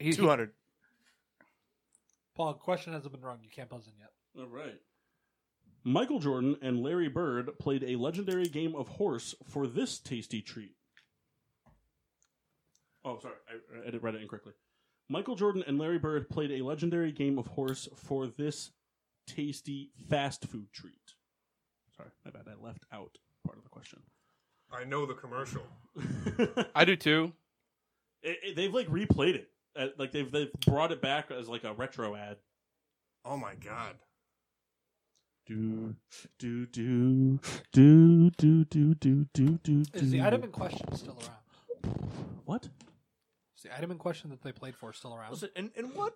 Speaker 3: He,
Speaker 6: two
Speaker 3: he,
Speaker 6: hundred.
Speaker 9: Paul, question hasn't been rung. You can't buzz in yet.
Speaker 1: All right. Michael Jordan and Larry Bird played a legendary game of horse for this tasty treat. Oh, sorry, I, I did- read it incorrectly. Michael Jordan and Larry Bird played a legendary game of horse for this tasty fast food treat. Sorry, my bad. I left out part of the question.
Speaker 2: I know the commercial.
Speaker 3: I do too.
Speaker 1: It- it- they've like replayed it, Uh, like they've they've brought it back as like a retro ad.
Speaker 2: Oh my god.
Speaker 1: Do do do do do do do do do.
Speaker 9: Is the item in question still around?
Speaker 1: What?
Speaker 9: Is the item in question that they played for still around?
Speaker 6: Listen, in, in what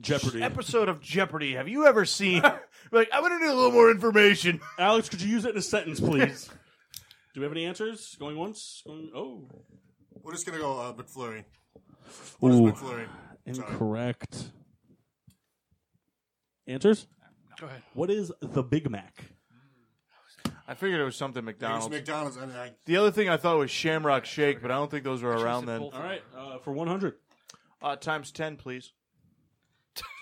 Speaker 1: Jeopardy.
Speaker 6: episode of Jeopardy have you ever seen? like, I want to need a little more information.
Speaker 1: Alex, could you use it in a sentence, please? Do we have any answers? Going once? Going oh.
Speaker 2: We're just gonna go uh, McFlurry. What is McFlurry?
Speaker 1: Incorrect. Answers?
Speaker 3: Go ahead.
Speaker 1: What is the Big Mac?
Speaker 6: I figured it was something
Speaker 2: It's
Speaker 6: McDonald's.
Speaker 2: McDonald's. And I,
Speaker 6: the other thing I thought was Shamrock Shake, but I don't think those were around
Speaker 3: said
Speaker 6: then.
Speaker 3: both.
Speaker 1: All right, uh, for 100.
Speaker 6: Uh, times ten, please.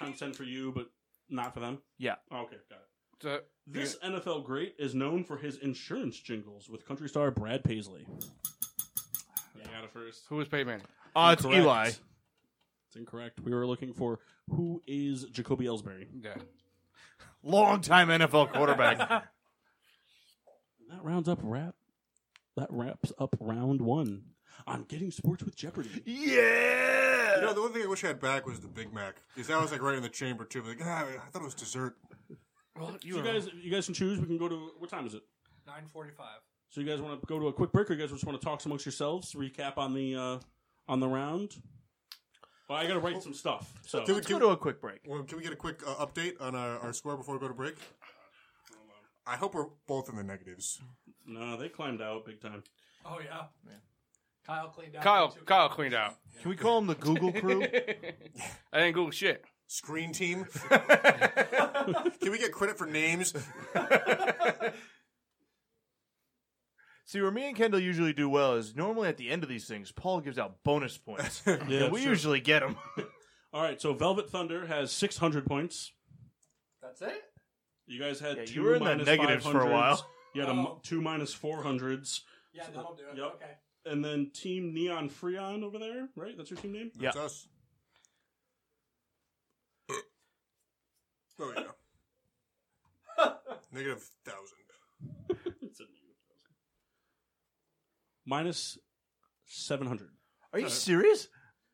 Speaker 1: Times 10 for you, but not for them? Oh,
Speaker 6: Yeah.
Speaker 1: Okay, got it.
Speaker 3: So,
Speaker 1: This NFL great is known for his insurance jingles with country star Brad Paisley. I got it first.
Speaker 3: who was Peyton Manning?
Speaker 6: Uh, it's Eli.
Speaker 1: It's incorrect. We were looking for who is Jacoby Ellsbury.
Speaker 3: Yeah.
Speaker 6: Long time NFL quarterback.
Speaker 1: That rounds up wrap. That wraps up round one on getting sports with Jeopardy.
Speaker 6: yeah.
Speaker 2: you know, the one thing I wish I had back was the Big Mac. Because that was like right in the chamber too. Like, ah, I thought it was dessert.
Speaker 3: Well,
Speaker 1: You guys, you guys can choose. We can go to what time is it?
Speaker 9: Nine forty-five.
Speaker 1: So you guys want to go to a quick break, or you guys just want to talk amongst yourselves, recap on the uh, on the round? Well, I got to write some stuff. So
Speaker 2: Can we,
Speaker 6: Let's go
Speaker 2: can,
Speaker 6: to a quick break.
Speaker 2: well, can we get a quick uh, update on our, our score before we go to break? I hope we're both in the negatives.
Speaker 1: no, they climbed out big time.
Speaker 9: Oh yeah. Kyle cleaned out.
Speaker 3: Kyle,
Speaker 9: too.
Speaker 3: Kyle cleaned out.
Speaker 6: Can we call him the Google crew?
Speaker 3: I didn't Google shit.
Speaker 2: Screen team. can we get credit for names?
Speaker 6: See, where me and Kendall usually do well is normally at the end of these things, Paul gives out bonus points.
Speaker 1: Yeah,
Speaker 6: and we usually get them.
Speaker 1: All right, so Velvet Thunder has 600 points.
Speaker 9: That's it.
Speaker 1: You guys had
Speaker 6: Yeah,
Speaker 1: two
Speaker 6: you were in the
Speaker 1: minus
Speaker 6: negatives for a while.
Speaker 1: 500s. You had a m- two minus four hundreds,
Speaker 9: Oh. Yeah, that'll do it.
Speaker 1: Yep.
Speaker 9: Okay.
Speaker 1: and then Team Neon Freon over there, right? That's your team name.
Speaker 2: That's us. oh yeah. Negative thousand.
Speaker 1: It's a negative thousand. Minus seven hundred.
Speaker 6: Are
Speaker 1: Uh,
Speaker 6: you serious?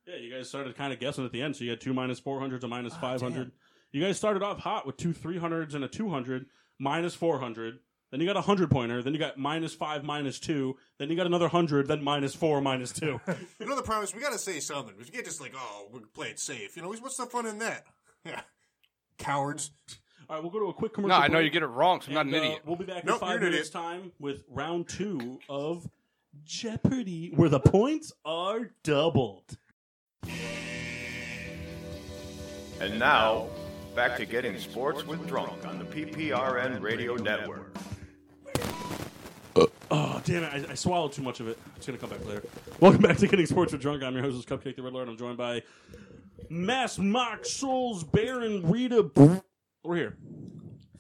Speaker 1: Yeah, you guys started kind of guessing at the end, so you had two minus four hundreds, a minus
Speaker 9: Ah,
Speaker 1: five hundred. You guys started off hot with two three hundreds and a two hundred, minus four hundred. Then you got a hundred pointer. Then you got minus five, minus two. Then you got another hundred. Then minus four, minus two.
Speaker 2: You know the problem is we gotta say something. We can't just like, oh, we play it safe. You know, what's the fun in that? Yeah. Cowards.
Speaker 1: All right, we'll go to a quick commercial.
Speaker 3: No, I know
Speaker 1: break,
Speaker 3: you get it wrong, so I'm not an
Speaker 1: and, uh,
Speaker 3: idiot.
Speaker 1: we'll be back in
Speaker 2: Nope, you're
Speaker 1: five
Speaker 2: an
Speaker 1: minutes'
Speaker 2: idiot.
Speaker 1: time with round two of Jeopardy, where the points are doubled.
Speaker 8: And now, back to getting sports with drunk on the PPRN Radio Network.
Speaker 1: Oh, damn it. I, I swallowed too much of it. It's going to come back later. Welcome back to Getting Sports with Drunk. I'm your host, Cupcake the Red Lord. I'm joined by Mass Mock Souls Baron Rita. B- We're here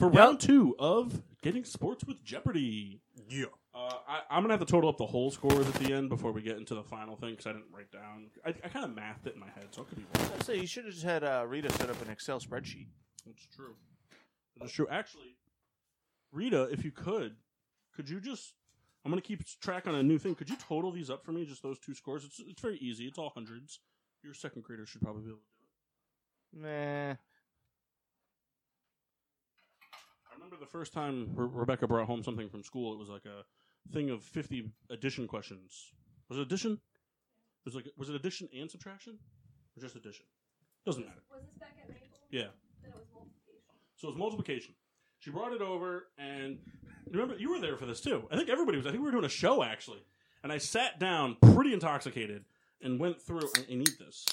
Speaker 1: for round two of Getting Sports with Jeopardy.
Speaker 2: Yeah.
Speaker 1: Uh, I, I'm going to have to total up the whole scores at the end before we get into the final thing because I didn't write down. I, I kind of mathed it in my head, so I could be wrong.
Speaker 6: I'd say you should have just had uh, Rita set up an Excel spreadsheet.
Speaker 1: That's true. That's true. Actually, Rita, if you could, could you just? I'm gonna keep track on a new thing. Could you total these up for me? Just those two scores. It's it's very easy. It's all hundreds. Your second grader should probably be able to do it.
Speaker 6: Nah.
Speaker 1: I remember the first time Re- Rebecca brought home something from school. It was like a thing of 50 addition questions. Was it addition? It was like was it addition and subtraction, or just addition? Doesn't matter.
Speaker 10: Was this back at Maple?
Speaker 1: Yeah.
Speaker 10: Then it was multiplication.
Speaker 1: So it was multiplication. She brought it over, and remember, you were there for this too. I think everybody was. I think we were doing a show actually, and I sat down pretty intoxicated and went through. I, I need this.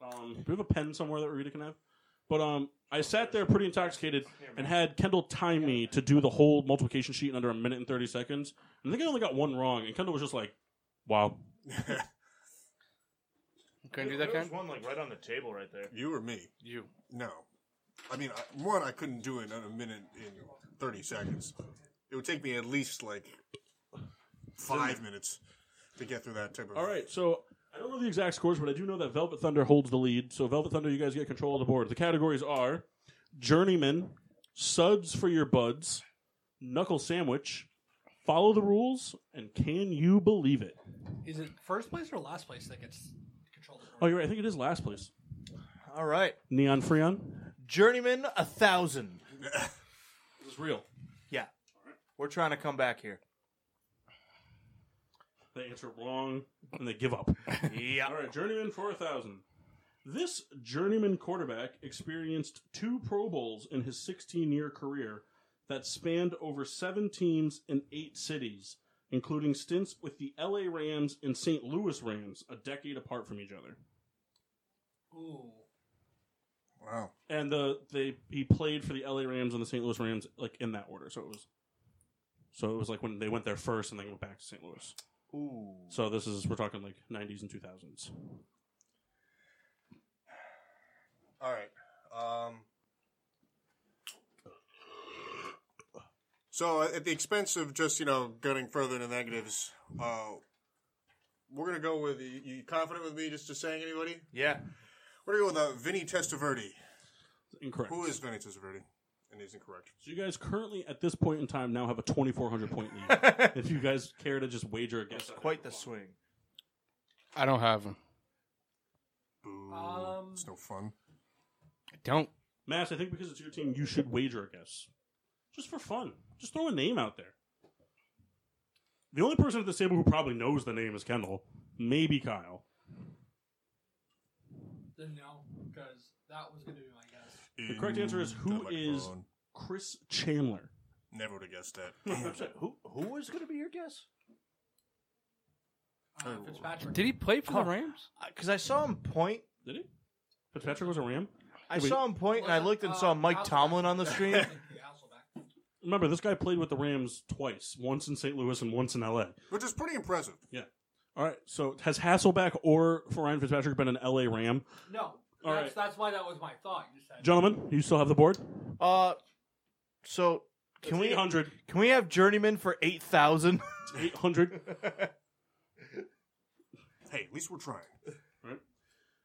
Speaker 1: Um, do we have a pen somewhere that Rita can have? But um, I sat there pretty intoxicated and had Kendall time me to do the whole multiplication sheet in under a minute and thirty seconds. And I think I only got one wrong, and Kendall was just like, "Wow."
Speaker 3: Can you do that, Ken?
Speaker 6: one like right on the table right there.
Speaker 2: you or me?
Speaker 3: You.
Speaker 2: No. I mean, I, one, I couldn't do it in a minute in 30 seconds. It would take me at least like five minutes to get through that type of.
Speaker 1: All right, so I don't know the exact scores, but I do know that Velvet Thunder holds the lead. So Velvet Thunder, you guys get control of the board. The categories are Journeyman, Suds for Your Buds, Knuckle Sandwich, Follow the Rules, and Can You Believe It?
Speaker 9: Is it first place or last place that gets controlled?
Speaker 1: Oh, you're right. I think it is last place.
Speaker 6: All right.
Speaker 1: Neon Freon.
Speaker 6: Journeyman, a thousand.
Speaker 1: This is real.
Speaker 6: Yeah. We're trying to come back here.
Speaker 1: They answer wrong and they give up.
Speaker 6: yeah.
Speaker 1: All right, Journeyman 4000. This journeyman quarterback experienced two Pro Bowls in his 16 year career that spanned over seven teams in eight cities, including stints with the LA Rams and St. Louis Rams, a decade apart from each other.
Speaker 9: Ooh.
Speaker 2: Wow.
Speaker 1: And the they he played for the LA Rams and the St. Louis Rams like in that order, so it was so it was like when they went there first and then went back to St. Louis.
Speaker 6: Ooh.
Speaker 1: So this is we're talking like 90s and 2000s.
Speaker 2: All right. Um, so, at the expense of just, you know, getting further into negatives, uh, we're going to go with. You, you confident with me just to saying anybody?
Speaker 6: Yeah.
Speaker 2: We're going to go with uh, Vinny Testaverde.
Speaker 1: Incorrect.
Speaker 2: Who is Vinny Testaverde? And he's incorrect.
Speaker 1: So you guys currently at this point in time now have a 2400 point lead. if you guys care to just wager
Speaker 6: It's
Speaker 1: against
Speaker 6: quite the swing.
Speaker 3: I don't have him.
Speaker 2: Boo.
Speaker 9: Um,
Speaker 2: it's no fun.
Speaker 3: I don't.
Speaker 1: Mass, I think because it's your team, you should wager a guess. Just for fun. Just throw a name out there. The only person at this table who probably knows the name is Kendall. Maybe Kyle.
Speaker 9: Then no, because that was going to be my guess.
Speaker 1: The correct answer is who
Speaker 2: That
Speaker 1: is-
Speaker 2: microphone.
Speaker 1: Chris Chandler.
Speaker 2: Never would have guessed that.
Speaker 6: who who was going to be your guess?
Speaker 9: Uh,
Speaker 6: Oh.
Speaker 9: Fitzpatrick.
Speaker 3: Did he play for
Speaker 6: Huh.
Speaker 3: the Rams?
Speaker 6: Because Uh, I saw him point.
Speaker 1: Did he? Fitzpatrick was a Ram?
Speaker 6: I
Speaker 1: Wait.
Speaker 6: saw him point, and I looked and
Speaker 9: Uh,
Speaker 6: saw Mike
Speaker 9: Hasselbeck.
Speaker 6: Tomlin on the screen.
Speaker 9: Yeah, Hasselbeck.
Speaker 1: Remember, this guy played with the Rams twice. Once in St. Louis and once in L.A.
Speaker 2: Which is pretty impressive.
Speaker 1: All right, so has Hasselback or Ryan Fitzpatrick been an L.A. Ram?
Speaker 9: No,
Speaker 1: All
Speaker 9: that's
Speaker 1: right.
Speaker 9: that's why that was my thought. You said
Speaker 1: Gentlemen, you still have the board?
Speaker 6: Uh, So can
Speaker 1: It's
Speaker 6: we
Speaker 1: 800.
Speaker 6: can we have journeyman for eight thousand?
Speaker 1: 800.
Speaker 2: Hey, at least we're trying.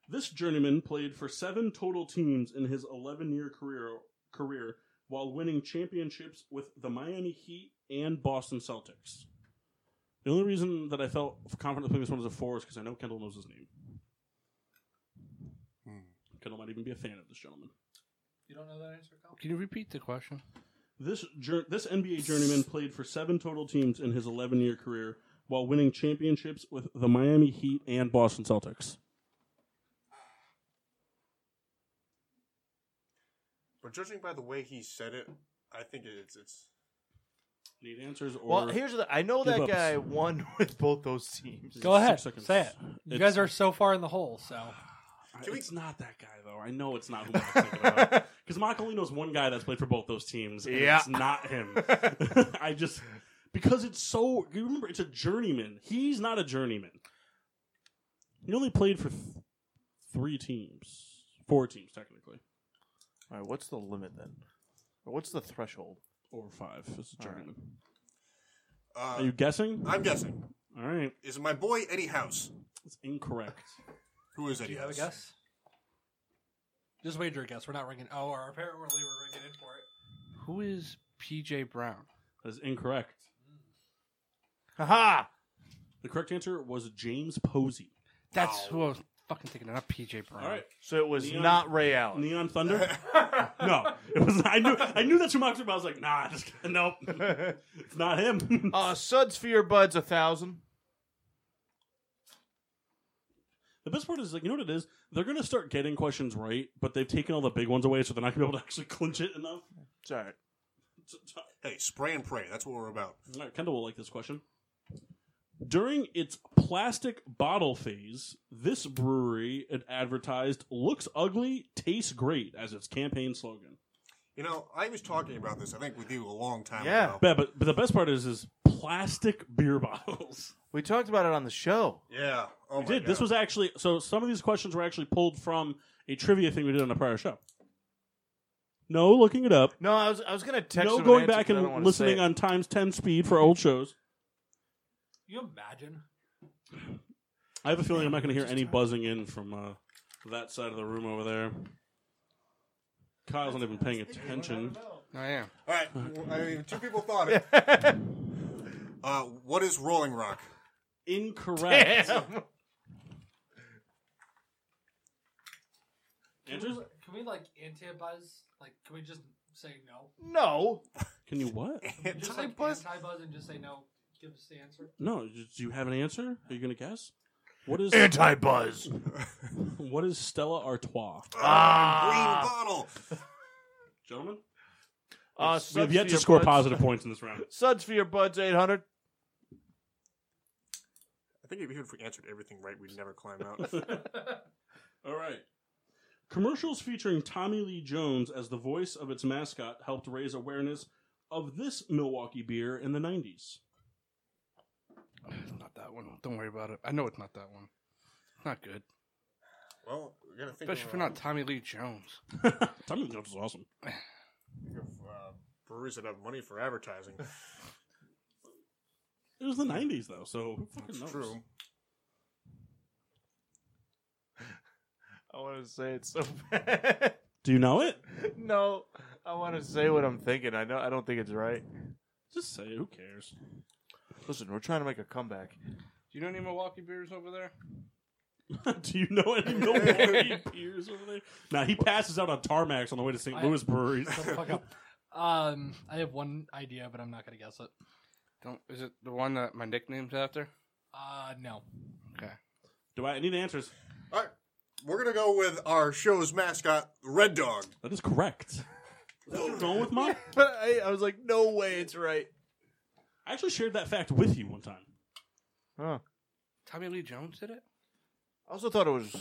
Speaker 1: This journeyman played for seven total teams in his 11 year career, career while winning championships with the Miami Heat and Boston Celtics. The only reason that I felt confident playing this one as a four is because I know Kendall knows his name. Kendall might even be a fan of this gentleman.
Speaker 9: You don't know that answer, Kyle?
Speaker 3: Can you repeat the question?
Speaker 1: This jour- this NBA journeyman played for seven total teams in his 11 year career while winning championships with the Miami Heat and Boston Celtics.
Speaker 2: But judging by the way he said it, I think it's it's
Speaker 1: Need answers or
Speaker 6: well, here's the. I know that
Speaker 1: give ups.
Speaker 6: guy won with both those teams.
Speaker 9: Go ahead.
Speaker 1: Six seconds.
Speaker 9: Say it. You
Speaker 1: It's-
Speaker 9: guys are so far in the hole, so.
Speaker 1: I-
Speaker 2: Can we-
Speaker 1: it's not that guy though. I know it's not who Mark's thinking about. Because Mark only knows one guy that's played for both those teams. And
Speaker 6: Yeah.
Speaker 1: it's not him. I just because it's so. You remember, it's a journeyman. He's not a journeyman. He only played for th- three teams, four teams technically,
Speaker 6: All right, what's the limit then? Or what's the threshold?
Speaker 1: or five. It's a
Speaker 6: All right.
Speaker 1: journeyman.
Speaker 2: uh,
Speaker 1: Are you guessing?
Speaker 2: I'm guessing.
Speaker 1: All right,
Speaker 2: Is my boy Eddie House?
Speaker 1: it's incorrect.
Speaker 2: Who is
Speaker 9: Do
Speaker 2: Eddie
Speaker 9: you have a
Speaker 2: House?
Speaker 9: guess? Just wager a guess. We're not ringing. Oh, our apparently we're ringing in for it.
Speaker 3: Who is PJ Brown?
Speaker 1: That is incorrect.
Speaker 6: Haha!
Speaker 1: The correct answer was James Posey.
Speaker 3: That's who I was fucking thinking. of, Not PJ Brown.
Speaker 1: All right,
Speaker 6: So it was
Speaker 1: Neon-
Speaker 6: not Ray Allen.
Speaker 1: Neon Thunder. no, it was. I knew. I knew that's who Moxley. But I was like, nah, just, nope, it's not him.
Speaker 6: Uh, suds for your buds, a thousand.
Speaker 1: the best part is like, you know what it is? They're gonna start getting questions right, but they've taken all the big ones away, so they're not gonna be able to actually clinch it enough.
Speaker 6: It's all right.
Speaker 1: It's- it's- all
Speaker 2: Hey, spray and pray. That's what we're about.
Speaker 1: right, Kendall will like this question. During its plastic bottle phase, this brewery it advertised "looks ugly, tastes great" as its campaign slogan.
Speaker 2: You know, I was talking about this. I think with you a long time
Speaker 6: Yeah.
Speaker 2: ago.
Speaker 1: Yeah, but, but the best part is is plastic beer bottles.
Speaker 6: We talked about it on the show.
Speaker 2: Yeah. Oh
Speaker 1: We
Speaker 2: my
Speaker 1: did.
Speaker 2: God.
Speaker 1: This was actually so. Some of these questions were actually pulled from a trivia thing we did on a prior show. No looking it up.
Speaker 6: No, I was I was gonna text.
Speaker 1: no
Speaker 6: him
Speaker 1: going
Speaker 6: an answer,
Speaker 1: back
Speaker 6: but I don't
Speaker 1: and
Speaker 6: wanna say
Speaker 1: listening
Speaker 6: it.
Speaker 1: on times ten speed for old shows.
Speaker 9: You imagine?
Speaker 1: I have a feeling I'm not going to hear any buzzing in from uh, that side of the room over there. Kyle's not even paying attention.
Speaker 3: I am.
Speaker 2: All right. I mean, two people thought it. uh, what is Rolling Rock?
Speaker 1: Incorrect.
Speaker 6: Damn.
Speaker 9: Can we,
Speaker 1: Answers?
Speaker 9: can we like anti-buzz? Like, can we just say no?
Speaker 6: No.
Speaker 1: Can you what?
Speaker 9: Just like anti-buzz and just say no. Give us the answer.
Speaker 1: No. Do you have an answer? Are you going to guess? What is
Speaker 6: Anti buzz.
Speaker 1: what is Stella Artois,
Speaker 2: Ah, green bottle.
Speaker 1: gentlemen?
Speaker 6: Uh,
Speaker 1: We have
Speaker 6: Suds
Speaker 1: yet
Speaker 6: for
Speaker 1: to
Speaker 6: your
Speaker 1: score
Speaker 6: buds.
Speaker 1: positive points in this round.
Speaker 6: Suds for your buds, eight hundred.
Speaker 2: I think it'd be good if we answered everything right. We'd never climb out.
Speaker 1: All right. Commercials featuring Tommy Lee Jones as the voice of its mascot helped raise awareness of this Milwaukee beer in the 90s.
Speaker 3: It's not that one. Don't worry about it. I know it's not that one. Not good.
Speaker 2: well, we gotta think.
Speaker 3: Especially
Speaker 2: of, uh,
Speaker 3: if you're not Tommy Lee Jones.
Speaker 1: Tommy Lee Jones is awesome.
Speaker 2: think of, uh, breweries that have money for advertising.
Speaker 1: It was the 90s, though, so who fucking
Speaker 2: That's
Speaker 1: knows?
Speaker 2: true.
Speaker 6: I want to say it so bad.
Speaker 1: Do you know it?
Speaker 6: no, I want to say what I'm thinking. I know I don't think it's right.
Speaker 1: Just say it. Who cares?
Speaker 6: Listen, we're trying to make a comeback.
Speaker 3: Do you know any Milwaukee beers over there?
Speaker 1: Do you know any Milwaukee beers over there? Now, he passes out on tarmacs on the way to St.
Speaker 9: I-
Speaker 1: Louis breweries.
Speaker 9: Shut the fuck up. Um, I have one idea, but I'm not gonna guess it.
Speaker 3: Don't. Is it the one that my nickname's after?
Speaker 9: Uh, no.
Speaker 1: Do I, I need answers?
Speaker 2: All right. We're gonna go with our show's mascot, Red Dog.
Speaker 1: That is correct. Is that what you're going with mine?
Speaker 6: But I, I was like, no way, it's right.
Speaker 1: I actually shared that fact with you one time.
Speaker 6: Huh.
Speaker 3: Tommy Lee Jones did it.
Speaker 6: I also thought it was.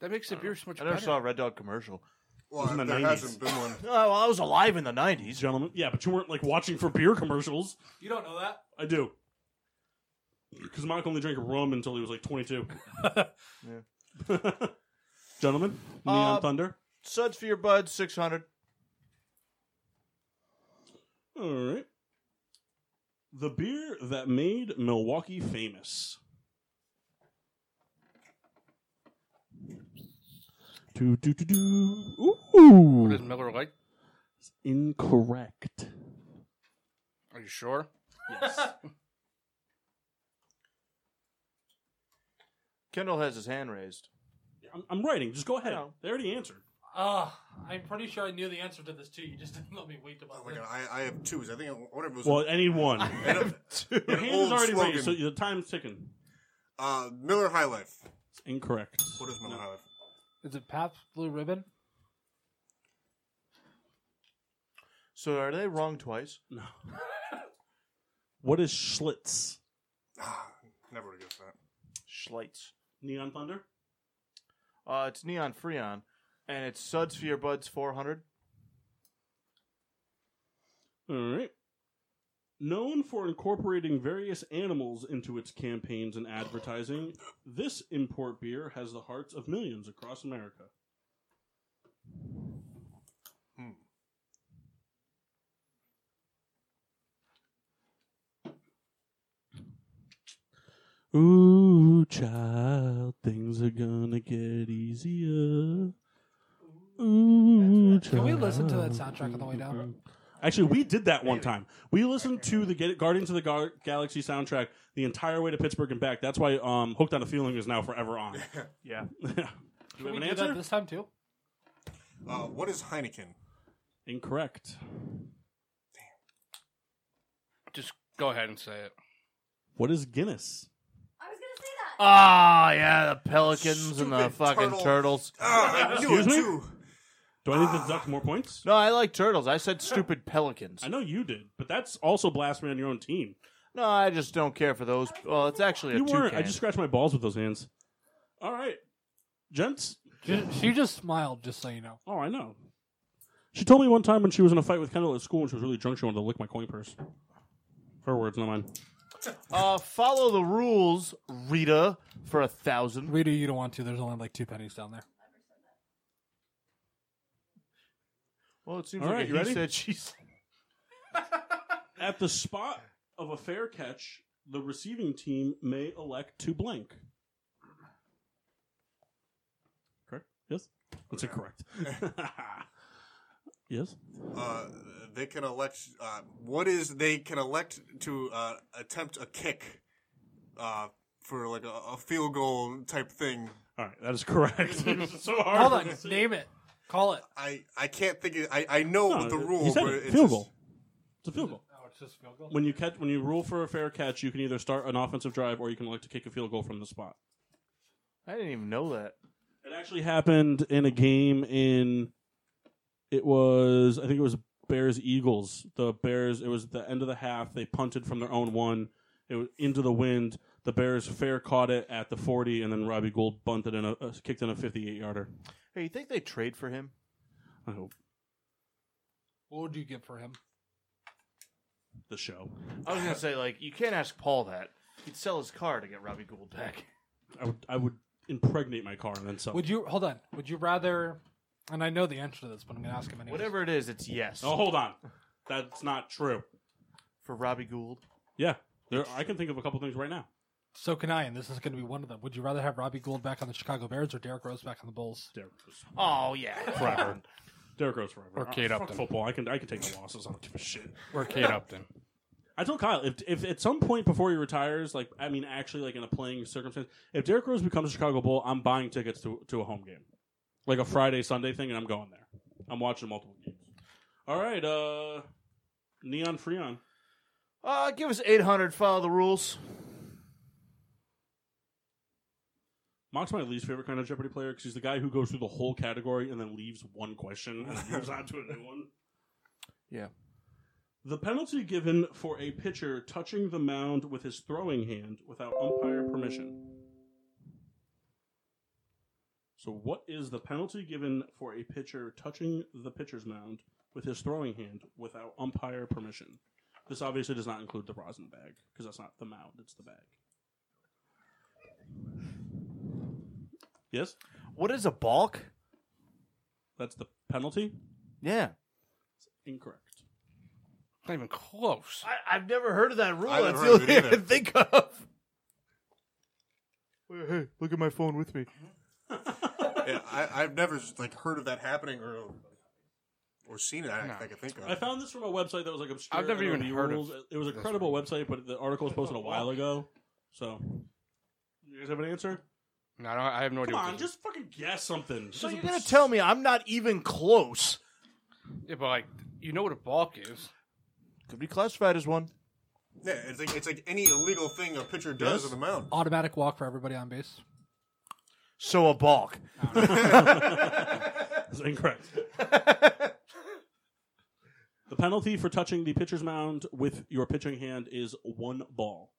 Speaker 3: That makes the beer so much
Speaker 6: I never
Speaker 3: better.
Speaker 6: saw a Red Dog commercial.
Speaker 2: Well,
Speaker 1: in the
Speaker 2: there
Speaker 1: 90s.
Speaker 2: hasn't been one.
Speaker 6: Oh, well, I was alive in the '90s.
Speaker 1: Gentlemen, yeah, but you weren't like watching for beer commercials.
Speaker 9: You don't know that?
Speaker 1: I do. Because Mike only drank rum until he was like 22. Gentlemen, Neon
Speaker 6: Uh,
Speaker 2: Uh,
Speaker 1: Thunder.
Speaker 6: Suds for your buds, six hundred.
Speaker 1: All right. The beer that made Milwaukee famous. Do, do, do, do.
Speaker 3: What is
Speaker 1: Ooh.
Speaker 3: Miller Lite?
Speaker 1: Incorrect.
Speaker 3: Are you sure?
Speaker 6: Yes. Kendall has his hand raised.
Speaker 1: I'm, I'm writing. Just go ahead.
Speaker 6: No.
Speaker 1: They already answered.
Speaker 9: Uh, I'm pretty sure I knew the answer to this too. You just didn't let me wait about
Speaker 2: Oh my
Speaker 9: this.
Speaker 2: god, I, I have twos. I think I, one of it was
Speaker 1: Well, I need one.
Speaker 2: and a-
Speaker 1: Your
Speaker 2: an
Speaker 1: hand
Speaker 2: old
Speaker 1: is already
Speaker 2: slogan.
Speaker 1: raised, so the time's ticking.
Speaker 2: uh, Miller High Life.
Speaker 1: It's incorrect.
Speaker 2: What is Miller High Life?
Speaker 9: Is it Pabst Blue Ribbon?
Speaker 6: So are they wrong twice?
Speaker 1: No. what is Schlitz?
Speaker 2: Ah, never would have guessed that.
Speaker 6: Schleitz.
Speaker 1: Neon Thunder?
Speaker 6: Uh, it's neon freon, and it's Suds for your buds 400.
Speaker 1: All right. Known for incorporating various animals into its campaigns and advertising, this import beer has the hearts of millions across America.
Speaker 5: Hmm.
Speaker 1: Ooh, child, things are gonna get easier. Ooh,
Speaker 5: Can we listen to that
Speaker 1: child.
Speaker 5: soundtrack on the way down?
Speaker 1: Um, Actually, we did that one time. We listened to the Get Guardians of the Gar- Galaxy soundtrack the entire way to Pittsburgh and back. That's why um, "Hooked on a Feeling" is now forever on.
Speaker 6: Yeah.
Speaker 1: Do we have
Speaker 9: we
Speaker 1: an
Speaker 9: do
Speaker 1: answer?
Speaker 9: that this time too?
Speaker 2: Uh, what is Heineken?
Speaker 1: Incorrect.
Speaker 3: Just go ahead and say it.
Speaker 1: What is Guinness?
Speaker 10: I was gonna say that.
Speaker 2: Uh,
Speaker 6: Ah, yeah, the pelicans and the
Speaker 2: Stupid
Speaker 6: fucking
Speaker 2: turtle.
Speaker 6: turtles.
Speaker 2: Ah, I knew it
Speaker 1: Excuse me?
Speaker 2: too.
Speaker 1: Do I need to deduct more points?
Speaker 6: No, I like turtles. I said stupid pelicans.
Speaker 1: I know you did, but that's also blasphemy on your own team.
Speaker 6: No, I just don't care for those. Well, it's actually a
Speaker 1: you
Speaker 6: toucan.
Speaker 1: weren't. I just scratched my balls with those hands. All right, gents.
Speaker 9: Ju- She just smiled, just so you know.
Speaker 1: Oh, I know. She told me one time when she was in a fight with Kendall at school and she was really drunk, she wanted to lick my coin purse. Her words, not mine.
Speaker 6: Uh, follow the rules, Rita, for a thousand.
Speaker 9: Rita, you don't want to. There's only like two pennies down there.
Speaker 6: Well, it seems
Speaker 1: All
Speaker 6: like
Speaker 1: right,
Speaker 6: a
Speaker 1: you
Speaker 6: he
Speaker 1: ready?
Speaker 6: said she said.
Speaker 1: At the spot of a fair catch, the receiving team may elect to blank. Correct? Yes? That's incorrect. yes?
Speaker 2: Uh, they can elect. Uh, what is they can elect to uh, attempt a kick uh, for like a, a field goal type thing.
Speaker 1: All right, that is correct. It's so hard.
Speaker 9: Hold on, name it. Call it.
Speaker 2: I, I can't think. Of, I I know
Speaker 1: No,
Speaker 2: the
Speaker 1: he
Speaker 2: rule,
Speaker 1: said
Speaker 2: but
Speaker 1: it.
Speaker 2: it's
Speaker 1: field
Speaker 2: just-
Speaker 1: goal. It's a field goal.
Speaker 9: Oh, it's just field goal.
Speaker 1: When you catch, when you rule for a fair catch, you can either start an offensive drive or you can elect to kick a field goal from the spot.
Speaker 6: I didn't even know that.
Speaker 1: It actually happened in a game in it was I think it was Bears Eagles. The Bears it was at the end of the half. They punted from their own one. It was into the wind. The Bears fair caught it at the 40 and then Robbie Gould bunted in a uh, kicked in a 58-yarder.
Speaker 6: Hey, you think they trade for him?
Speaker 1: I hope
Speaker 9: What would you get for him?
Speaker 1: the show.
Speaker 6: I was gonna say like you can't ask Paul that. He'd sell his car to get Robbie Gould back.
Speaker 1: I would I would impregnate my car and then sell.
Speaker 9: Would you hold on? Would you rather? And I know the answer to this, but I'm going to ask him anyway.
Speaker 6: Whatever it is, it's yes
Speaker 1: Oh, hold on. That's not true.
Speaker 6: for Robbie Gould.
Speaker 1: Yeah. There, I can think of a couple things right now.
Speaker 9: So can I, and this is going to be one of them. Would you rather have Robbie Gould back on the Chicago Bears or Derrick Rose back on the Bulls?
Speaker 1: Derrick Rose.
Speaker 6: Oh yeah,
Speaker 1: Forever. Derrick Rose forever.
Speaker 3: Or
Speaker 1: Uh,
Speaker 3: Kate
Speaker 1: fuck
Speaker 3: Upton.
Speaker 1: Football. I can I can take the losses. I don't give a shit.
Speaker 3: Or Kate Upton.
Speaker 1: I told Kyle if, if at some point before he retires, like I mean, actually, like in a playing circumstance, if Derrick Rose becomes a Chicago Bull, I'm buying tickets to to a home game, like a Friday Sunday thing, and I'm going there. I'm watching multiple games. All right, uh, Neon Freon.
Speaker 6: Uh, give us eight hundred. Follow the rules.
Speaker 1: Mock's my least favorite kind of Jeopardy player because he's the guy who goes through the whole category and then leaves one question and then moves on to a new one.
Speaker 6: Yeah.
Speaker 1: The penalty given for a pitcher touching the mound with his throwing hand without umpire permission. So, what is the penalty given for a pitcher touching the pitcher's mound with his throwing hand without umpire permission? This obviously does not include the rosin bag because that's not the mound, it's the bag. Yes?
Speaker 6: What is a balk?
Speaker 1: That's the penalty?
Speaker 6: Yeah.
Speaker 1: Incorrect.
Speaker 3: Not even close.
Speaker 6: I, I've never heard of that rule.
Speaker 2: I
Speaker 6: That's
Speaker 2: never
Speaker 6: the
Speaker 2: heard of
Speaker 6: only
Speaker 2: it
Speaker 6: thing I can
Speaker 2: either.
Speaker 6: think of. Hey, look at my phone with me.
Speaker 2: Yeah, I, I've never like heard of that happening or or seen it. I, I can think of.
Speaker 1: I found this from a website that was like obscure.
Speaker 3: I've never even
Speaker 1: MLB
Speaker 3: heard of
Speaker 1: rules. It was a credible website, but the article was posted a while ago. So, you guys have an answer?
Speaker 3: No, I, don't, I have no
Speaker 1: Come
Speaker 3: idea. what
Speaker 1: on,
Speaker 3: this is.
Speaker 1: just fucking guess something.
Speaker 6: So
Speaker 1: This
Speaker 6: you're
Speaker 1: is
Speaker 6: gonna tell me I'm not even close?
Speaker 3: yeah, but like you know what a balk is.
Speaker 6: Could be classified as one.
Speaker 2: yeah, it's like it's like any illegal thing a pitcher does on the mound.
Speaker 9: Automatic walk for everybody on base.
Speaker 6: So a balk.
Speaker 1: That's incorrect. the penalty for touching the pitcher's mound with your pitching hand is one ball.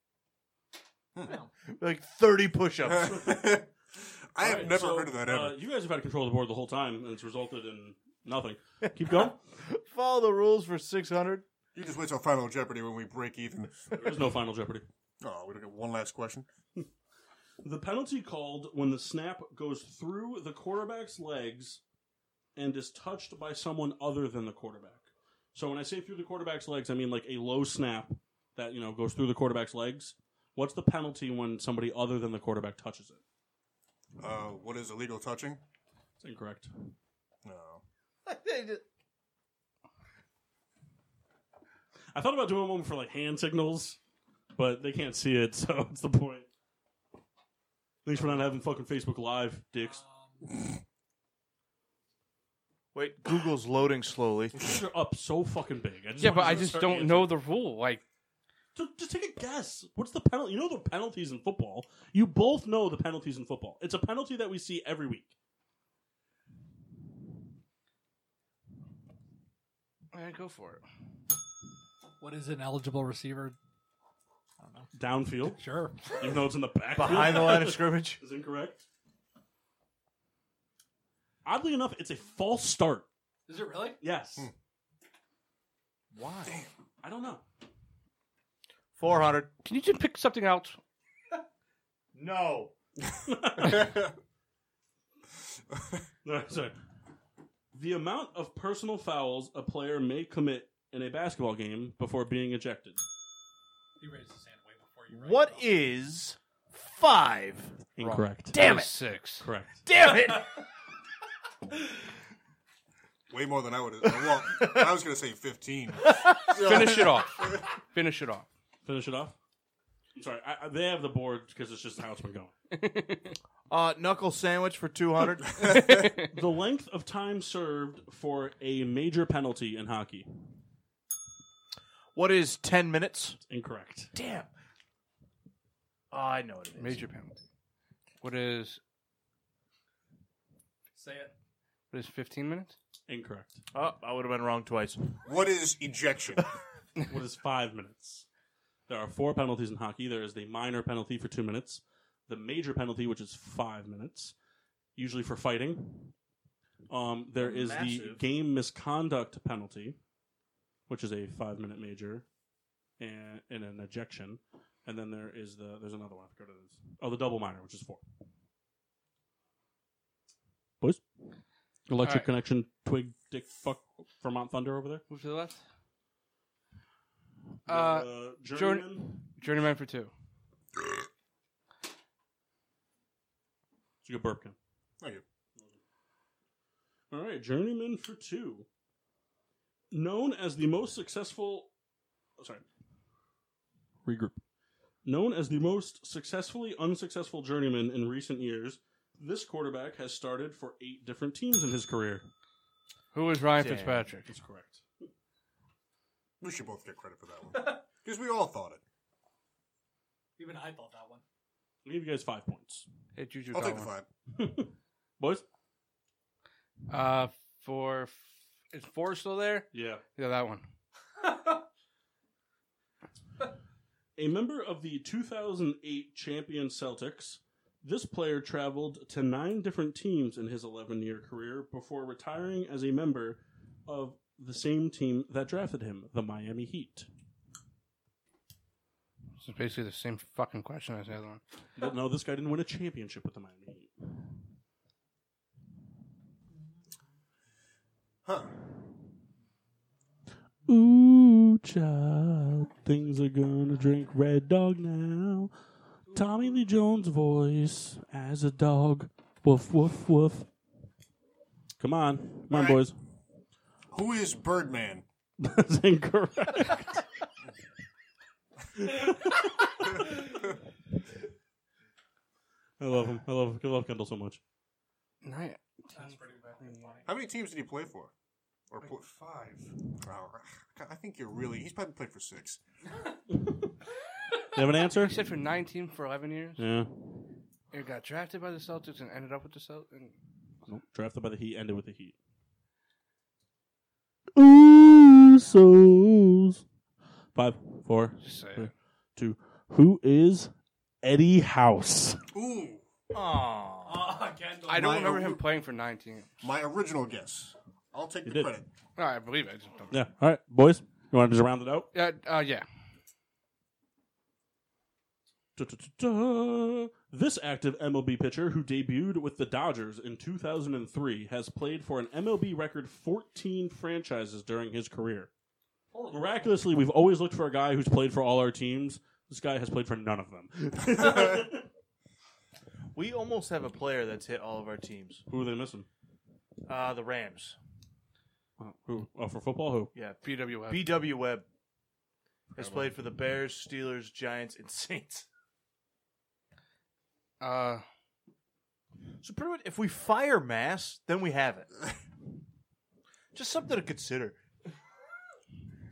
Speaker 6: Like 30 push ups.
Speaker 2: I have
Speaker 1: Alright,
Speaker 2: never
Speaker 1: so,
Speaker 2: heard of that ever.
Speaker 1: uh, you guys have had control of the board the whole time, and it's resulted in nothing. Keep going.
Speaker 6: Follow the rules for 600.
Speaker 2: you just wait till Final Jeopardy when we break even.
Speaker 1: There's no final jeopardy.
Speaker 2: Oh, we don't get one last question.
Speaker 1: The penalty called when the snap goes through the quarterback's legs and is touched by someone other than the quarterback. So when I say through the quarterback's legs, I mean like a low snap that, you know, goes through the quarterback's legs. What's the penalty when somebody other than the quarterback touches it?
Speaker 2: Uh, what is illegal touching? Uh,
Speaker 1: It's incorrect.
Speaker 2: No.
Speaker 1: I thought about doing one for like hand signals, but they can't see it, so it's the point. Thanks for not having fucking Facebook Live, dicks.
Speaker 3: Uh.
Speaker 6: Wait, Google's loading slowly.
Speaker 1: They're up so fucking big. I just
Speaker 3: Yeah,
Speaker 1: want
Speaker 3: but
Speaker 1: you
Speaker 3: I
Speaker 1: to
Speaker 3: just
Speaker 1: start
Speaker 3: don't
Speaker 1: answering.
Speaker 3: know the rule. Like
Speaker 1: So just take a guess. What's the penalty? You know the penalties in football. You both know the penalties in football. It's a penalty that we see every week.
Speaker 3: eh, go for it.
Speaker 9: What is an eligible receiver?
Speaker 1: Downfield,
Speaker 9: Sure.
Speaker 1: even though it's in the back
Speaker 6: Behind the line of scrimmage.
Speaker 1: is incorrect. Oddly enough, it's a false start.
Speaker 9: Is it really?
Speaker 1: Yes,
Speaker 6: Hmm. Why?
Speaker 1: I don't know.
Speaker 6: 400.
Speaker 3: Can you just pick something else?
Speaker 6: No.
Speaker 1: No, sorry. The amount of personal fouls a player may commit in a basketball game before being ejected.
Speaker 9: You raised his hand way before you raised
Speaker 6: What
Speaker 9: it.
Speaker 6: is five?
Speaker 1: Incorrect.
Speaker 6: Damn it.
Speaker 3: Six.
Speaker 1: Correct.
Speaker 6: Damn it.
Speaker 2: Way more than I would. Well, I was gonna say fifteen.
Speaker 3: Finish it off. Finish it off.
Speaker 1: Finish it off. I'm sorry. I, I- they have the board because it's just how it's been going.
Speaker 6: Uh, knuckle sandwich for 200.
Speaker 1: the length of time served for a major penalty in hockey.
Speaker 6: what is 10 minutes?
Speaker 1: Incorrect.
Speaker 6: Damn. Oh, I know what it is.
Speaker 3: Major penalty. What is
Speaker 9: Say it.
Speaker 3: what is fifteen minutes?
Speaker 1: Incorrect.
Speaker 6: Oh, I would have been wrong twice.
Speaker 2: What is ejection?
Speaker 1: what is five minutes? There are four penalties in hockey. There is the minor penalty for two minutes, the major penalty, which is five minutes, usually for fighting. Um, there is the
Speaker 6: Massive.
Speaker 1: game misconduct penalty, which is a five minute major, and, and an ejection. And then there is the there's another one. I forgot what it is. Oh, the double minor, which is four. Boys, electric
Speaker 3: All right.
Speaker 1: connection, twig, dick, fuck, Vermont Thunder over there.
Speaker 3: Move to the left.
Speaker 1: The,
Speaker 3: Uh,
Speaker 1: journeyman.
Speaker 3: Journeyman for two.
Speaker 1: It's a good burp, Ken.
Speaker 2: Thank you.
Speaker 1: All right, Journeyman for two. Known as the most successful. oh, Sorry. Regroup. Known as the most successfully unsuccessful journeyman in recent years, this quarterback has started for eight different teams in his career.
Speaker 3: Who is Ryan
Speaker 6: Damn.
Speaker 3: Fitzpatrick?
Speaker 1: That's correct.
Speaker 2: We should both get credit for that one because we all thought it.
Speaker 9: Even I thought that one.
Speaker 1: I'll give you guys five points.
Speaker 3: Hey, Juju.
Speaker 2: I'll
Speaker 3: got
Speaker 2: take the
Speaker 3: one.
Speaker 2: five.
Speaker 1: Boys?
Speaker 3: Uh, for f- is four still there?
Speaker 1: Yeah.
Speaker 3: Yeah, that one.
Speaker 1: A member of the 2008 champion Celtics, this player traveled to nine different teams in his 11 year career before retiring as a member of the same team that drafted him, the Miami Heat.
Speaker 3: This is basically the same fucking question as the other one.
Speaker 1: But no, this guy didn't win a championship with the Miami Heat.
Speaker 2: Huh?
Speaker 1: Ooh, child. Things are gonna drink Red Dog now. Tommy Lee Jones' voice as a dog. Woof, woof, woof. Come on. Come on,
Speaker 2: Alright.
Speaker 1: boys.
Speaker 2: Who is Birdman?
Speaker 1: That's incorrect. I love him. I love, I love Kendall so much.
Speaker 3: Nine.
Speaker 2: How many teams did he play for? Or pl- five? I think you're really. He's probably played for six.
Speaker 1: You have an answer?
Speaker 3: He said for nine teams for 11 years.
Speaker 1: Yeah.
Speaker 3: He got drafted by the Celtics and ended up with the Celtics. And
Speaker 1: Nope. Drafted by the Heat, ended with the Heat. Usos. Five, four,
Speaker 3: just say
Speaker 1: three, two. Who is Eddie House?
Speaker 2: Ooh,
Speaker 6: Aw.
Speaker 9: Oh, Kendall.
Speaker 3: I don't
Speaker 2: My-
Speaker 3: remember him playing for nine teams.
Speaker 2: my original guess. I'll take
Speaker 1: You
Speaker 2: the
Speaker 1: did.
Speaker 2: credit.
Speaker 3: No, I believe it. I just don't.
Speaker 1: Yeah. All right, boys. You want to just round it out?
Speaker 3: Yeah. Uh, yeah.
Speaker 1: Da-da-da-da. This active MLB pitcher who debuted with the Dodgers in 2003 has played for an MLB record 14 franchises during his career. Miraculously, we've always looked for a guy who's played for all our teams. This guy has played for none of them.
Speaker 6: We almost have a player that's hit all of our teams.
Speaker 1: who are they missing?
Speaker 6: Uh, the Rams.
Speaker 1: Who? Oh, for football, who?
Speaker 6: Yeah.
Speaker 3: BWF.
Speaker 6: B.W. Webb has played for the Bears, Steelers, Giants, and Saints.
Speaker 3: uh,
Speaker 6: So pretty much, if we fire Mass, then we have it. Just something to consider,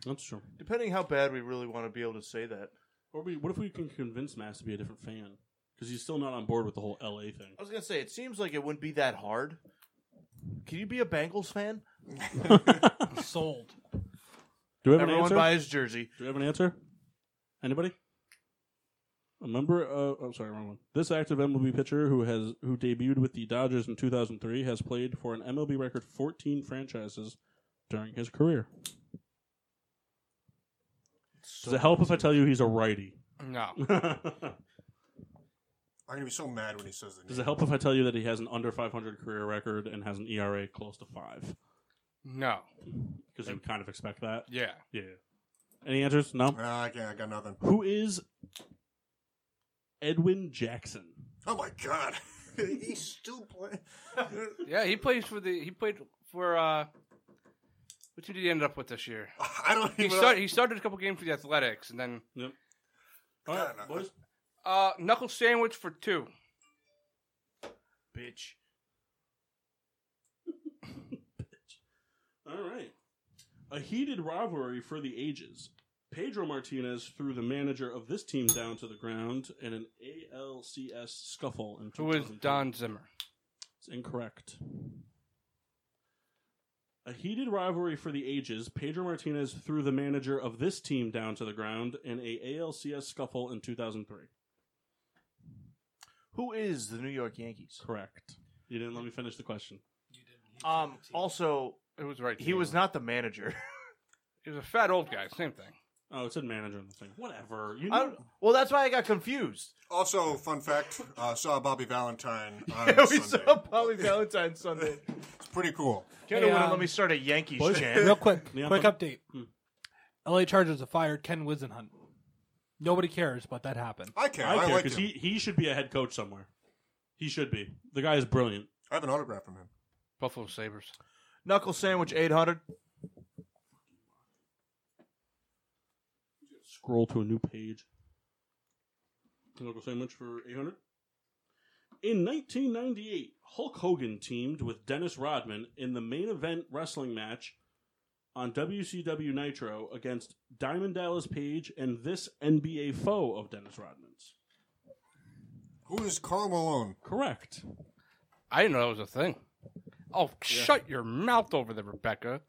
Speaker 1: That's true.
Speaker 6: depending how bad we really want to be able to say that.
Speaker 1: Or we, what if we can convince Mass to be a different fan? Because he's still not on board with the whole LA thing.
Speaker 6: I was gonna say it seems like it wouldn't be that hard. Can you be a Bengals fan?
Speaker 9: Sold.
Speaker 1: Do we have an
Speaker 6: Everyone
Speaker 1: answer?
Speaker 6: buys jersey.
Speaker 1: Do we have an answer? Anybody? A member of oh sorry, wrong one. This active MLB pitcher who has who debuted with the Dodgers in 2003 has played for an MLB record 14 franchises during his career. Does it help if I tell you he's a righty?
Speaker 3: no.
Speaker 1: Does
Speaker 2: I'm gonna be so mad when he says the name.
Speaker 1: it help if I tell you that he has an under 500 career record and has an ERA close to five?
Speaker 3: No.
Speaker 1: Because you would kind of expect that.
Speaker 3: Yeah.
Speaker 1: Yeah. Any answers? No.
Speaker 2: Nah, I can't. I got nothing.
Speaker 1: Who is Edwin Jackson?
Speaker 2: Oh my god, he's still playing.
Speaker 3: Yeah. He plays for the. He played for. uh What team did he end up with this year?
Speaker 2: I don't
Speaker 3: He
Speaker 2: even.
Speaker 3: started. He started a couple games for the Athletics, and then
Speaker 2: Yeah, no.
Speaker 1: All right, boys.
Speaker 3: uh knuckle sandwich for two.
Speaker 6: Bitch.
Speaker 1: All right. A heated rivalry for the ages. Pedro Martinez threw the manager of this team down to the ground in an ALCS scuffle in
Speaker 3: Who is
Speaker 1: 2002.
Speaker 3: Don Zimmer?
Speaker 1: It's incorrect. A heated rivalry for the ages. Pedro Martinez threw the manager of this team down to the ground in a ALCS scuffle in 2003.
Speaker 6: Who is the New York Yankees?
Speaker 1: Correct. You didn't let me finish the question.
Speaker 6: Um. Also,
Speaker 3: It was right.
Speaker 6: he was
Speaker 3: not.
Speaker 6: not the manager.
Speaker 3: He was a fat old guy. Same thing.
Speaker 1: Oh, it said manager in the thing. Whatever. You
Speaker 6: I
Speaker 1: know,
Speaker 6: don't- well, that's why I got confused.
Speaker 2: Also, fun fact: uh, saw Bobby Valentine on
Speaker 6: Yeah, we
Speaker 2: Sunday.
Speaker 6: saw Polly Valentine Sunday.
Speaker 2: It's pretty cool.
Speaker 6: Kendall
Speaker 9: Hey,
Speaker 6: wouldn't
Speaker 9: um,
Speaker 6: let me start a Yankees
Speaker 9: Boys,
Speaker 6: chant.
Speaker 9: real quick,
Speaker 1: Yeah,
Speaker 9: quick
Speaker 1: but-
Speaker 9: update.
Speaker 1: Hmm.
Speaker 9: LA Chargers have fired Ken Wisenhunt. Nobody cares, but that happened.
Speaker 2: I care. I,
Speaker 1: I care
Speaker 2: like him.
Speaker 1: because he, he should be a head coach somewhere. He should be. The guy is brilliant.
Speaker 2: I have an autograph from him.
Speaker 3: Buffalo Sabers.
Speaker 6: Knuckle sandwich eight hundred.
Speaker 1: Scroll to a new page. Local sandwich for 800. In 1998, Hulk Hogan teamed with Dennis Rodman in the main event wrestling match on WCW Nitro against Diamond Dallas Page and this NBA foe of Dennis Rodman's.
Speaker 2: Who is Carl Malone?
Speaker 1: Correct.
Speaker 3: I didn't know that was a thing. Oh, shut your mouth over there, Rebecca.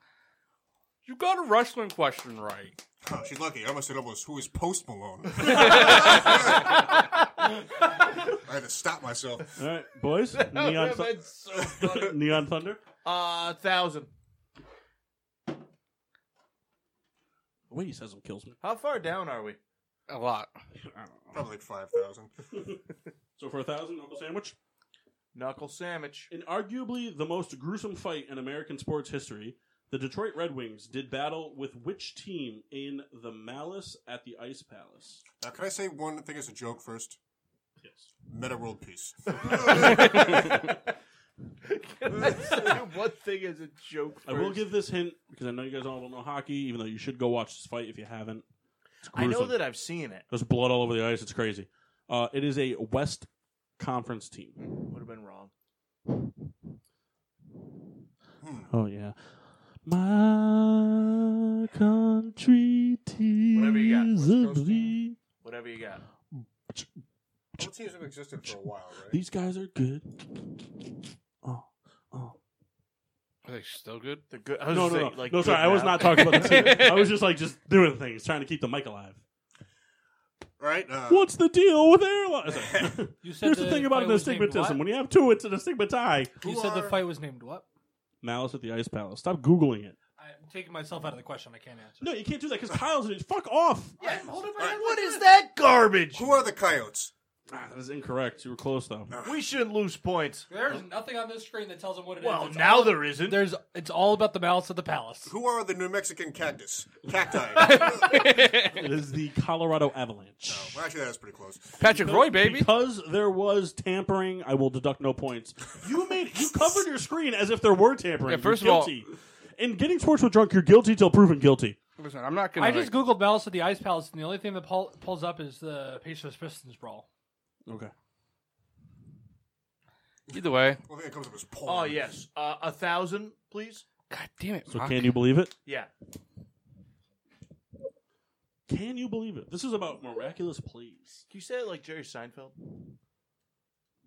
Speaker 3: You got a wrestling question right.
Speaker 2: Huh, she's lucky. I almost said almost. Who is Post Malone? I had to stop myself.
Speaker 1: All right, boys. Neon, Thu- Neon Thunder.
Speaker 6: Uh, thousand.
Speaker 1: The way he says him kills me.
Speaker 6: How far down are we?
Speaker 3: A lot.
Speaker 2: Probably like five thousand.
Speaker 1: So for a thousand, Uncle Sandwich.
Speaker 6: Knuckle sandwich.
Speaker 1: In arguably the most gruesome fight in American sports history, The Detroit Red Wings did battle with which team in the Malice at the Ice Palace?
Speaker 2: Now, can I say one thing as a joke first?
Speaker 1: Yes.
Speaker 2: Meta world peace.
Speaker 6: One thing is a joke.
Speaker 1: I will give this hint because I know you guys all don't know hockey, even though you should go watch this fight if you haven't. It's
Speaker 6: I know
Speaker 1: gruesome.
Speaker 6: that I've seen it.
Speaker 1: There's blood all over the ice. It's crazy. Uh, it is a West Conference team.
Speaker 6: Would have been wrong.
Speaker 1: Oh yeah, my country tears
Speaker 6: Whatever you got, West
Speaker 1: of
Speaker 2: Coast team.
Speaker 1: blue.
Speaker 6: Whatever you got.
Speaker 2: All teams have existed for a while, right?
Speaker 1: These guys are good. Oh, oh.
Speaker 3: Are they still good?
Speaker 6: The good. I was
Speaker 1: No, no,
Speaker 6: just
Speaker 1: no.
Speaker 6: saying, like,
Speaker 1: no
Speaker 6: good
Speaker 1: sorry, I was
Speaker 6: now.
Speaker 1: not talking about the team. I was just like just doing things, trying to keep the mic alive.
Speaker 2: Right? Uh,
Speaker 1: What's the deal with airlines?
Speaker 9: You said
Speaker 1: Here's the thing about
Speaker 9: fight
Speaker 1: an
Speaker 9: was named
Speaker 1: astigmatism. When
Speaker 9: what?
Speaker 1: you have two, it's an astigmatai.
Speaker 9: You said the
Speaker 2: are-
Speaker 9: fight was named what?
Speaker 1: Malice at the Ice Palace. Stop Googling it.
Speaker 9: I'm taking myself out of the question. I can't answer.
Speaker 1: No, you can't do that because Kyle's in it. Fuck off.
Speaker 9: Yeah, hold up.
Speaker 2: All right,
Speaker 6: What is that garbage?
Speaker 2: Who are the coyotes?
Speaker 1: Ah, that is incorrect. You were close, though.
Speaker 6: We shouldn't lose points.
Speaker 9: There's nothing on this screen that tells him what it is.
Speaker 6: Well,
Speaker 9: It's
Speaker 6: now
Speaker 9: all-
Speaker 6: there isn't.
Speaker 9: There's. It's all about the malice of the palace.
Speaker 2: Who are the New Mexican cactus? Cacti. well,
Speaker 1: It is the Colorado Avalanche.
Speaker 2: actually, that was pretty close.
Speaker 3: Patrick Roy, baby.
Speaker 1: Because there was tampering, I will deduct no points. You made you covered your screen as if there were tampering.
Speaker 3: Yeah, first
Speaker 1: You're
Speaker 3: of all-
Speaker 1: guilty. in getting sports with drunk, you're guilty till proven guilty.
Speaker 3: Listen, I'm not gonna.
Speaker 9: I
Speaker 3: like-
Speaker 9: just googled malice of the ice palace, and the only thing that pull, pulls up is the Pacers Pistons brawl.
Speaker 1: Okay.
Speaker 3: either way.
Speaker 2: One thing that comes up is porn.
Speaker 6: Oh yes, uh, a thousand, please.
Speaker 3: God damn it!
Speaker 1: So
Speaker 3: Mark.
Speaker 1: can you believe it?
Speaker 6: Yeah.
Speaker 1: Can you believe it? This is about miraculous plays.
Speaker 6: Can you say it like Jerry Seinfeld?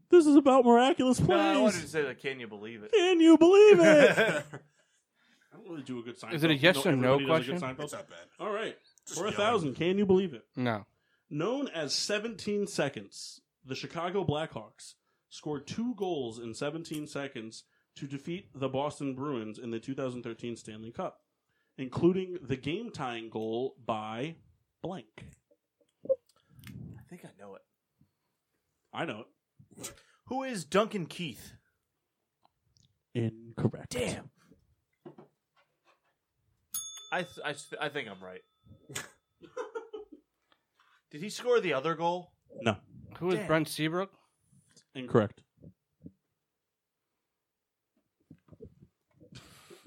Speaker 1: This is about miraculous plays.
Speaker 6: No, I wanted to say like, can you believe it?
Speaker 1: Can you believe it? I don't really do a good Seinfeld.
Speaker 3: Is it a yes
Speaker 1: No,
Speaker 3: or no
Speaker 1: everybody does a good
Speaker 3: question?
Speaker 1: Seinfeld.
Speaker 2: It's not bad.
Speaker 1: All right.
Speaker 2: Just
Speaker 1: For a
Speaker 2: yelling.
Speaker 1: thousand, can you believe it?
Speaker 3: No.
Speaker 1: Known as 17 seconds, the Chicago Blackhawks scored two goals in 17 seconds to defeat the Boston Bruins in the 2013 Stanley Cup, including the game tying goal by blank.
Speaker 6: I think I know it.
Speaker 1: I know
Speaker 6: Who is Duncan Keith?
Speaker 1: it. Incorrect.
Speaker 6: Damn. I th- I, th- I think I'm right. Did he score the other goal?
Speaker 1: No.
Speaker 3: Who is
Speaker 6: Damn.
Speaker 3: Brent Seabrook?
Speaker 1: Incorrect.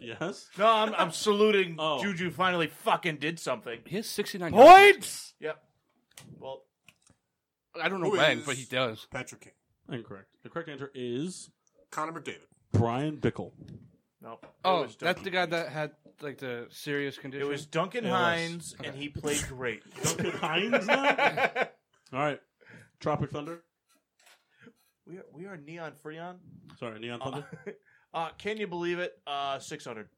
Speaker 1: Yes?
Speaker 6: No, I'm, I'm saluting.
Speaker 1: Oh.
Speaker 6: Juju finally fucking did something.
Speaker 3: He has 69
Speaker 9: Points.
Speaker 6: Yep. Well,
Speaker 3: I don't know
Speaker 2: Who
Speaker 3: when,
Speaker 2: is-
Speaker 3: but he does.
Speaker 2: Patrick King.
Speaker 1: Incorrect. The correct answer is
Speaker 2: Connor McDavid.
Speaker 1: Brian Bickle.
Speaker 6: no. it
Speaker 3: Oh,
Speaker 6: was
Speaker 3: that's
Speaker 6: Duncan
Speaker 3: the guy
Speaker 6: Keith.
Speaker 3: that had like the serious condition.
Speaker 6: It was Duncan
Speaker 1: It was.
Speaker 6: Hines, and he played great.
Speaker 1: Duncan Hines now? All right. Tropic Thunder.
Speaker 6: we are, we are neon freon.
Speaker 1: Sorry, Neon
Speaker 6: Uh,
Speaker 1: Thunder.
Speaker 6: uh, can you believe it? Uh, Six hundred.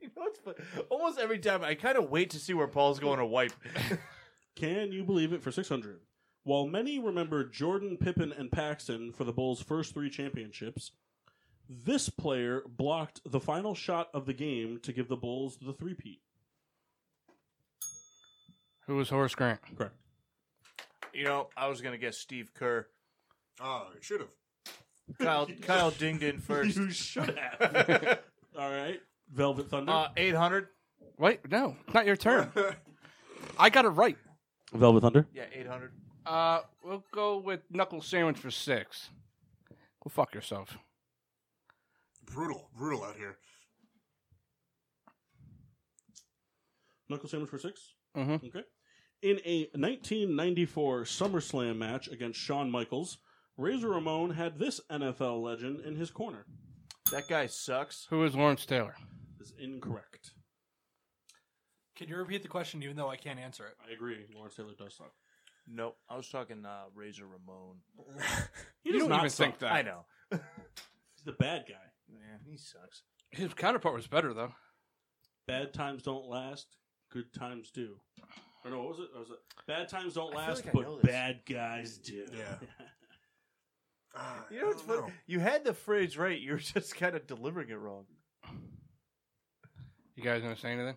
Speaker 6: You know, it's fun- almost every time I kind of wait to see where Paul's going to wipe.
Speaker 1: Can you believe it for 600? While many remember Jordan, Pippen, and Paxton for the Bulls' first three championships, this player blocked the final shot of the game to give the Bulls the three-peat.
Speaker 3: Who was Horace Grant?
Speaker 1: Correct.
Speaker 6: You know, I was gonna guess Steve Kerr.
Speaker 2: Oh, you should have.
Speaker 6: Kyle Kyle dinged in first.
Speaker 1: You should have. All right. Velvet Thunder.
Speaker 6: Uh, eight hundred.
Speaker 3: Wait, no, it's not your turn. I got it right.
Speaker 1: Velvet Thunder.
Speaker 6: Yeah, eight hundred.
Speaker 3: Uh, we'll go with knuckle sandwich for six. Go fuck yourself.
Speaker 2: Brutal. Brutal out here.
Speaker 1: Knuckle Sandwich for 6
Speaker 3: Mhm.
Speaker 1: Okay. In a 1994 SummerSlam match against Shawn Michaels, Razor Ramon had this NFL legend in his corner.
Speaker 6: That guy sucks.
Speaker 3: Who is Lawrence Taylor?
Speaker 1: Is incorrect.
Speaker 9: Can you repeat the question, even though I can't answer it?
Speaker 1: I agree. Lawrence Taylor does suck.
Speaker 6: Nope, I was talking uh, Razor Ramon.
Speaker 1: He
Speaker 3: you
Speaker 1: does
Speaker 3: don't
Speaker 1: not
Speaker 3: even
Speaker 1: suck.
Speaker 3: think that.
Speaker 6: I know.
Speaker 1: He's the bad guy.
Speaker 6: Yeah, he sucks.
Speaker 3: His counterpart was better though.
Speaker 1: Bad times don't last. Good times do. Or no, what was it? Or was it bad times don't
Speaker 6: I feel
Speaker 1: last,
Speaker 6: like I know
Speaker 1: but
Speaker 6: this.
Speaker 1: bad guys do.
Speaker 2: Yeah. Ah,
Speaker 6: You know what's
Speaker 2: I don't
Speaker 6: funny? You had the phrase right. You were just kind of delivering it wrong.
Speaker 3: You guys gonna say anything?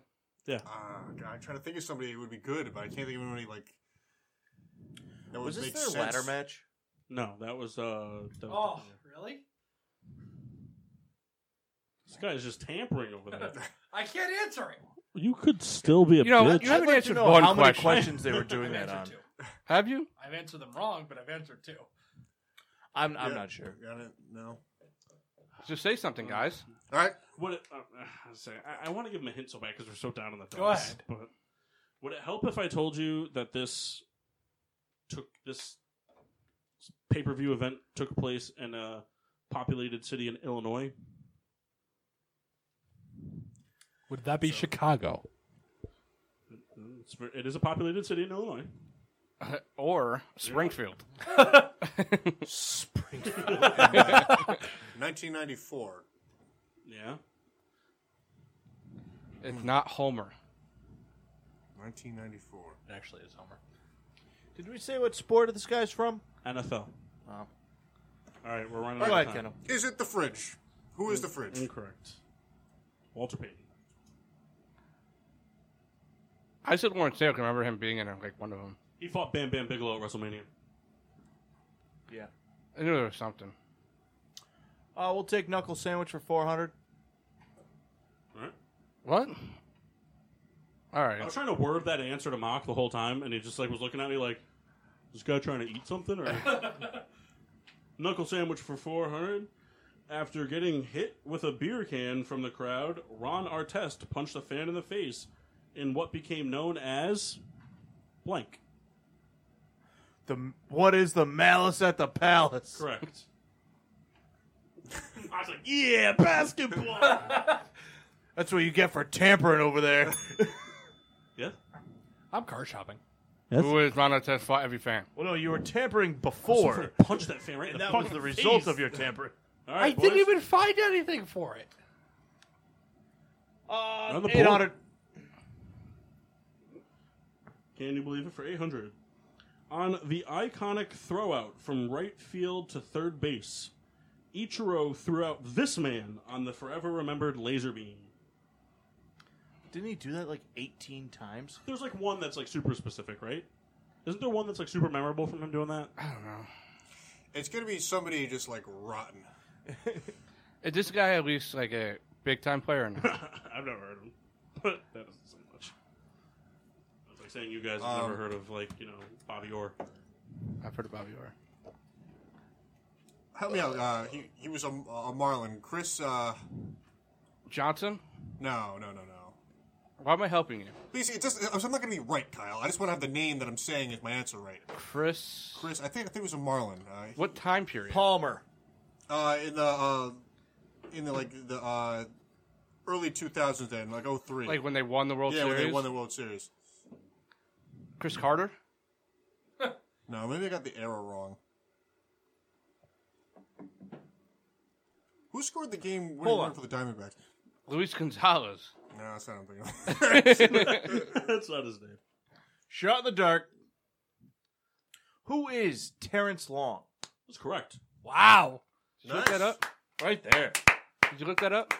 Speaker 2: Ah, God, I'm trying to think of somebody who would be good, but I can't think of anybody like. That would
Speaker 6: Was this
Speaker 2: make
Speaker 6: their
Speaker 2: sense.
Speaker 6: ladder match?
Speaker 3: Oh,
Speaker 1: No, that was uh. That was
Speaker 9: Oh, really?
Speaker 1: This guy's just tampering over there.
Speaker 9: I can't answer it.
Speaker 1: You could still be a
Speaker 3: You know,
Speaker 1: bitch.
Speaker 3: you haven't
Speaker 6: I'd like to
Speaker 3: answered
Speaker 6: know
Speaker 3: one
Speaker 6: how many
Speaker 3: question.
Speaker 6: questions they were doing
Speaker 9: I've
Speaker 6: that on.
Speaker 9: answered two.
Speaker 3: Have you?
Speaker 9: I've answered them wrong, but I've answered two.
Speaker 6: I'm, I'm
Speaker 2: Yeah.
Speaker 6: not sure.
Speaker 2: Got it? No.
Speaker 3: Just say something, guys.
Speaker 2: All right.
Speaker 1: What? Uh, uh, I say, I, I want to give him a hint so bad because we're so down on the dumps.
Speaker 9: Go ahead.
Speaker 1: But would it help if I told you that this took this pay per view event took place in a populated city in Illinois?
Speaker 5: Would that be Chicago?
Speaker 1: It's, ver- it is a populated city in Illinois.
Speaker 3: or Springfield.
Speaker 2: 1994.
Speaker 1: Yeah.
Speaker 3: It's not Homer.
Speaker 2: 1994.
Speaker 9: It actually is Homer.
Speaker 6: Did we say what sport this guy's from?
Speaker 1: NFL.
Speaker 6: Wow.
Speaker 1: All right, we're running
Speaker 6: Go
Speaker 1: out
Speaker 6: ahead,
Speaker 1: of time.
Speaker 6: Kendall.
Speaker 2: Is it the fridge? Who is the fridge?
Speaker 6: Mm.
Speaker 1: Incorrect. Walter Payton.
Speaker 3: I said Lawrence Taylor. I can remember him being in like one of them.
Speaker 1: He fought Bam Bam Bigelow at WrestleMania.
Speaker 6: Yeah.
Speaker 3: I knew there was something.
Speaker 6: Uh, we'll take knuckle sandwich for 400.
Speaker 1: All right.
Speaker 3: What? All
Speaker 1: I
Speaker 3: right.
Speaker 1: was trying to word that answer to mock the whole time, and he just like was looking at me like, "Is "This guy trying to eat something or knuckle sandwich for four hundred. After getting hit with a beer can from the crowd, Ron Artest punched a fan in the face in what became known as blank.
Speaker 6: The what is the malice at the palace?
Speaker 1: Correct. I was like, "Yeah, basketball."
Speaker 6: That's what you get for tampering over there.
Speaker 1: yeah.
Speaker 9: I'm car shopping.
Speaker 3: Who is Ron Artest fought every fan?
Speaker 6: well, no, you were tampering
Speaker 1: Somebody
Speaker 6: before,
Speaker 1: punched that fan right in
Speaker 6: and
Speaker 1: the
Speaker 6: that was
Speaker 1: fucking
Speaker 6: the result
Speaker 1: face.
Speaker 6: of your tampering.
Speaker 1: All
Speaker 9: I
Speaker 1: right,
Speaker 9: didn't
Speaker 1: boys.
Speaker 9: even find anything for it.
Speaker 1: On the
Speaker 6: Uh, Eight
Speaker 1: board.
Speaker 6: hundred.
Speaker 1: Can you believe it for 800? On the iconic throwout from right field to third base, Ichiro threw out this man on the forever remembered laser beam.
Speaker 6: Didn't he do that like 18 times?
Speaker 1: There's like one that's like super specific, right? Isn't there one that's like super memorable from him doing that?
Speaker 2: It's gonna be somebody just like rotten.
Speaker 3: Is this guy at least like a big time player? Or not?
Speaker 1: I've never heard of him, but that doesn't say much. That's like saying you guys have never heard of like you know Bobby Orr.
Speaker 3: I've heard of Bobby Orr.
Speaker 2: Help me out. Uh, he he was a, a Marlin. Chris. Uh,
Speaker 3: Johnson.
Speaker 2: no, no, no, no.
Speaker 3: Why am I helping you?
Speaker 2: Please, it doesn't. I'm not gonna be right, Kyle. I just want to have the name that I'm saying is my answer right.
Speaker 3: Chris.
Speaker 2: Chris. I think I think it was a Marlin. Uh, he-
Speaker 3: What time period?
Speaker 6: Palmer.
Speaker 2: uh, in the uh, in the like the uh, early 2000s, then like 03.
Speaker 3: Like when they won the World
Speaker 2: yeah,
Speaker 3: Series.
Speaker 2: when they won the World Series.
Speaker 3: Chris Carter.
Speaker 2: No, maybe I got the era wrong. Who scored the game winning
Speaker 6: Hold
Speaker 2: run
Speaker 6: on.
Speaker 2: for the Diamondbacks?
Speaker 3: Luis Gonzalez.
Speaker 2: No, that's not what I'm thinking. of.
Speaker 1: that's not his name.
Speaker 6: Shot in the dark. Who is Terrence Long?
Speaker 1: That's correct.
Speaker 9: Wow.
Speaker 3: Did you look that up?
Speaker 6: Right there.
Speaker 3: Did you look that up?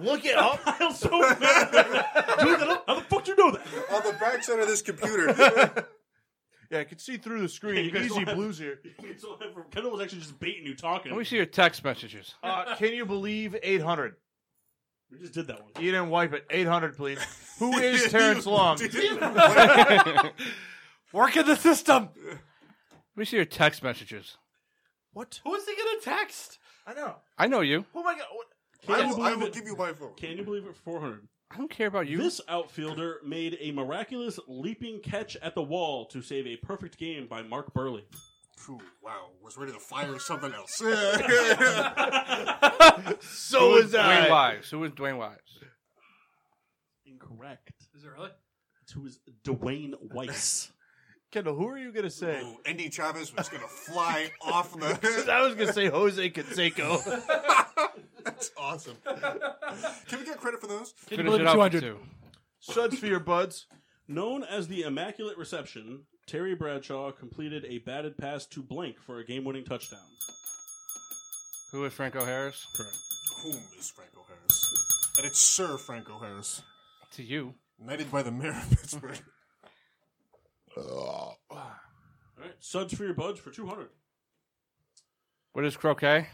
Speaker 6: Look it up.
Speaker 1: I'm so mad. How the fuck do you know that?
Speaker 2: on the backside of this computer.
Speaker 6: Yeah, I can see through the
Speaker 1: Yeah,
Speaker 6: screen.
Speaker 1: you guys
Speaker 6: Easy
Speaker 1: don't have-
Speaker 6: blues here.
Speaker 1: It's all over. Kendall was actually just baiting you talking.
Speaker 3: Let me see your text messages.
Speaker 6: Uh, can you believe 800?
Speaker 1: We just did that one.
Speaker 6: You didn't wipe it. 800, please. Who is Terrence Long?
Speaker 9: Work in the system.
Speaker 3: Let me see your text messages.
Speaker 6: what?
Speaker 9: Who is he gonna text?
Speaker 6: I know.
Speaker 3: I know you.
Speaker 6: Who am I? Gonna, what?
Speaker 2: I
Speaker 1: you
Speaker 2: will, I
Speaker 1: believe
Speaker 2: will
Speaker 1: it?
Speaker 2: give you my phone.
Speaker 1: Can you believe it? 400.
Speaker 3: I don't care about you.
Speaker 1: This outfielder made a miraculous leaping catch at the wall to save a perfect game by Mark Burley.
Speaker 2: Phew, wow, was ready to fire something else.
Speaker 6: So is
Speaker 3: Dwayne
Speaker 6: I.
Speaker 3: Wise. Who is Dwayne Wise?
Speaker 1: Incorrect.
Speaker 9: Is it really?
Speaker 1: It's who is Dwayne Weiss.
Speaker 6: Kendall, who are you going to say?
Speaker 2: Ooh, Andy Chavez was going to fly off the.
Speaker 6: I was going to say Jose Canseco.
Speaker 2: That's awesome. Can we get credit for those?
Speaker 3: Finish it up to two.
Speaker 6: Suds for your buds.
Speaker 1: Known as the Immaculate Reception, Terry Bradshaw completed a batted pass to Blank for a game winning touchdown.
Speaker 3: Who is Franco Harris?
Speaker 1: Correct.
Speaker 2: Whom is Franco Harris? And it's Sir Franco Harris,
Speaker 3: To you.
Speaker 2: knighted by the mayor of Pittsburgh.
Speaker 1: All right. Suds for your buds for 200.
Speaker 3: What is croquet?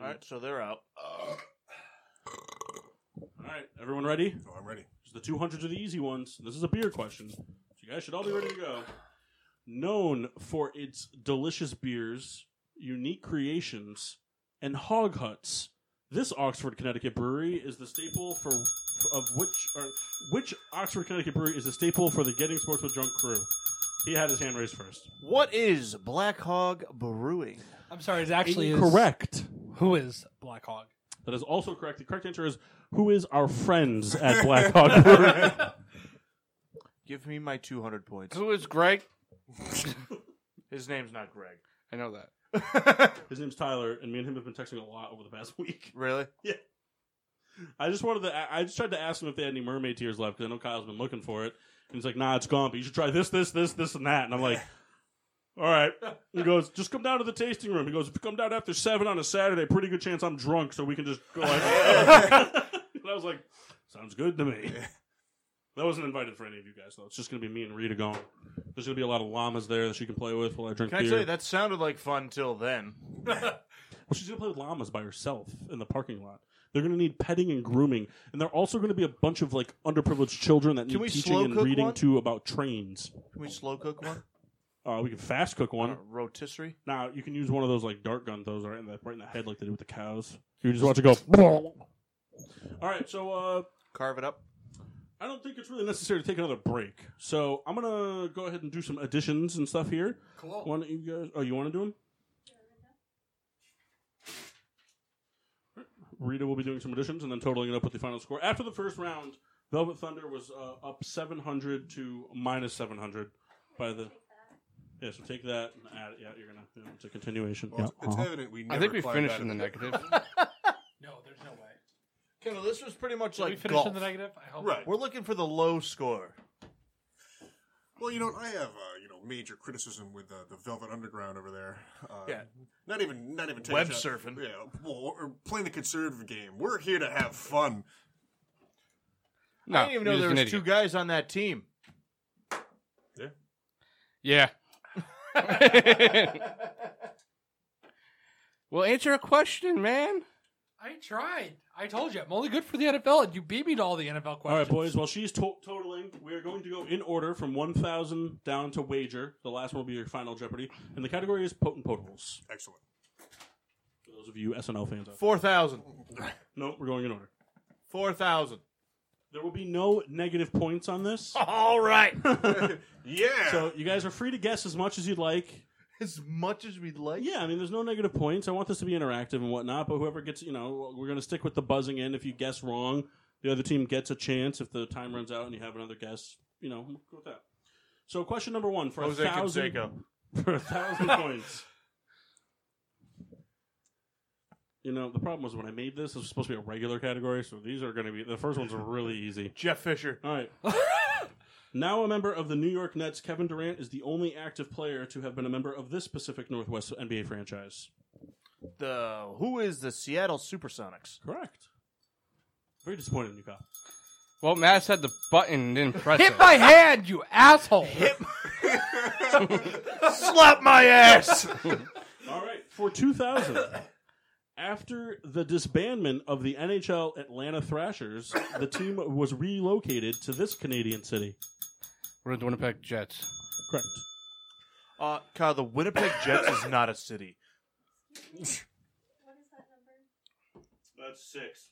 Speaker 6: All right, so they're out.
Speaker 1: right, everyone ready?
Speaker 2: Oh, I'm ready.
Speaker 1: Because the 200s are the easy ones. This is a beer question. So you guys should all be ready to go. Known for its delicious beers, unique creations, and hog huts, this Oxford, Connecticut brewery is the staple for of which or which Oxford, Connecticut brewery is the staple for the Getting Sports with Drunk crew. He had his hand raised first.
Speaker 6: What is Black Hog Brewing?
Speaker 9: I'm sorry, it actually is.
Speaker 1: Correct.
Speaker 9: Who is Black Hog?
Speaker 1: That is also correct. The correct answer is who is our friends at Black Hawk Brewery?
Speaker 6: Give me my 200 points.
Speaker 3: Who is Greg?
Speaker 6: His name's not Greg.
Speaker 3: I know that.
Speaker 1: His name's Tyler, and me and him have been texting a lot over the past week.
Speaker 6: Really?
Speaker 1: I just wanted to. I- I just tried to ask him if they had any mermaid tears left because I know Kyle's been looking for it. And he's like, "Nah, it's gone. But you should try this, this, this, this, and that." And I'm like, "All right." He goes, "Just come down to the tasting room." He goes, "If you come down after seven on a Saturday, pretty good chance I'm drunk, so we can just go." Like, and I was like, "Sounds good to me." That wasn't invited for any of you guys though. It's just gonna be me and Rita going. There's gonna be a lot of llamas there that she can play with while I drink
Speaker 6: Can I
Speaker 1: beer.
Speaker 6: tell you, that sounded like fun till then.
Speaker 1: Well, she's gonna play with llamas by herself in the parking lot. They're gonna need petting and grooming, and they're also gonna be a bunch of like underprivileged children that
Speaker 6: Can
Speaker 1: need
Speaker 6: we
Speaker 1: teaching
Speaker 6: slow
Speaker 1: and
Speaker 6: cook
Speaker 1: reading
Speaker 6: one?
Speaker 1: too about trains.
Speaker 6: Can we slow cook one?
Speaker 1: Uh, we can fast cook
Speaker 6: On
Speaker 1: one.
Speaker 6: a rotisserie?
Speaker 1: Now you can use one of those like dart gun throws right in the right in the head, like they do with the cows. You just watch it go. All right, so uh,
Speaker 6: Carve it up?
Speaker 1: I don't think it's really necessary to take another break. So I'm gonna go ahead and do some additions and stuff here.
Speaker 9: Cool.
Speaker 1: Why don't you guys? Oh, you want to do them? Rita will be doing some additions and then totaling it up with the final score. After the first round, Velvet Thunder was uh, up 700 to minus 700 by the. Yeah, so take that and add it. Yeah, you're gonna. Yeah, it's a continuation.
Speaker 2: Well,
Speaker 1: Yeah.
Speaker 2: it's, it's
Speaker 1: Uh-huh.
Speaker 2: evident we.
Speaker 3: I
Speaker 2: Never
Speaker 3: think we
Speaker 2: climbed
Speaker 3: finished
Speaker 2: out
Speaker 3: in the
Speaker 2: of it.
Speaker 3: negative.
Speaker 9: No, there's no way.
Speaker 6: Kendall, this was pretty much
Speaker 9: Did we
Speaker 6: like
Speaker 9: finish
Speaker 6: golf.
Speaker 9: in the negative? I hope.
Speaker 2: Right.
Speaker 6: We're looking for the low score.
Speaker 2: Well, you know, I have uh, you know major criticism with uh, the Velvet Underground over there. Uh,
Speaker 6: Yeah.
Speaker 2: Not even not even taking
Speaker 6: Web
Speaker 2: a shot.
Speaker 6: surfing.
Speaker 2: Yeah. Well, or playing the conservative game. We're here to have fun.
Speaker 3: No,
Speaker 6: I didn't even know
Speaker 3: you're
Speaker 6: there
Speaker 3: just
Speaker 6: was
Speaker 3: an
Speaker 6: two
Speaker 3: idiot.
Speaker 6: guys on that team.
Speaker 3: Yeah. well, answer a question, man.
Speaker 9: I tried. I told you. I'm only good for the NFL, and you beat me to all the NFL questions.
Speaker 1: All right, boys. While she's to- totaling, we are going to go in order from 1,000 down to wager. The last one will be your final Jeopardy, and the category is potent potables.
Speaker 2: Excellent.
Speaker 1: For those of you SNL fans, out there.
Speaker 6: 4,000.
Speaker 1: no, we're going in order.
Speaker 6: 4,000.
Speaker 1: There will be no negative points on this.
Speaker 6: All right.
Speaker 2: Yeah.
Speaker 1: So you guys are free to guess as much as you'd like.
Speaker 6: as much as we'd like.
Speaker 1: Yeah, I mean, there's no negative points. I want this to be interactive and whatnot. But whoever gets, you know, we're going to stick with the buzzing in. If you guess wrong, the other team gets a chance. If the time runs out and you have another guess, you know, we'll go with that. So question number one for
Speaker 6: Jose
Speaker 1: a thousand
Speaker 6: Canseco.
Speaker 1: for a thousand points. You know, the problem was when I made this, it was supposed to be a regular category, so these are going to be the first ones are really easy.
Speaker 6: Jeff Fisher.
Speaker 1: All right. now a member of the New York Nets, Kevin Durant is the only active player to have been a member of this Pacific Northwest NBA franchise.
Speaker 6: The who is the Seattle Supersonics?
Speaker 1: Correct. Very disappointed in you, Kyle.
Speaker 3: Well, Matt said the button didn't press
Speaker 9: Hit
Speaker 3: it.
Speaker 9: my hand, you asshole.
Speaker 6: Slap my ass.
Speaker 1: All right. For 2000, after the disbandment of the NHL Atlanta Thrashers, the team was relocated to this Canadian city.
Speaker 3: We're in the Winnipeg Jets.
Speaker 1: Correct.
Speaker 6: uh, Kyle, the Winnipeg Jets is not a city.
Speaker 10: What is that number?
Speaker 1: That's six.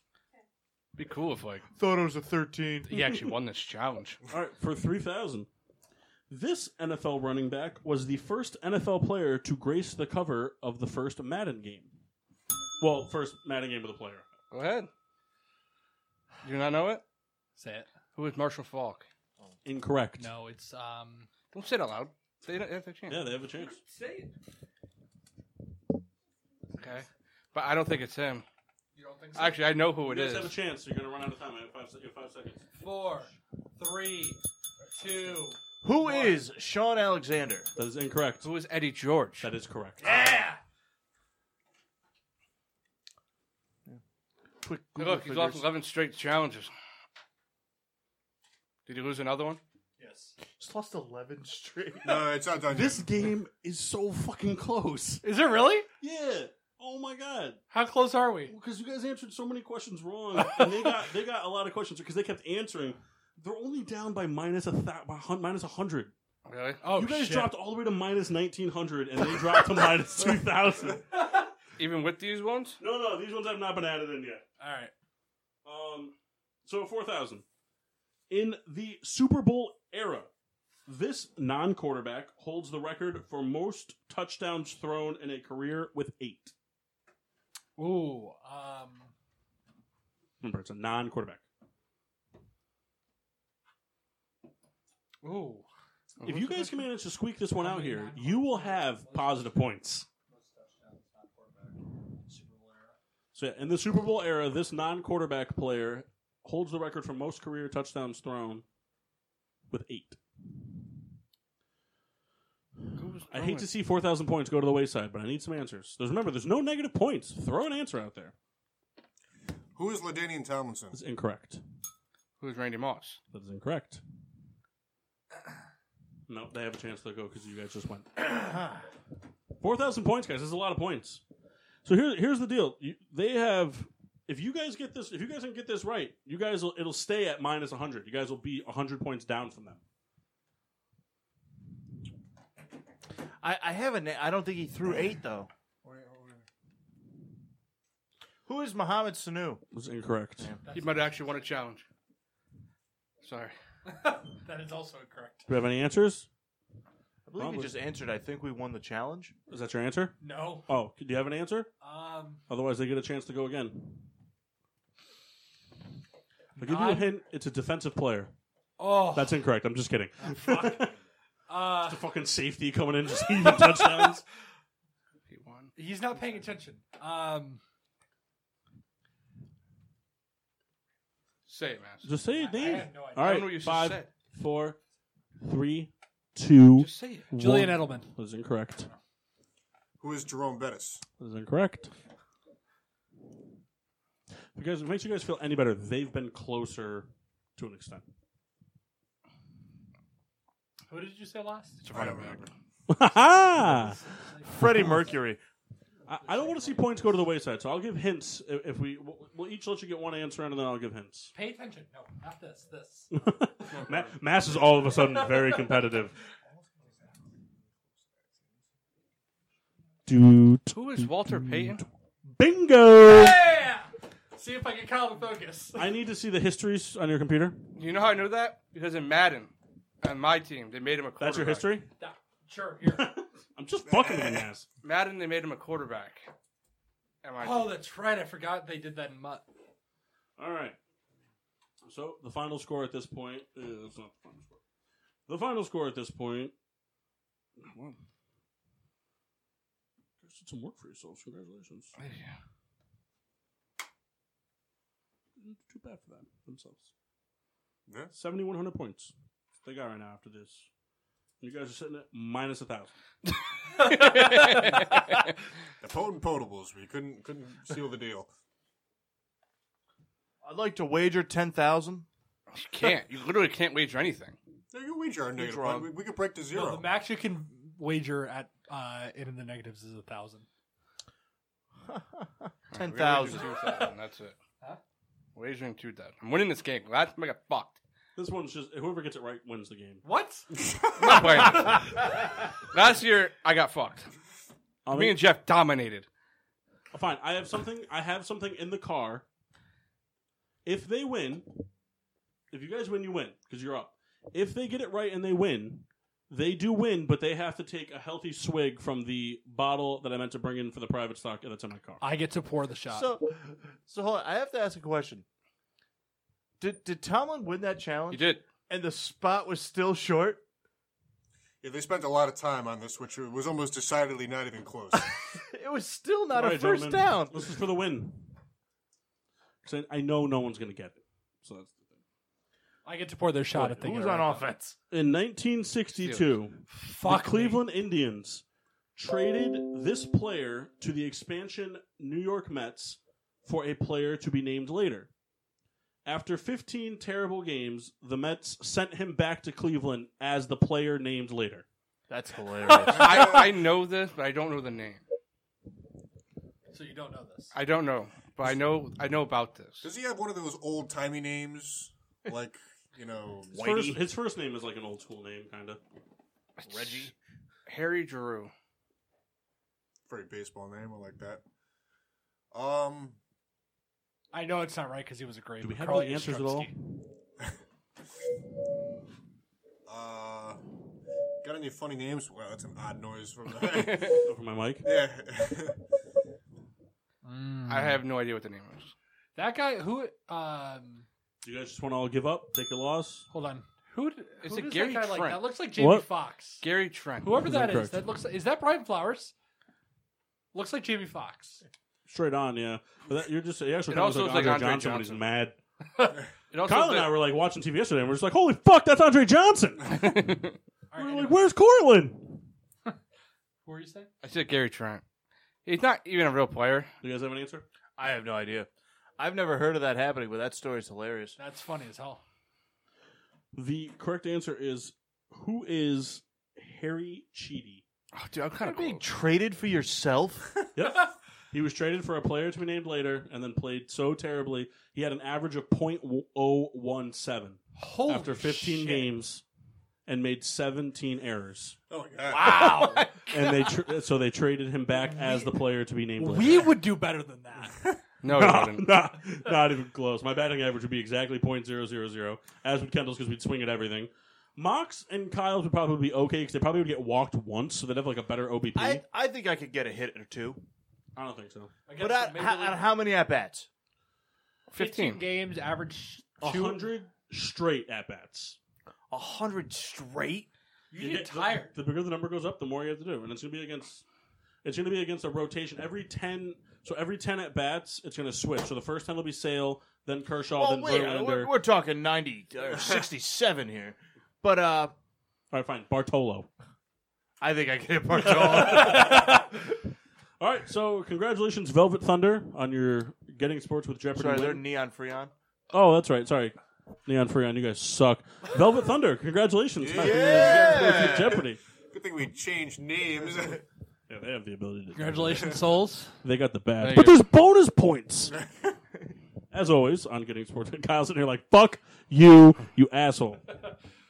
Speaker 3: Be cool if like
Speaker 6: Thought it was a thirteen.
Speaker 3: he actually won this challenge.
Speaker 1: All right. For 3000, this NFL running back was the first NFL player to grace the cover of the first Madden game. Well, first Madden game with a player.
Speaker 3: Go ahead. Do you not know it?
Speaker 9: Say it.
Speaker 3: Who is Marshall Falk?
Speaker 1: Incorrect.
Speaker 9: No, it's um.
Speaker 3: Don't say it out loud. They don't have a chance.
Speaker 1: Yeah, they have a chance.
Speaker 9: Say it.
Speaker 3: Okay. But I don't think it's him.
Speaker 9: You don't think so?
Speaker 3: Actually, I know who
Speaker 1: You
Speaker 3: it
Speaker 1: guys
Speaker 3: is.
Speaker 1: have a chance. You're going to run out of time. I have five, se- you have five seconds.
Speaker 9: Four, three, two.
Speaker 6: Who is Sean Alexander?
Speaker 1: That is incorrect.
Speaker 3: Who is Eddie George?
Speaker 1: That is correct.
Speaker 6: Quick
Speaker 3: Hey,
Speaker 6: Google
Speaker 3: Look, he's lost
Speaker 6: figures.
Speaker 3: 11 straight challenges. Did he lose another one?
Speaker 9: Yes.
Speaker 6: He's lost eleven straight.
Speaker 2: no, it's not done. yet.
Speaker 1: game is so fucking close.
Speaker 9: Is it really?
Speaker 1: Yeah. Oh my god!
Speaker 9: How close are we?
Speaker 1: Because you guys answered so many questions wrong, and they got they got a lot of questions because they kept answering. They're only down by minus a thou- by hun- minus a hundred.
Speaker 3: Really?
Speaker 9: Oh,
Speaker 1: you guys
Speaker 9: shit.
Speaker 1: dropped all the way to minus nineteen hundred, and they dropped to minus two thousand.
Speaker 3: Even with these ones?
Speaker 1: No, no, these ones have not been added in yet.
Speaker 9: All right.
Speaker 1: Um, so four thousand in the Super Bowl era. This non-quarterback holds the record for most touchdowns thrown in a career with eight.
Speaker 9: Ooh. Um.
Speaker 1: Remember, it's a non-quarterback.
Speaker 9: Ooh.
Speaker 1: If you guys can manage to squeak this one out here, you will have positive points. So, yeah, in the Super Bowl era, this non quarterback player holds the record for most career touchdowns thrown with eight. I hate to see 4,000 points go to the wayside, but I need some answers. There's, remember, there's no negative points. Throw an answer out there.
Speaker 2: Who is Ladanian Tomlinson?
Speaker 1: That's incorrect.
Speaker 3: Who's Randy Moss?
Speaker 1: That is incorrect. No, they have a chance to go because you guys just went. 4,000 points, guys. That's a lot of points. So here, here's the deal. You, they have, if you guys get this, if you guys can get this right, you guys will, it'll stay at minus 100. You guys will be 100 points down from them.
Speaker 6: I, I have a na- I don't think he threw eight though. Who is Mohammed Sanu?
Speaker 1: That's incorrect.
Speaker 3: He might actually want a challenge. Sorry.
Speaker 9: That is also correct.
Speaker 1: Do we have any answers?
Speaker 6: I believe
Speaker 1: Probably.
Speaker 6: he just answered. I think we won the challenge.
Speaker 1: Is that your answer?
Speaker 9: No.
Speaker 1: Oh, do you have an answer?
Speaker 9: Um.
Speaker 1: Otherwise, they get a chance to go again. I'll give you a
Speaker 9: Non-
Speaker 1: hint. It's a defensive player.
Speaker 9: Oh.
Speaker 1: That's incorrect. I'm just kidding.
Speaker 9: Uh.
Speaker 1: the fucking safety coming in just even touchdowns.
Speaker 3: He won.
Speaker 9: He's not paying attention. Um.
Speaker 3: Say it, Mass.
Speaker 1: Just say
Speaker 9: I
Speaker 1: it, name.
Speaker 9: have no idea.
Speaker 1: All
Speaker 3: I
Speaker 1: right,
Speaker 3: don't know what you just
Speaker 1: five,
Speaker 3: said.
Speaker 1: four, three, two,
Speaker 3: Just say it.
Speaker 5: Julian
Speaker 1: one.
Speaker 5: Edelman.
Speaker 1: That is incorrect.
Speaker 2: Who is Jerome Bettis?
Speaker 1: That is incorrect. If you guys, if it makes you guys feel any better, they've been closer to an extent.
Speaker 9: Who did you say last?
Speaker 2: I don't remember.
Speaker 1: I,
Speaker 6: Freddie Mercury.
Speaker 1: I don't want to see points go to the wayside, so I'll give hints. If, if we, we'll, we'll each let you get one answer, and then I'll give hints.
Speaker 9: Pay attention. No, not this. This.
Speaker 1: Ma- Mass is all of a sudden very competitive. Dude,
Speaker 3: Who is Walter Payton?
Speaker 1: bingo!
Speaker 9: yeah. See if I can call the focus.
Speaker 1: I need to see the histories on your computer.
Speaker 3: You know how I know that? Because in Madden, on my team, they made him a quarterback.
Speaker 1: That's your history.
Speaker 9: Nah, sure. Here.
Speaker 1: I'm just fucking with you, Mass.
Speaker 3: Madden, they made him a quarterback. Am I?
Speaker 9: Oh, that's right. I forgot they did that in Mutt.
Speaker 1: All right. So the final score at this point is not the final score. The final score at this point. Wow. Guys did some work for yourselves. Congratulations. Didn't do Too bad for them themselves.
Speaker 2: Yeah.
Speaker 1: Seventy-one hundred points they got right now after this. You guys are sitting at minus a thousand.
Speaker 2: The potent potables. We couldn't couldn't seal the deal.
Speaker 6: I'd like to wager ten thousand.
Speaker 3: You can't. You literally can't wager anything.
Speaker 2: No, you wager our negative
Speaker 6: wrong.
Speaker 2: one. We, we could break to zero.
Speaker 9: No, the max you can wager at uh, in the negatives is a thousand.
Speaker 6: Ten
Speaker 3: We're gonna wager
Speaker 6: thousand.
Speaker 3: 2,000, That's it. Wagering two thousand. I'm winning this game. Last time I got fucked.
Speaker 1: This one's just whoever gets it right wins the game.
Speaker 9: What?
Speaker 3: I'm not playing. Last year I got fucked.
Speaker 1: I'll
Speaker 3: Me and Jeff dominated.
Speaker 1: Fine. I have something. I have something in the car. If they win, if you guys win, you win because you're up. If they get it right and they win, they do win, but they have to take a healthy swig from the bottle that I meant to bring in for the private stock that's in my car.
Speaker 9: I get to pour the shot.
Speaker 6: So, so hold on. I have to ask a question. Did did Tomlin win that challenge?
Speaker 3: You did.
Speaker 6: And the spot was still short.
Speaker 2: yeah, they spent a lot of time on this, which was almost decidedly not even close.
Speaker 6: It was still not
Speaker 1: All
Speaker 6: a
Speaker 1: right,
Speaker 6: first
Speaker 1: gentlemen,
Speaker 6: down.
Speaker 1: This is for the win. 'Cause I I know no one's going to get it. So that's the thing.
Speaker 9: I get to pour their shot if they
Speaker 6: Who's
Speaker 9: get it
Speaker 6: on
Speaker 9: right.
Speaker 6: offense?
Speaker 1: In 1962,
Speaker 9: Fuck
Speaker 1: the
Speaker 9: me.
Speaker 1: Cleveland Indians traded this player to the expansion New York Mets for a player to be named later. After 15 terrible games, the Mets sent him back to Cleveland as the player named later.
Speaker 6: That's hilarious.
Speaker 3: I, I know this, but I don't know the name.
Speaker 9: So you don't know this.
Speaker 3: I don't know, but I know I know about this.
Speaker 2: Does he have one of those old timey names? Like, you know,
Speaker 1: His first, his first name is like an old school name, kind of.
Speaker 6: Reggie.
Speaker 3: Harry Drew.
Speaker 2: very baseball name. I like that. Um,
Speaker 9: I know it's not right because he was a great.
Speaker 1: Do we have
Speaker 9: Carl
Speaker 1: any answers at all?
Speaker 9: Yastrzemski.
Speaker 2: uh, got any funny names? Well, that's an odd noise from the.
Speaker 1: Over my mic.
Speaker 2: yeah.
Speaker 9: Mm.
Speaker 3: I have no idea what the name was.
Speaker 9: That guy who um
Speaker 1: You guys just want to all give up, take a loss.
Speaker 9: hold on. Who, d- who
Speaker 3: Is
Speaker 9: does
Speaker 3: it Gary
Speaker 9: that guy like?
Speaker 3: Trent?
Speaker 9: That looks like Jamie
Speaker 1: What?
Speaker 9: Fox.
Speaker 3: Gary Trent.
Speaker 9: Whoever that is,
Speaker 1: Incorrect.
Speaker 9: that looks is that Brian Flowers? Looks like Jamie Fox.
Speaker 1: Straight on, yeah. But that, you're just he actually
Speaker 3: It
Speaker 1: kind of looks
Speaker 3: also
Speaker 1: like
Speaker 3: looks
Speaker 1: Andre
Speaker 3: like
Speaker 1: Johnson,
Speaker 3: Andre
Speaker 1: when he's
Speaker 3: Johnson.
Speaker 1: mad.
Speaker 3: It also
Speaker 1: Kyle and I were like watching TV yesterday, and we're just like, "Holy fuck, that's Andre Johnson!"
Speaker 9: All
Speaker 1: we're
Speaker 9: right,
Speaker 1: like,
Speaker 9: anyway,
Speaker 1: "Where's Cortland?"
Speaker 9: who are you saying?
Speaker 3: I said Gary Trent. He's not even a real player.
Speaker 1: Do you guys have an answer?
Speaker 6: I have no idea. I've never heard of that happening, but that story's hilarious.
Speaker 9: That's funny as hell.
Speaker 1: The correct answer is who is Harry Cheedy?
Speaker 3: Oh, dude, I'm kind of
Speaker 6: Being traded for yourself?
Speaker 1: Yep. he was traded for a player to be named later, and then played so terribly he had an average of .017
Speaker 9: Holy
Speaker 1: after 15
Speaker 9: shit.
Speaker 1: games, and made 17 errors.
Speaker 2: Oh my god.
Speaker 9: Wow,
Speaker 1: And they tr- so they traded him back as the player to be named later.
Speaker 9: we would do better than that.
Speaker 3: No, he
Speaker 1: No,
Speaker 3: wouldn't.
Speaker 1: not, not even close. My batting average would be exactly .000, as would Kendall's because we'd swing at everything. Mox and Kyle's would probably be okay because they probably would get walked once, so they'd have like a better OBP.
Speaker 6: I, I think I could get a hit or two.
Speaker 1: I don't think so.
Speaker 6: But at, how, at how many at bats?
Speaker 3: 15.
Speaker 9: games, average
Speaker 1: A
Speaker 9: two.
Speaker 1: hundred straight at bats.
Speaker 6: A hundred straight?
Speaker 9: You get tired.
Speaker 1: The, the bigger the number goes up, the more you have to do, and it's gonna be against. It's gonna be against a rotation every ten. So every ten at bats, it's gonna switch. So the first ten will be Sale, then Kershaw,
Speaker 6: Well,
Speaker 1: then
Speaker 6: Oh, wait,
Speaker 1: Verlander.
Speaker 6: we're, we're talking 90 or 67 here. But uh,
Speaker 1: All right, fine, Bartolo.
Speaker 6: I think I could hit Bartolo.
Speaker 1: All right, so congratulations, Velvet Thunder, on your getting sports with Jeopardy.
Speaker 6: Sorry,
Speaker 1: win.
Speaker 6: they're neon freon.
Speaker 1: Oh, that's right. Sorry. Neon Freon, you guys suck. Velvet Thunder, congratulations. on getting
Speaker 2: Yeah.
Speaker 1: Sports with Jeopardy.
Speaker 2: Good thing we changed names.
Speaker 1: Yeah, they have the ability to.
Speaker 9: Congratulations, souls.
Speaker 1: They got the badge.
Speaker 3: There
Speaker 1: But
Speaker 3: you
Speaker 1: there's bonus points. As always, on getting sports. Kyle's in here like, fuck you, you asshole.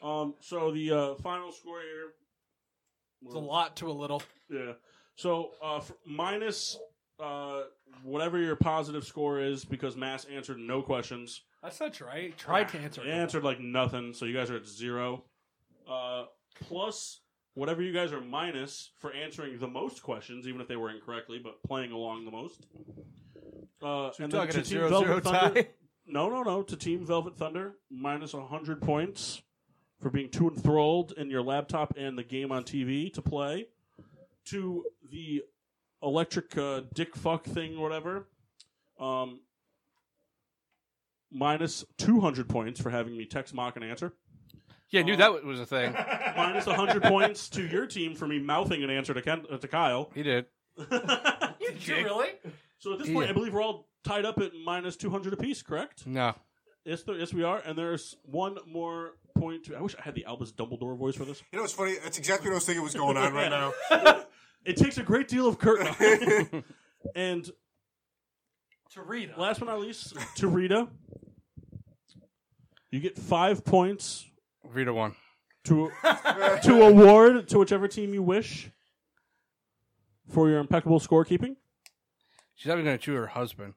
Speaker 1: Um, so the uh, final score here.
Speaker 9: It's a lot to a little.
Speaker 1: Yeah. So uh, f- minus uh, whatever your positive score is, because Mass answered no questions.
Speaker 9: That's not true. I tried to answer.
Speaker 1: They answered like nothing, so you guys are at zero. Uh, plus whatever you guys are minus for answering the most questions, even if they were incorrectly, but playing along the most. Uh,
Speaker 6: So we're
Speaker 1: and then
Speaker 6: talking
Speaker 1: to
Speaker 6: a
Speaker 1: Team
Speaker 6: 0
Speaker 1: Velvet
Speaker 6: 0
Speaker 1: Thunder-
Speaker 6: tie.
Speaker 1: No, no, no. To Team Velvet Thunder, minus 100 points for being too enthralled in your laptop and the game on TV to play. To the electric uh, dick fuck thing, whatever, um, minus 200 points for having me text mock an answer
Speaker 3: Yeah, I knew that was a thing.
Speaker 1: minus 100 points to your team for me mouthing an answer to Ken, uh, to Kyle.
Speaker 3: He did.
Speaker 1: so
Speaker 9: Did you really?
Speaker 1: at this point,
Speaker 3: Yeah.
Speaker 1: I believe we're all tied up at minus 200 apiece, correct?
Speaker 3: No.
Speaker 1: Yes, there, yes, we are. And there's one more point to. I wish I had the Albus Dumbledore voice for this.
Speaker 2: You know what's funny? That's exactly what I was thinking was going on right now.
Speaker 1: It takes a great deal of curtain. and
Speaker 9: To read it.
Speaker 1: last but not least, to Rita, you get five points
Speaker 3: Rita won.
Speaker 1: to to award to whichever team you wish for your impeccable scorekeeping.
Speaker 3: She's not even going to chew her husband.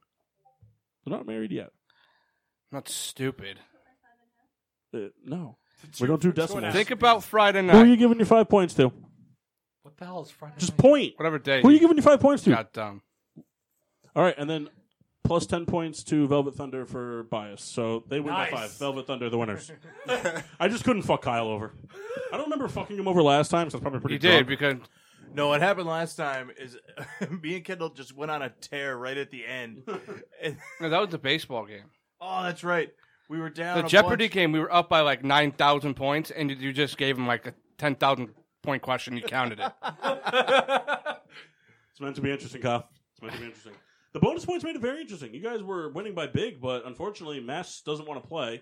Speaker 1: They're not married yet.
Speaker 3: Not stupid.
Speaker 1: Uh, no. We don't do decimals.
Speaker 3: Think about Friday
Speaker 1: Who are you
Speaker 3: night.
Speaker 1: giving your five points to?
Speaker 9: What the hell is Friday?
Speaker 1: Just
Speaker 9: night?
Speaker 1: point.
Speaker 3: Whatever day.
Speaker 1: Who are you giving your five points to?
Speaker 3: got dumb.
Speaker 1: All right, and then plus 10 points to Velvet Thunder for bias. So they win
Speaker 9: Nice.
Speaker 1: by five. Velvet Thunder, the winners. I just couldn't fuck Kyle over. I don't remember fucking him over last time, so it's probably pretty
Speaker 3: You did
Speaker 1: drunk.
Speaker 3: because
Speaker 6: No, what happened last time is me and Kendall just went on a tear right at the end. And-
Speaker 3: no, that was the baseball game.
Speaker 6: oh, that's right. We were down.
Speaker 3: The
Speaker 6: a
Speaker 3: Jeopardy
Speaker 6: bunch.
Speaker 3: game, we were up by like 9,000 points, and you- you just gave him like a 10,000 point question. You counted it.
Speaker 1: It's meant to be interesting, Kyle. It's meant to be interesting. The bonus points made it very interesting. You guys were winning by big, but unfortunately, Mass doesn't want to play.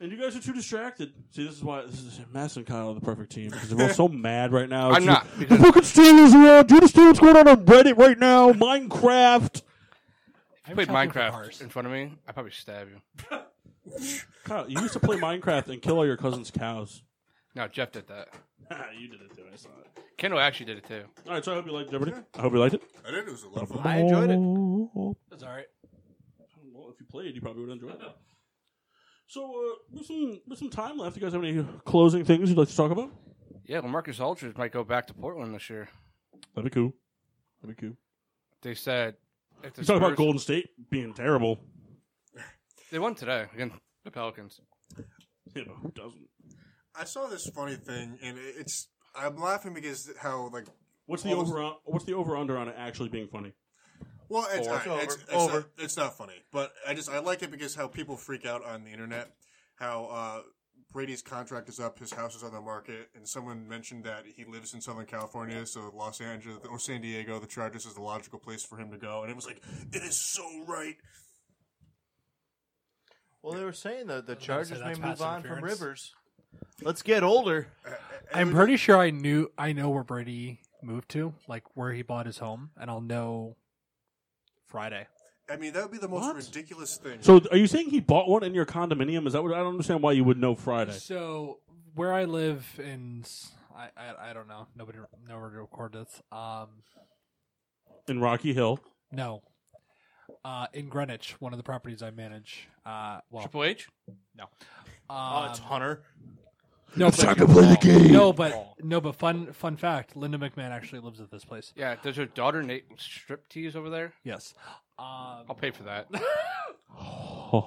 Speaker 1: And you guys are too distracted. See, this is why this is Mass and Kyle are the perfect team because they're both so mad right now.
Speaker 3: I'm
Speaker 1: It's
Speaker 3: not,
Speaker 1: like,
Speaker 3: because-
Speaker 1: the fucking Steelers are out. Do you understand what's going on on Reddit right now? Minecraft.
Speaker 3: I played
Speaker 11: chopping for
Speaker 3: Minecraft
Speaker 11: cars.
Speaker 3: in front of me. I probably stab you.
Speaker 1: Kyle, you used to play Minecraft and kill all your cousins' cows.
Speaker 3: No, Jeff did that.
Speaker 1: you did it too. I saw it.
Speaker 3: Kendall actually did it too.
Speaker 1: All right, so I hope you liked Jeopardy. I hope you liked it.
Speaker 2: I did. It was a lot of fun.
Speaker 6: I enjoyed it.
Speaker 1: Well,
Speaker 5: That's all right.
Speaker 1: if you played, you probably would enjoy it. So, uh, with some with some time left, you guys have any closing things you'd like to talk about?
Speaker 3: Yeah, Lamarcus Aldridge might go back to Portland this year.
Speaker 1: That'd be cool. That'd be cool.
Speaker 3: They said if the
Speaker 1: You talk about
Speaker 3: Spurs-
Speaker 1: Golden State being terrible.
Speaker 3: They won today against the Pelicans.
Speaker 1: You know, who doesn't?
Speaker 2: I saw this funny thing, and it- it's I'm laughing because how like
Speaker 1: What's the
Speaker 2: All this-
Speaker 1: over? What's the over under on it actually being funny?
Speaker 2: well it's
Speaker 3: Over.
Speaker 2: I- it's,
Speaker 6: Over.
Speaker 2: it's Not,
Speaker 6: Over.
Speaker 2: it's not funny, but I just I like it because how people freak out on the internet how uh, Brady's contract is up, his house is on the market, and someone mentioned that he lives in Southern California, so Los Angeles or San Diego, the Chargers is the logical place for him to go, and it was like it is so right.
Speaker 6: Well, they were saying the the
Speaker 5: gonna
Speaker 6: Chargers
Speaker 5: say
Speaker 6: may
Speaker 5: that's
Speaker 6: move
Speaker 5: pass
Speaker 6: on from
Speaker 5: interference.
Speaker 6: Rivers. Let's get older.
Speaker 5: I'm pretty sure I knew I know where Brady moved to, like where he bought his home, and I'll know Friday.
Speaker 2: I mean, that would be the most
Speaker 1: What?
Speaker 2: ridiculous thing.
Speaker 1: So, are you saying he bought one in your condominium? Is that what I don't understand why you would know Friday?
Speaker 5: So where I live in, s- I I, I don't know. Nobody nowhere to record this. Um,
Speaker 1: In Rocky Hill,
Speaker 5: no. Uh, in Greenwich, one of the properties I manage. Uh, well,
Speaker 3: Triple H.
Speaker 6: oh,
Speaker 5: um,
Speaker 6: it's Hunter.
Speaker 5: no, but,
Speaker 3: to play the game.
Speaker 5: no, but no, but fun fun fact: Linda McMahon actually lives at this place.
Speaker 3: Yeah, does your daughter Nate strip tease over there?
Speaker 5: Yes. Um,
Speaker 3: I'll pay for that.
Speaker 6: Oh.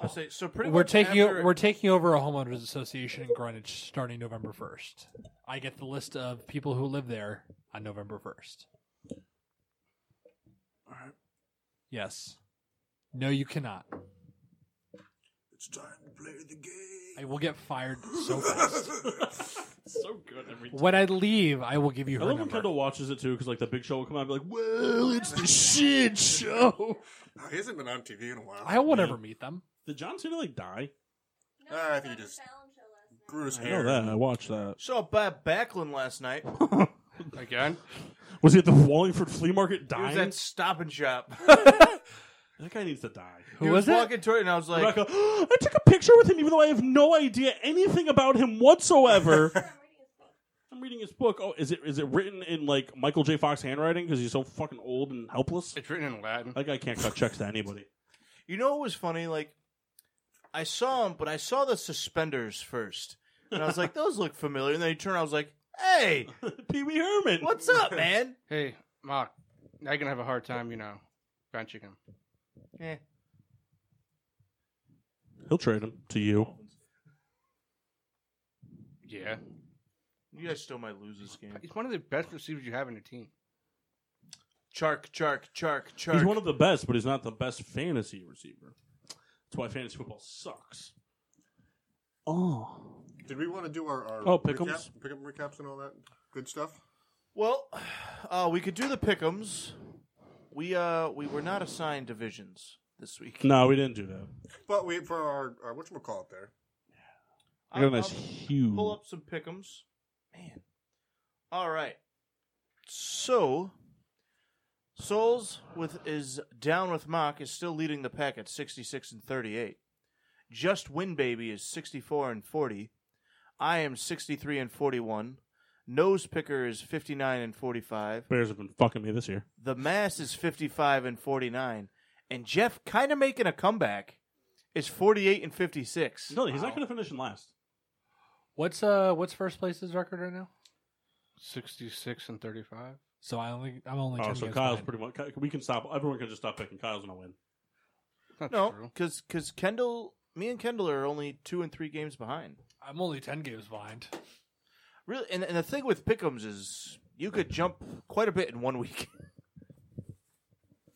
Speaker 6: I say so. Pretty.
Speaker 5: we're
Speaker 6: much
Speaker 5: taking
Speaker 6: after,
Speaker 5: we're taking over a homeowners association in Greenwich starting November first. I get the list of people who live there on November first. Yes. No, you cannot.
Speaker 2: It's time to play the game.
Speaker 5: I will get fired so fast.
Speaker 1: so good every
Speaker 5: when I leave, I will give you
Speaker 1: I
Speaker 5: her
Speaker 1: love when
Speaker 5: number.
Speaker 1: Kendall watches it too, because like the Big Show will come out and be like, "Well, it's the shit show."
Speaker 2: Oh, he hasn't been on TV in a while.
Speaker 5: I will never meet them.
Speaker 1: Did John Cena like die?
Speaker 10: No,
Speaker 2: Ah, I
Speaker 10: I
Speaker 2: think
Speaker 10: think
Speaker 2: you
Speaker 10: you
Speaker 2: just-
Speaker 10: just.
Speaker 2: Grew his
Speaker 1: I know
Speaker 2: hair.
Speaker 1: that. I watched that.
Speaker 6: saw Bob Backlund last night. He
Speaker 3: Again?
Speaker 1: Was he at the Wallingford flea market
Speaker 6: was
Speaker 1: dying?
Speaker 6: at Stop and Shop.
Speaker 1: That guy needs to die.
Speaker 5: Who
Speaker 6: he
Speaker 5: was,
Speaker 6: was,
Speaker 5: it?
Speaker 6: walking toward it, and I was like,
Speaker 1: Rebecca, I took a picture with him, even though I have no idea anything about him whatsoever. I'm reading his book. Oh, is it is it written in like Michael J. Fox handwriting because he's so fucking old and helpless?
Speaker 3: It's written in Latin.
Speaker 1: That guy can't cut checks to anybody.
Speaker 6: you know, what was funny. Like, I saw him, but I saw the suspenders first, and I was like, those look familiar. And then he turned. I was like, hey,
Speaker 1: Pee Wee Herman.
Speaker 6: what's up, man?
Speaker 3: Hey, Mark, now you're going to have a hard time, you know, benching him.
Speaker 6: Eh.
Speaker 1: He'll trade him to you.
Speaker 3: Yeah.
Speaker 6: You guys still might lose this game.
Speaker 3: He's one of the best receivers you have in your team.
Speaker 6: Chark, chark, chark, chark.
Speaker 1: He's one of the best, but he's not the best fantasy receiver. That's why fantasy football sucks. Oh,
Speaker 2: Did we want to do our, our
Speaker 1: Oh,
Speaker 2: recap,
Speaker 1: pick'ems?
Speaker 2: pick recaps and all that good stuff?
Speaker 6: Well, uh, we could do the pickums. We uh we were not assigned divisions this week.
Speaker 1: no, we didn't do that.
Speaker 2: But we for our, our what call it there?
Speaker 1: I got a
Speaker 6: I'll-
Speaker 1: nice
Speaker 6: I'll
Speaker 1: hue.
Speaker 6: Pull up some pickums. Man. All right. So Souls with is down with Mock is still leading the pack at 66 and 38. Just Win Baby is 64 and 40. I am 63 and 41. Nose Picker is 59 and 45.
Speaker 1: Bears have been fucking me this year.
Speaker 6: The Mass is 55 and 49. And Jeff, kind of making a comeback, is 48 and 56.
Speaker 1: No, he's not going to finish in last.
Speaker 5: What's uh what's first place's record right now?
Speaker 3: 66 and 35.
Speaker 5: So I only I'm only.
Speaker 1: Oh,
Speaker 5: 10
Speaker 1: so
Speaker 5: games
Speaker 1: Kyle's
Speaker 5: behind.
Speaker 1: pretty much. We can stop. Everyone can just stop picking. Kyle's going to win.
Speaker 3: That's
Speaker 6: No,
Speaker 3: true.
Speaker 6: because Kendall, me and Kendall are only two and three games behind.
Speaker 5: I'm only ten games behind.
Speaker 6: Really, and, and the thing with Pickums is you could jump quite a bit in one week.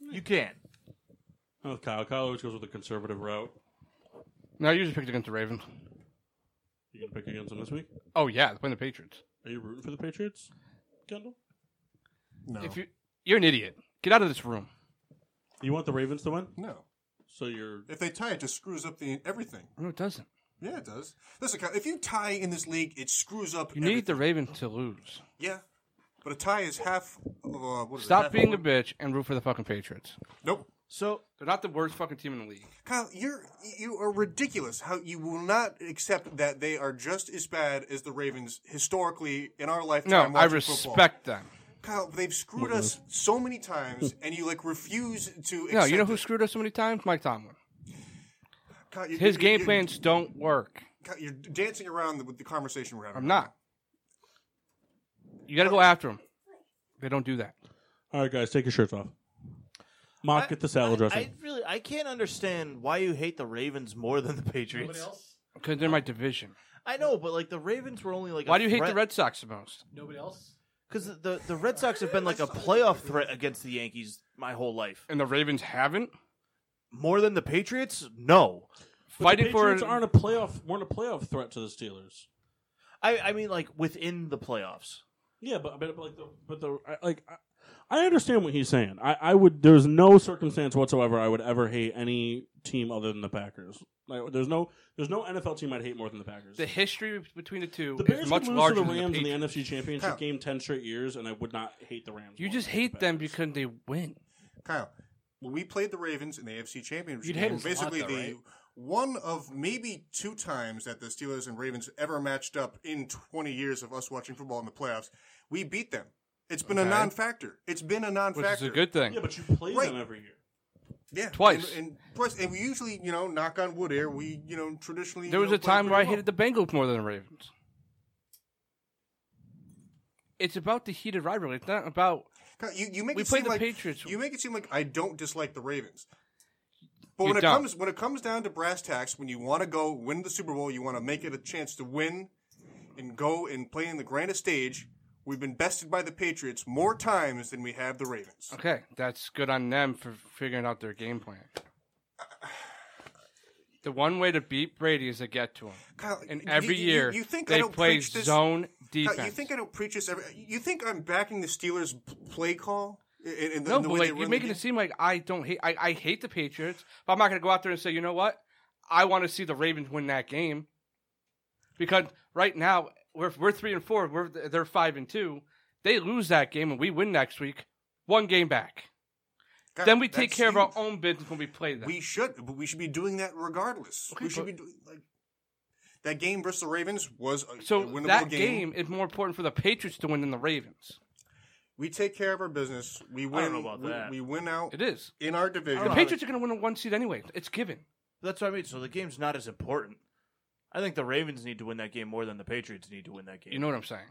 Speaker 6: you can.
Speaker 1: Not with Oh, Kyle. Kyle always goes with the conservative route.
Speaker 3: No, you just picked against the Ravens.
Speaker 1: You going to pick against him this week?
Speaker 3: Oh, yeah, they're playing the Patriots.
Speaker 1: Are you rooting for the Patriots, Kendall?
Speaker 2: No.
Speaker 3: If you, You're an idiot. Get out of this room.
Speaker 1: You want the Ravens to win?
Speaker 2: no.
Speaker 1: So you're
Speaker 2: If they tie it just screws up the everything.
Speaker 3: No, it doesn't.
Speaker 2: Yeah, it does. Listen, Kyle, if you tie in this league, it screws up.
Speaker 3: You need the
Speaker 2: everything.
Speaker 3: Ravens to lose.
Speaker 2: yeah, but a tie is half. Of, uh, what is it, half
Speaker 3: Stop
Speaker 2: of
Speaker 3: being a
Speaker 2: one-
Speaker 3: bitch and root for the fucking Patriots.
Speaker 2: Nope,
Speaker 6: So
Speaker 3: They're not the worst fucking team in the league.
Speaker 2: Kyle, you're you are ridiculous. How you will not accept that they are just as bad as the Ravens historically in our
Speaker 3: No,
Speaker 2: lifetime.
Speaker 3: I
Speaker 2: watching football.
Speaker 3: respect them.
Speaker 2: Kyle. They've screwed us so many times, and you like refuse to. Accept
Speaker 3: No, you know who
Speaker 2: it.
Speaker 3: screwed us so many times? Mike Tomlin.
Speaker 2: Kyle, you-
Speaker 3: His
Speaker 2: you-
Speaker 3: game
Speaker 2: you-
Speaker 3: plans don't work.
Speaker 2: Kyle, You're dancing around the, with the conversation we're having.
Speaker 3: I'm not. You got to go after him. They don't do that.
Speaker 1: All right, guys, take your shirts off. Mock
Speaker 6: I-
Speaker 1: at the salad
Speaker 6: I,
Speaker 1: dressing.
Speaker 6: I really I can't understand why you hate the Ravens more than the Patriots.
Speaker 3: Because they're my division.
Speaker 6: I know, but like the Ravens were only like.
Speaker 3: Why do you hate the Red Sox the most?
Speaker 9: Nobody else?
Speaker 6: Because the the Red Sox have been like a playoff threat against the Yankees my whole life.
Speaker 3: And the Ravens haven't?
Speaker 6: More than the Patriots? No.
Speaker 1: But the
Speaker 3: Fighting for
Speaker 1: Patriots
Speaker 3: it.
Speaker 1: aren't a playoff. Weren't a playoff threat to the Steelers.
Speaker 6: I I mean like within the playoffs.
Speaker 1: Yeah, but but like the but the I- like I, I understand what he's saying. I, I would there's no circumstance whatsoever I would ever hate any team other than the Packers. Like, there's no there's no NFL team I'd hate more than the Packers.
Speaker 3: The history between the two
Speaker 1: The
Speaker 3: is
Speaker 1: Bears
Speaker 3: much
Speaker 1: could lose to
Speaker 3: larger
Speaker 1: the
Speaker 3: than
Speaker 1: Rams
Speaker 3: the
Speaker 1: in the
Speaker 3: Patriots.
Speaker 1: NFC Championship
Speaker 2: Kyle.
Speaker 1: game ten straight years, and I would not hate the Rams.
Speaker 3: You
Speaker 1: more
Speaker 3: just
Speaker 1: than the
Speaker 3: hate them
Speaker 1: Packers.
Speaker 3: because they win.
Speaker 2: Kyle, when we played the Ravens in the AFC Championship,
Speaker 9: You'd hate
Speaker 2: game,
Speaker 9: us a lot,
Speaker 2: basically
Speaker 9: though,
Speaker 2: the
Speaker 9: right?
Speaker 2: one of maybe two times that the Steelers and Ravens ever matched up in 20 years of us watching football in the playoffs, we beat them. It's been a
Speaker 3: Okay.
Speaker 2: non-factor. It's been a non-factor.
Speaker 3: Which is a good thing.
Speaker 1: yeah, but you play
Speaker 2: Right.
Speaker 1: them every year.
Speaker 2: yeah,
Speaker 3: twice.
Speaker 2: and, and twice. And we usually, you know, knock on wood here. We, you know, traditionally
Speaker 3: There
Speaker 2: you
Speaker 3: was
Speaker 2: know,
Speaker 3: a
Speaker 2: play
Speaker 3: time where I
Speaker 2: pretty
Speaker 3: hated the Bengals more than the Ravens. It's about the heated rivalry. It's not about
Speaker 2: Kyle, You, you make
Speaker 3: We
Speaker 2: it
Speaker 3: played
Speaker 2: seem
Speaker 3: the
Speaker 2: like,
Speaker 3: Patriots.
Speaker 2: You make it seem like I don't dislike the Ravens. But
Speaker 3: You
Speaker 2: when it
Speaker 3: don't.
Speaker 2: comes when it comes down to brass tacks, when you want to go win the Super Bowl, you want to make it a chance to win and go and play in the grandest stage. We've been bested by the Patriots more times than we have the Ravens.
Speaker 3: okay. That's good on them for figuring out their game plan. The one way to beat Brady is to get to him,
Speaker 2: Kyle,
Speaker 3: and
Speaker 2: you-
Speaker 3: every
Speaker 2: you- you-
Speaker 3: year
Speaker 2: you think I
Speaker 3: they
Speaker 2: don't
Speaker 3: play
Speaker 2: preach this?
Speaker 3: zone
Speaker 2: Kyle,
Speaker 3: defense.
Speaker 2: you think I don't preach this? Every, you think I'm backing the Steelers' p- play call? In, in the,
Speaker 3: no,
Speaker 2: in the
Speaker 3: but
Speaker 2: way
Speaker 3: like,
Speaker 2: they
Speaker 3: you're
Speaker 2: run
Speaker 3: making
Speaker 2: the
Speaker 3: it
Speaker 2: game?
Speaker 3: seem like I don't hate. I, I hate the Patriots, but I'm not going to go out there and say, you know what? I want to see the Ravens win that game because right now we're we're three and four. We're they're five and two. They lose that game and we win next week, one game back.
Speaker 2: Kyle,
Speaker 3: then we take
Speaker 2: that's
Speaker 3: care of our
Speaker 2: huge.
Speaker 3: own business when we play them.
Speaker 2: We should, but we should be doing that regardless.
Speaker 3: Okay,
Speaker 2: we should
Speaker 3: but-
Speaker 2: be doing like that game versus the Ravens was a, a
Speaker 3: so
Speaker 2: winnable
Speaker 3: that
Speaker 2: game.
Speaker 3: game is more important for the Patriots to win than the Ravens.
Speaker 2: We take care of our business. We
Speaker 6: I
Speaker 2: win.
Speaker 6: don't know about
Speaker 2: we,
Speaker 6: that.
Speaker 2: we win out
Speaker 3: It is.
Speaker 2: in our division.
Speaker 3: The
Speaker 6: know.
Speaker 3: Patriots are going to win a one seed anyway. It's given.
Speaker 6: That's what I mean. So the game's not as important. I think the Ravens need to win that game more than the Patriots need to win that game.
Speaker 3: You know what I'm saying?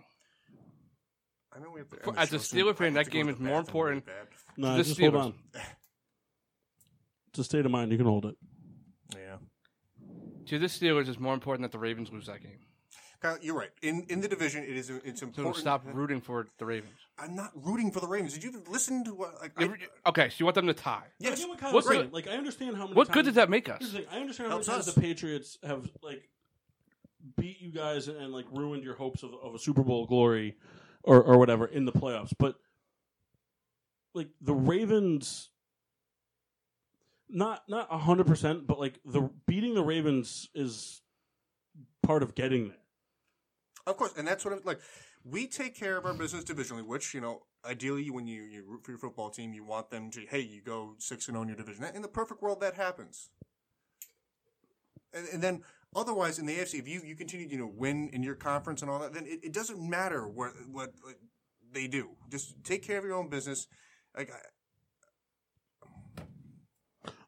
Speaker 2: I know we have to end
Speaker 3: For-
Speaker 2: the
Speaker 3: as a
Speaker 2: show soon.
Speaker 3: Steeler
Speaker 2: I
Speaker 3: fan,
Speaker 2: have
Speaker 3: that
Speaker 2: to go
Speaker 3: game
Speaker 2: to
Speaker 3: is
Speaker 2: the
Speaker 3: more
Speaker 2: bathroom really
Speaker 3: important.
Speaker 2: bad.
Speaker 1: No,
Speaker 3: the
Speaker 1: just
Speaker 3: Steelers.
Speaker 1: hold on. It's a state of mind. You can hold it.
Speaker 2: Yeah,
Speaker 3: To the Steelers, it's more important that the Ravens lose that game.
Speaker 2: Kyle, you're right. In in the division, it is it's
Speaker 3: So
Speaker 2: important.
Speaker 3: stop rooting for the Ravens.
Speaker 2: I'm not rooting for the Ravens. Did you listen to what? Like, I,
Speaker 3: Okay, so you want them to tie.
Speaker 1: I
Speaker 2: yes,
Speaker 1: get what Kyle's
Speaker 3: What
Speaker 1: saying.
Speaker 3: good-
Speaker 1: Like I understand how many.
Speaker 3: What good
Speaker 1: times-
Speaker 3: does that make
Speaker 1: Here's
Speaker 3: us?
Speaker 1: the thing. I understand how many
Speaker 2: Helps
Speaker 1: times
Speaker 2: us.
Speaker 1: the Patriots have like beat you guys and, like ruined your hopes of, of a Super Bowl glory or, or whatever in the playoffs, but like the Ravens, not not hundred percent, but like the beating the Ravens is part of getting there.
Speaker 2: of course, and that's what I'm like. We take care of our business divisionally, which you know, ideally, when you, you root for your football team, you want them to. Hey, you go six and zero in your division. In the perfect world, that happens. And, and then otherwise in the AFC, if you, you continue to you know win in your conference and all that, then it, it doesn't matter what what like, they do. Just take care of your own business. Like I,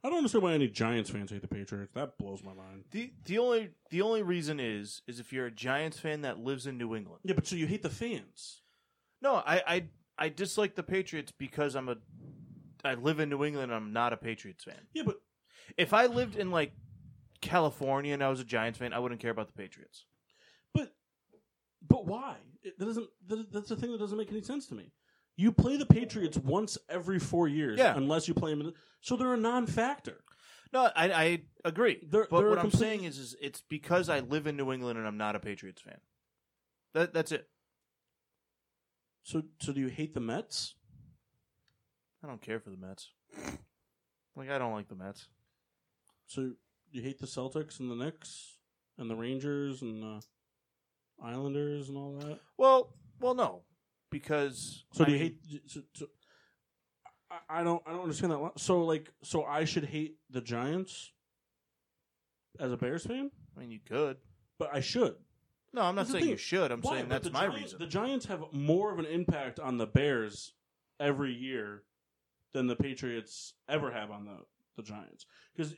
Speaker 1: I don't understand why any Giants fans hate the Patriots. That blows my mind.
Speaker 6: the the only the only reason is is if you're a Giants fan that lives in New England.
Speaker 1: Yeah, but so you hate the fans.
Speaker 6: No, I I, I dislike the Patriots because I'm a I live in New England. and I'm not a Patriots fan.
Speaker 1: Yeah, but
Speaker 6: If I lived in like California and I was a Giants fan, I wouldn't care about the Patriots.
Speaker 1: But but why? It, that doesn't. That, that's the thing that doesn't make any sense to me. You play the Patriots once every four years,
Speaker 6: Yeah.
Speaker 1: unless you play them. In, so they're a non-factor.
Speaker 6: No, I, I agree.
Speaker 1: They're-
Speaker 6: but
Speaker 1: they're
Speaker 6: what
Speaker 1: a
Speaker 6: I'm
Speaker 1: complete-
Speaker 6: saying is, is it's because I live in New England and I'm not a Patriots fan. That that's it.
Speaker 1: So so do you hate the Mets?
Speaker 6: I don't care for the Mets. Like I don't like the Mets.
Speaker 1: So you hate the Celtics and the Knicks and the Rangers and the Islanders and all that.
Speaker 6: Well, well, no, because
Speaker 1: So
Speaker 6: I
Speaker 1: do you
Speaker 6: mean,
Speaker 1: hate? So, so, I, I don't. I don't understand that. lo- So like, so I should hate the Giants as a Bears fan,
Speaker 6: I mean, you could.
Speaker 1: but I should.
Speaker 6: No, I'm not
Speaker 1: That's the
Speaker 6: saying
Speaker 1: thing.
Speaker 6: you should. I'm
Speaker 1: Why?
Speaker 6: saying
Speaker 1: But
Speaker 6: that's
Speaker 1: the
Speaker 6: my
Speaker 1: Giants-
Speaker 6: reason.
Speaker 1: The Giants have more of an impact on the Bears every year than the Patriots ever have on the the Giants because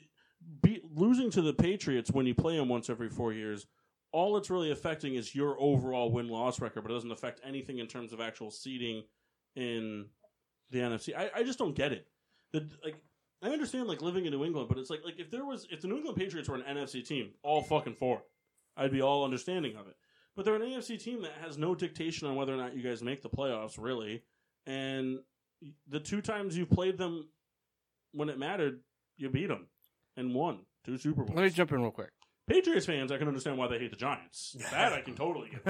Speaker 1: losing to the Patriots when you play them once every four years. All it's really affecting is your overall win loss record, but it doesn't affect anything in terms of actual seeding in the NFC. I, I just don't get it. The like I understand like living in New England, but it's like like if there was if the New England Patriots were an NFC team, all fucking for it. I'd be all understanding of it. But they're an AFC team that has no dictation on whether or not you guys make the playoffs, really. And the two times you played them when it mattered, you beat them and won two Super Bowls.
Speaker 3: Let me jump in real quick.
Speaker 1: Patriots fans, I can understand why they hate the Giants. That I can totally get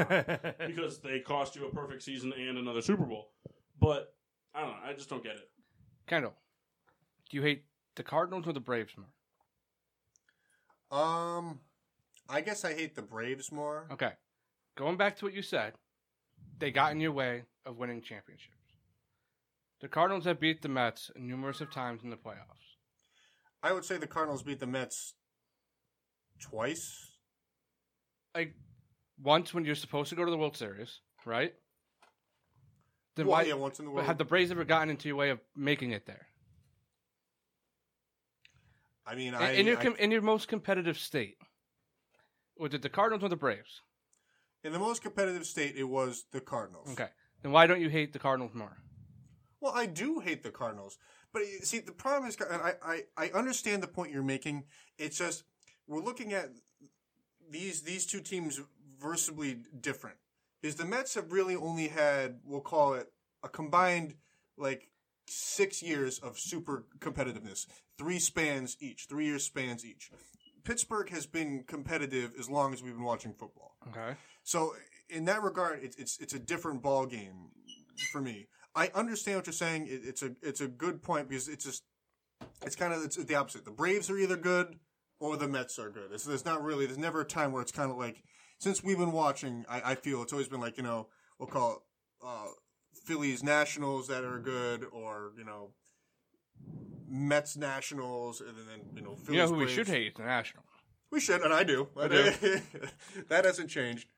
Speaker 1: because they cost you a perfect season and another Super Bowl. But I don't know. I just don't get it.
Speaker 3: Kendall, do you hate the Cardinals or the Braves more?
Speaker 2: Um, I guess I hate the Braves more.
Speaker 3: Okay. Going back to what you said, they got in your way of winning championships. The Cardinals have beat the Mets numerous of times in the playoffs.
Speaker 2: I would say the Cardinals beat the Mets twice.
Speaker 3: Like once when you're supposed to go to the World Series, right? Then
Speaker 2: Well,
Speaker 3: why
Speaker 2: yeah, once in the
Speaker 3: but
Speaker 2: world.
Speaker 3: have the Braves ever gotten into your way of making it there?
Speaker 2: I mean,
Speaker 3: In-
Speaker 2: I,
Speaker 3: in your
Speaker 2: I-
Speaker 3: com- in your most competitive state. Was it the Cardinals or the Braves?
Speaker 2: in the most competitive state, it was the Cardinals.
Speaker 3: Okay. Then why don't you hate the Cardinals more?
Speaker 2: Well, I do hate the Cardinals, but you see, the problem is, and I, I, I understand the point you're making. It's just we're looking at these these two teams versably different. Is the Mets have really only had we'll call it a combined like six years of super competitiveness, three spans each, three year spans each. Pittsburgh has been competitive as long as we've been watching football.
Speaker 3: Okay.
Speaker 2: So in that regard, it's it's it's a different ball game for me. I understand what you're saying. It, it's a it's a good point because it's just it's kind of it's the opposite. The Braves are either good or the Mets are good. It's there's not really there's never a time where it's kind of like since we've been watching. I, I feel it's always been like you know we'll call it uh, Phillies Nationals that are good or you know Mets Nationals and then you know Phillies
Speaker 3: you know who we
Speaker 2: Braves.
Speaker 3: should hate is the Nationals.
Speaker 2: We should, and I do.
Speaker 3: I do.
Speaker 2: that hasn't changed.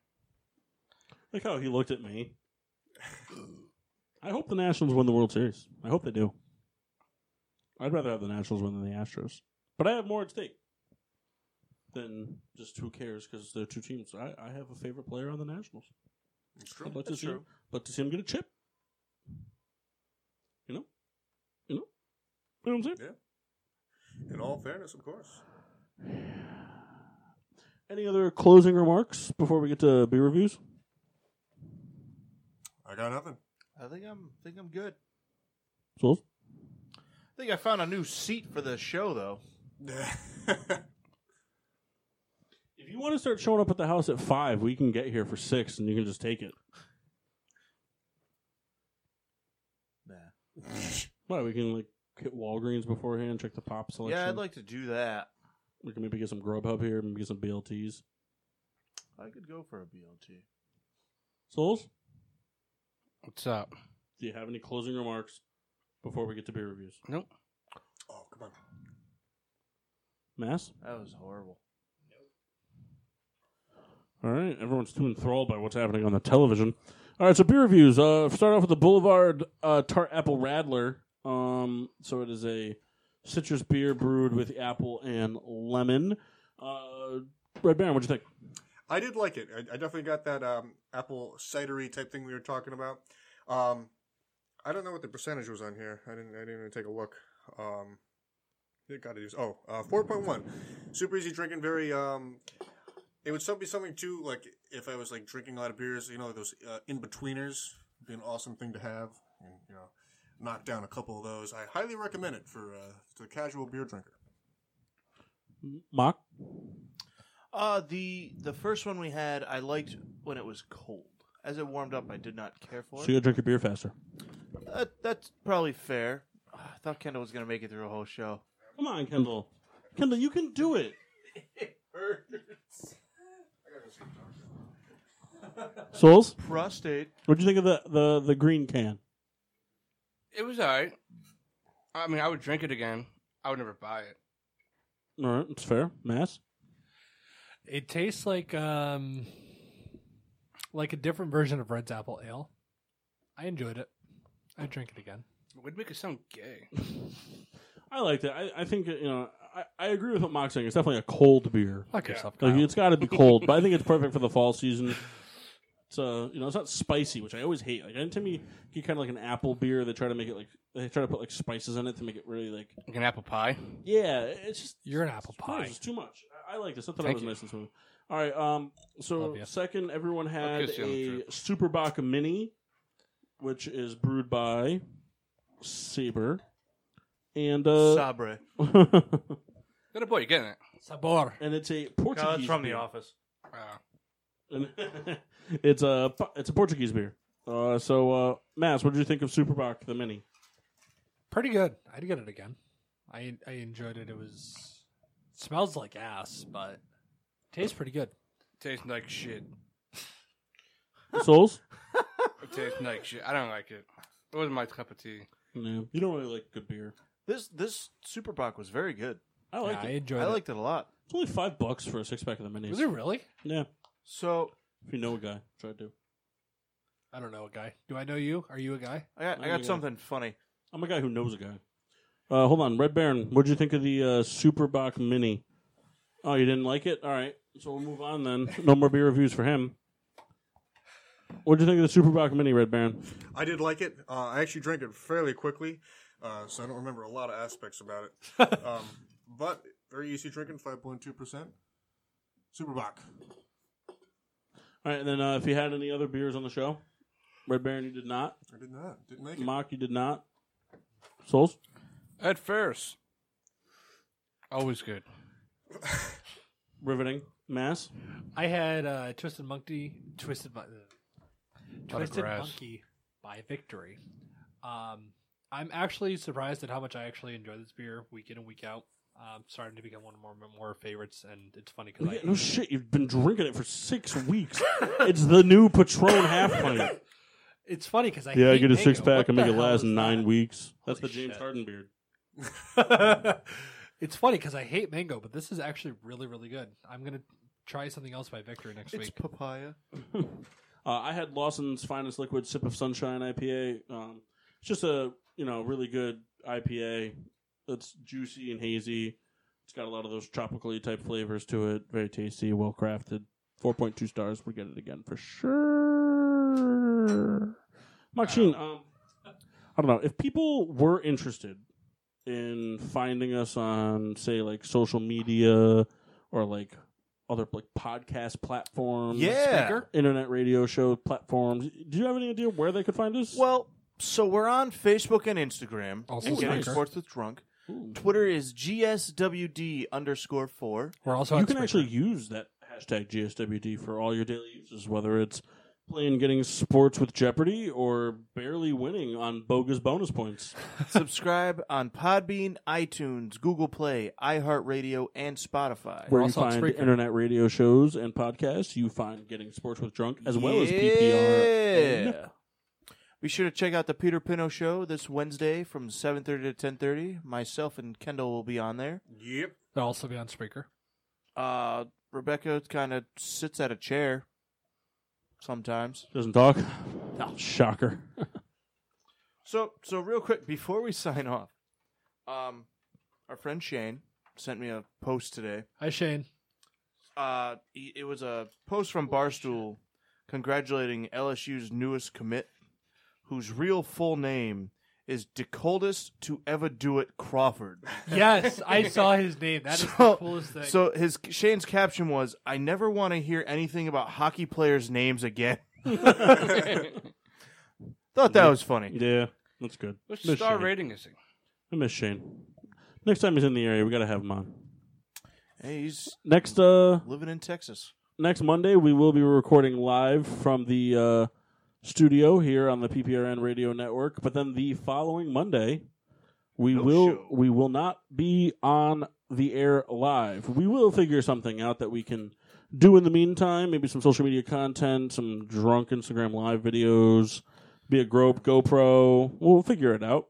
Speaker 1: Like how he looked at me. I hope the Nationals win the World Series. I hope they do. I'd rather have the Nationals win than the Astros, but I have more at stake than just who cares because they're two teams. I, I have a favorite player on the Nationals.
Speaker 2: It's
Speaker 1: I'd like to see Him, like to see him get a chip. You know, you know, you know what I'm saying.
Speaker 2: In all fairness, of course.
Speaker 1: Any other closing remarks before we get to beer reviews?
Speaker 2: I got nothing.
Speaker 6: I think I'm think I'm good.
Speaker 1: Souls?
Speaker 6: I think I found a new seat for the show though.
Speaker 1: If you want to start showing up at the house at five, we can get here for six, and you can just take it.
Speaker 6: Nah.
Speaker 1: Well, we can like hit Walgreens beforehand, check the pop selection.
Speaker 6: Yeah, I'd like to do that.
Speaker 1: We can maybe get some Grubhub here, maybe get some BLTs.
Speaker 6: I could go for a BLT.
Speaker 1: Souls,
Speaker 3: What's up?
Speaker 1: do you have any closing remarks before we get to beer reviews?
Speaker 3: Nope.
Speaker 2: oh, come on.
Speaker 1: Mass.
Speaker 6: That was horrible.
Speaker 1: All right, everyone's too enthralled by what's happening on the television. All right, so beer reviews. Uh, start off with the Boulevard uh, Tart Apple Radler. Um, so it is a citrus beer brewed with apple and lemon. Uh, Red Baron, what'd you think?
Speaker 2: I did like it. I, I definitely got that um, apple cidery type thing we were talking about. Um, I don't know what the percentage was on here. I didn't. I didn't even take a look. Um, it got to use. Oh, uh, 4.1. Super easy drinking. Very. Um, it would still be something too. Like if I was like drinking a lot of beers, you know, like those uh, in betweeners. Be an awesome thing to have. And, you know, knock down a couple of those. I highly recommend it for uh, the casual beer drinker.
Speaker 1: Mock.
Speaker 6: Uh the the first one we had I liked when it was cold. As it warmed up I did not care for
Speaker 1: So
Speaker 6: it.
Speaker 1: you gotta drink your beer faster.
Speaker 6: That, that's probably fair. I thought Kendall was gonna make it through a whole show.
Speaker 1: Come on, Kendall. Kendall, you can do it. Souls,
Speaker 6: Prostate.
Speaker 1: what'd you think of the, the, the green can?
Speaker 3: It was all right. I mean, I would drink it again. I would never buy it.
Speaker 1: All right, it's fair. Mass.
Speaker 5: It tastes like um like a different version of Red's apple ale. I enjoyed it. I drink it again.
Speaker 3: It would make it sound gay.
Speaker 1: I liked it. I, I think you know. I, I agree with what Mock's saying. It's definitely a cold beer.
Speaker 5: Fuck yourself, Kyle.
Speaker 1: Like it's got to be cold, but I think it's perfect for the fall season. It's uh, you know, it's not spicy, which I always hate. Like, anytime you get kind of like an apple beer, they try to make it like they try to put like spices in it to make it really like
Speaker 3: Like an apple pie.
Speaker 1: yeah. It's just
Speaker 5: You're an apple
Speaker 1: it's gross.
Speaker 5: pie.
Speaker 1: It's too much. I, I like this. I thought I
Speaker 3: Thank
Speaker 1: was
Speaker 3: you.
Speaker 1: nice and smooth. All right. Um. So
Speaker 5: Love ya.
Speaker 1: second, everyone had
Speaker 3: kiss you on the
Speaker 1: a Super Bock Mini, which is brewed by Saber, and uh,
Speaker 6: Sabre.
Speaker 3: Good boy, you're getting it.
Speaker 5: Sabor.
Speaker 1: and it's a
Speaker 6: No,
Speaker 1: Portuguese.
Speaker 6: it's from the
Speaker 1: beer.
Speaker 6: office.
Speaker 3: Wow.
Speaker 1: And it's a it's a Portuguese beer. Uh, so, uh, Mass, what did you think of Superbock the Mini?
Speaker 5: Pretty good. I'd get it again. I I enjoyed it. It was smells like ass, but tastes pretty good.
Speaker 3: tastes like shit.
Speaker 1: Souls?
Speaker 3: It tastes like shit. I don't like it. It wasn't my cup of tea.
Speaker 1: No, you don't really like good beer.
Speaker 6: This this Super Bock was very good.
Speaker 1: I like
Speaker 5: yeah, I
Speaker 1: it.
Speaker 5: enjoyed
Speaker 6: I
Speaker 5: it.
Speaker 6: liked it a lot.
Speaker 1: It's only five bucks for a six pack of the minis.
Speaker 5: was it really?
Speaker 1: yeah,
Speaker 6: So
Speaker 1: if you know a guy, try to.
Speaker 5: I don't know a guy. Do I know you? Are you a guy?
Speaker 6: I got, I
Speaker 1: Yeah.
Speaker 6: got something funny.
Speaker 1: I'm a guy who knows a guy. Uh, hold on, Red Baron. What did you think of the uh, Superbock Mini? Oh, you didn't like it? All right, so we'll move on then. No more beer reviews for him. What did you think of the Superbock Mini, Red Baron?
Speaker 2: I did like it. Uh, I actually drank it fairly quickly, uh, so I don't remember a lot of aspects about it. um, but very easy drinking, 5.2%. Super Bock.
Speaker 1: All right, and then uh, if you had any other beers on the show, Red Baron, you did not.
Speaker 2: I did not. Didn't make it.
Speaker 1: Mock, you did not. Souls?
Speaker 3: At first. Always good.
Speaker 1: Riveting. Mass?
Speaker 5: I had uh, Twisted Monkey, Twisted Mon- uh, Twisted
Speaker 3: grass.
Speaker 5: Monkey by Victory. Um, I'm actually surprised at how much I actually enjoy this beer week in and week out. Um, starting to become one of my more favorites, and it's funny because
Speaker 1: no shit, you've been drinking it for six weeks. it's the new Patron half pint.
Speaker 5: it's funny because I
Speaker 1: Yeah, I
Speaker 5: hate
Speaker 1: get a
Speaker 5: mango.
Speaker 1: six pack
Speaker 5: What
Speaker 1: and
Speaker 5: the
Speaker 1: make it
Speaker 5: hell
Speaker 1: last
Speaker 5: is
Speaker 1: nine
Speaker 5: that?
Speaker 1: weeks. That's
Speaker 5: Holy
Speaker 1: the James
Speaker 5: shit.
Speaker 1: Harden beard.
Speaker 5: it's funny because I hate mango, but this is actually really, really good. I'm gonna try something else by Victory next
Speaker 6: It's
Speaker 5: week.
Speaker 6: papaya.
Speaker 1: Uh, I had Lawson's Finest Liquid Sip of Sunshine IPA. Um, it's just a you know really good IPA. It's juicy and hazy. It's got a lot of those tropically type flavors to it. Very tasty, well crafted. Four point two stars. We'll get it again for sure. Maxine, um, I don't know if people were interested in finding us on say like social media or like other like podcast platforms
Speaker 6: Yeah.
Speaker 1: internet radio show platforms. Do you have any idea where they could find us?
Speaker 6: Well, so we're on Facebook and Instagram.
Speaker 5: Also
Speaker 6: At getting
Speaker 5: Spreaker.
Speaker 6: sports with drunk.
Speaker 1: Ooh.
Speaker 6: Twitter is gswd underscore four.
Speaker 5: We're also
Speaker 1: you
Speaker 5: on
Speaker 1: can
Speaker 5: Spreaker.
Speaker 1: actually use that hashtag GSWD for all your daily uses, whether it's playing getting sports with Jeopardy or barely winning on bogus bonus points.
Speaker 6: Subscribe on Podbean, iTunes, Google Play, iHeartRadio, and Spotify.
Speaker 1: Where you
Speaker 5: also on
Speaker 1: find
Speaker 5: Spreaker.
Speaker 1: internet radio shows and podcasts, you find getting sports with drunk as well as PPR.
Speaker 6: Yeah. Be sure to check out the Peter Pino show this Wednesday from 7:30 to 10:30. Myself and Kendall will be on there.
Speaker 2: Yep.
Speaker 5: They'll also be on Spreaker.
Speaker 6: Uh, Rebecca kind of sits at a chair sometimes.
Speaker 1: Doesn't talk. Shocker.
Speaker 6: So, so real quick before we sign off, um, our friend Shane sent me a post today.
Speaker 5: Hi Shane.
Speaker 6: Uh, he- it was a post from Barstool congratulating LSU's newest commit, whose real full name is Decoldest to ever do it Crawford.
Speaker 5: Yes, I saw his name. That is the
Speaker 6: So-
Speaker 5: coolest thing.
Speaker 6: So his Shane's caption was, "I never want to hear anything about hockey players' names again." Thought that was funny.
Speaker 1: yeah, that's good.
Speaker 3: What's the
Speaker 1: Miss
Speaker 3: star
Speaker 1: Shane.
Speaker 3: rating is it?
Speaker 1: I miss Shane. Next time he's in the area, we got to have him on.
Speaker 6: Hey, he's
Speaker 1: Next, uh,
Speaker 6: living in Texas.
Speaker 1: next Monday we will be recording live from the uh, studio here on the PPRN Radio Network. But then the following Monday, we
Speaker 6: No
Speaker 1: will
Speaker 6: show.
Speaker 1: we will not be on the air live. We will figure something out that we can do in the meantime. Maybe some social media content, some drunk Instagram live videos, be a grope GoPro. We'll figure it out.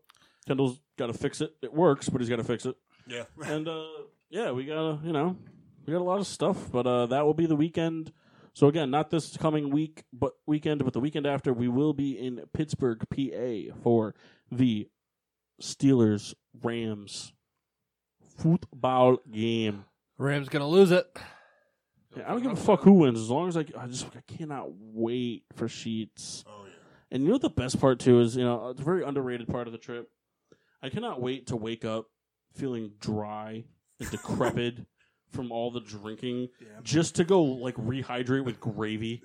Speaker 1: Kendall's got to fix it. It works, but he's got to fix it.
Speaker 2: Yeah.
Speaker 1: And uh, yeah, we got to you know we got a lot of stuff, but uh, that will be the weekend. So again, not this coming week, but weekend, but the weekend after, we will be in Pittsburgh, PA, for the Steelers Rams football game.
Speaker 3: Rams gonna lose it.
Speaker 1: Yeah, I don't give a fuck who wins as long as I, I just I cannot wait for sheets.
Speaker 2: Oh yeah.
Speaker 1: And you know what the best part too is you know it's a very underrated part of the trip. I cannot wait to wake up feeling dry and decrepit from all the drinking, just to go like rehydrate with gravy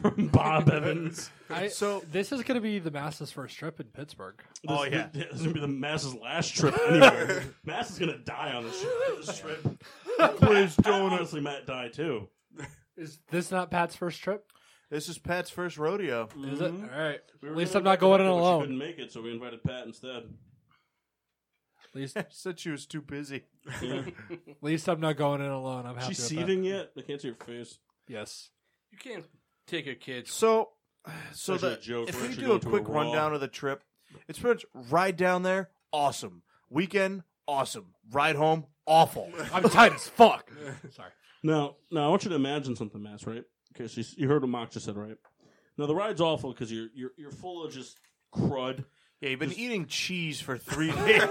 Speaker 1: from Bob Evans.
Speaker 9: I,
Speaker 6: So-
Speaker 9: so this is going to be the masses first trip in Pittsburgh.
Speaker 6: Oh,
Speaker 1: This-
Speaker 6: yeah.
Speaker 1: this is gonna be the Mass's last trip. Anyway, Mass is gonna die on this, ship- this trip. Please don't. Honestly, Matt die too.
Speaker 9: Is this not Pat's first trip?
Speaker 6: This is Pat's first rodeo.
Speaker 9: Is it? All right.
Speaker 1: Mm-hmm. We were
Speaker 9: At least
Speaker 1: gonna
Speaker 9: I'm not
Speaker 1: invite
Speaker 9: going in
Speaker 1: Rebecca, but she
Speaker 9: alone.
Speaker 1: Couldn't make it, so we invited Pat instead.
Speaker 9: At least,
Speaker 6: Said she was too busy.
Speaker 1: Yeah.
Speaker 9: at least I'm not going in alone. I'm happy.
Speaker 1: She's
Speaker 9: with that.
Speaker 1: seething yet? I can't see her face.
Speaker 9: Yes.
Speaker 3: You can't take your kids.
Speaker 6: So, so
Speaker 1: actually
Speaker 6: the,
Speaker 1: a joke.
Speaker 6: if
Speaker 1: We're
Speaker 6: we
Speaker 1: actually
Speaker 6: do a
Speaker 1: going to a
Speaker 6: quick
Speaker 1: Raw.
Speaker 6: rundown of the trip, it's pretty much ride down there, awesome. Weekend, awesome. Ride home, awful.
Speaker 9: I'm tight as fuck. Sorry.
Speaker 1: Now, now I want you to imagine something, Mass. Right? Because you, you heard what Mock just said, right? Now the ride's awful because you're you're you're full of just crud.
Speaker 6: Yeah, you've been eating cheese for three days.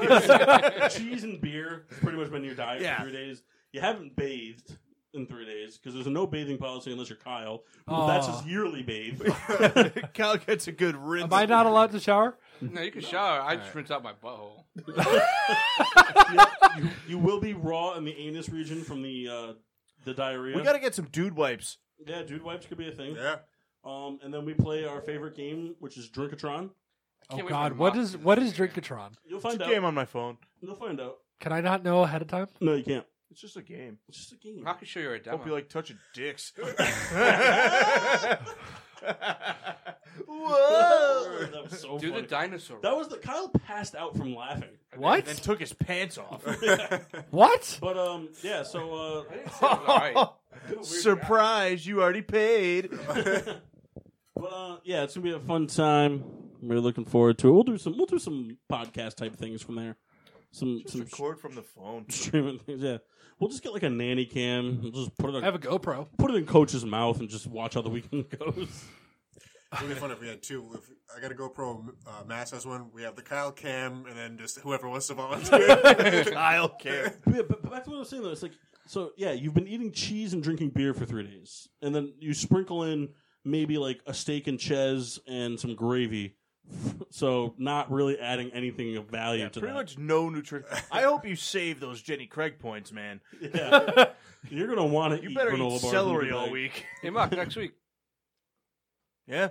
Speaker 1: cheese and beer has pretty much been your diet
Speaker 6: Yeah.
Speaker 1: for three days. You haven't bathed in three days because there's a no bathing policy unless you're Kyle. But That's
Speaker 9: Aw.
Speaker 1: his yearly bathe.
Speaker 6: Kyle gets a good rinse.
Speaker 9: Am I not allowed to shower?
Speaker 3: No, you can shower. I just rinse out my butthole.
Speaker 1: you, you will be raw in the anus region from the uh, the diarrhea.
Speaker 6: We got to get some dude wipes.
Speaker 1: yeah, dude wipes could be a thing.
Speaker 2: Yeah.
Speaker 1: Um, and then we play our favorite game, which is Drinkatron.
Speaker 9: Oh
Speaker 3: wait for
Speaker 9: God,
Speaker 3: the
Speaker 9: what
Speaker 3: mock
Speaker 9: is
Speaker 3: to do
Speaker 9: what
Speaker 3: this
Speaker 9: is Drinkatron?
Speaker 1: You'll
Speaker 6: It's a
Speaker 1: find out.
Speaker 6: game on my phone.
Speaker 1: You'll find out.
Speaker 9: Can I not know ahead of time?
Speaker 1: No, you can't.
Speaker 6: It's just a game.
Speaker 1: It's just a game.
Speaker 3: I can show you a demo.
Speaker 6: Don't be like touching dicks. Whoa!
Speaker 1: that was so
Speaker 3: Do the
Speaker 1: funny.
Speaker 3: dinosaur.
Speaker 1: that was the Kyle passed out from laughing.
Speaker 9: What?
Speaker 6: Then took his pants off.
Speaker 9: What?
Speaker 1: But um, yeah. So uh,
Speaker 3: all
Speaker 6: Surprise! You already paid.
Speaker 1: But uh, yeah, it's gonna be a fun time. We're looking forward to it. We'll do some we'll do some podcast type things from there. Some
Speaker 6: Just
Speaker 1: some
Speaker 6: record from the phone.
Speaker 1: streaming things. Yeah, we'll just get like a nanny cam. We'll just put it
Speaker 9: I have
Speaker 1: on,
Speaker 9: a GoPro.
Speaker 1: put it in coach's mouth and just watch how the weekend goes.
Speaker 2: It would be fun if we had two. If I got a GoPro, uh, Mass has one. We have the Kyle Cam, and then just whoever wants to volunteer.
Speaker 6: Kyle care.
Speaker 1: But yeah, but, but back to what I was saying though. It's like so yeah, you've been eating cheese and drinking beer for three days, and then you sprinkle in maybe like a steak and ches and some gravy. So not really adding anything of value to that.
Speaker 6: Pretty much no nutrition. I hope you save those Jenny Craig points, man.
Speaker 1: Yeah. You're gonna want to
Speaker 6: You
Speaker 1: eat
Speaker 6: better
Speaker 1: granola
Speaker 6: eat
Speaker 1: bars
Speaker 6: celery
Speaker 1: and
Speaker 6: all
Speaker 1: bag.
Speaker 6: week.
Speaker 3: Hey, Mark, next week.
Speaker 6: Yeah.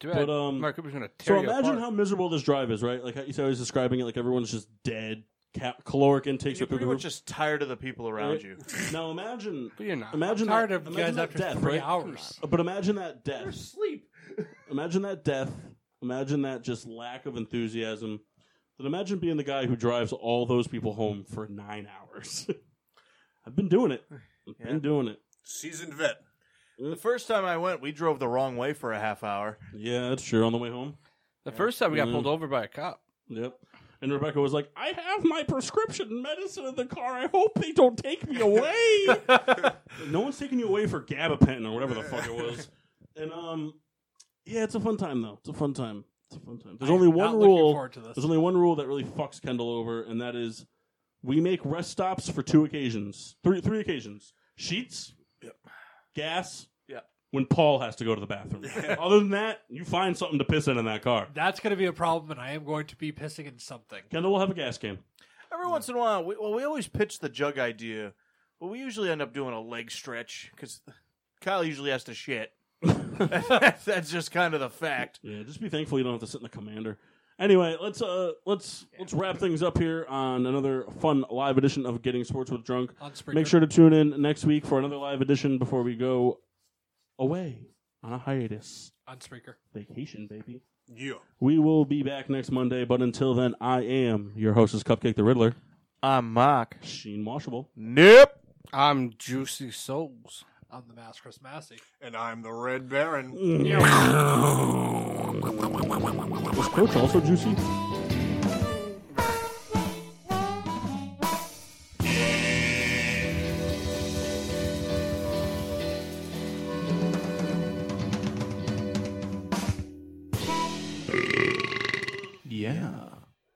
Speaker 3: Too
Speaker 1: But,
Speaker 3: bad.
Speaker 1: um,
Speaker 3: Mark Cooper's gonna tear
Speaker 1: So
Speaker 3: you
Speaker 1: imagine
Speaker 3: apart.
Speaker 1: how miserable this drive is, right? Like how you said, I was describing it, like everyone's just dead. Ca- caloric intakes
Speaker 6: You're
Speaker 1: are through
Speaker 6: pretty
Speaker 1: the
Speaker 6: much
Speaker 1: roof.
Speaker 6: just tired of the people around
Speaker 1: Right?
Speaker 6: you.
Speaker 1: Now imagine,
Speaker 3: But you're not.
Speaker 1: imagine
Speaker 9: tired
Speaker 1: that,
Speaker 9: of you
Speaker 1: imagine
Speaker 9: guys
Speaker 1: that
Speaker 9: after
Speaker 1: death,
Speaker 9: three
Speaker 1: right?
Speaker 9: hours.
Speaker 1: But imagine that death.
Speaker 3: sleep.
Speaker 1: Imagine that death. Imagine that just lack of enthusiasm. Then imagine being the guy who drives all those people home for nine hours. I've been doing it. I've
Speaker 6: Yeah.
Speaker 1: been doing it.
Speaker 2: Seasoned vet.
Speaker 6: The first time I went, we drove the wrong way for a half hour.
Speaker 1: Yeah, that's true. On the way home.
Speaker 3: The first time we got
Speaker 1: Mm.
Speaker 3: pulled over by a cop.
Speaker 1: Yep. And Rebecca was like, I have my prescription medicine in the car. I hope they don't take me away. no one's taking you away for gabapentin or whatever the fuck it was. And, um, yeah, it's a fun time, though. It's a fun time. It's a fun time. There's
Speaker 9: I am
Speaker 1: only
Speaker 9: not
Speaker 1: one
Speaker 9: looking
Speaker 1: rule.
Speaker 9: forward to this.
Speaker 1: There's only one rule that really fucks Kendall over, and that is we make rest stops for two occasions. Three, three occasions. Sheets. Gas.
Speaker 6: Yep.
Speaker 1: When Paul has to go to the bathroom. Other than that, you find something to piss in in that car.
Speaker 9: That's going to be a problem, and I am going to be pissing in something.
Speaker 1: Kendall will have a gas can.
Speaker 6: Every once in a while, we, well, we always pitch the jug idea, but we usually end up doing a leg stretch because Kyle usually has to shit. That's just kind of the fact.
Speaker 1: Yeah, just be thankful you don't have to sit in the commander. Anyway, let's uh let's let's wrap things up here on another fun live edition of Getting Sports with Drunk.
Speaker 9: On Spreaker.
Speaker 1: Make sure to tune in next week for another live edition before we go away on a hiatus.
Speaker 9: On Spreaker.
Speaker 1: Vacation, baby.
Speaker 2: Yeah.
Speaker 1: We will be back next Monday, but until then, I am your hostess, Cupcake the Riddler,
Speaker 6: I'm Mock.
Speaker 1: Sheen Washable.
Speaker 6: Nope.
Speaker 3: I'm Juicy Souls.
Speaker 5: I'm the Mascaris Massey.
Speaker 2: And I'm the Red Baron.
Speaker 1: Was Coach also juicy? Yeah.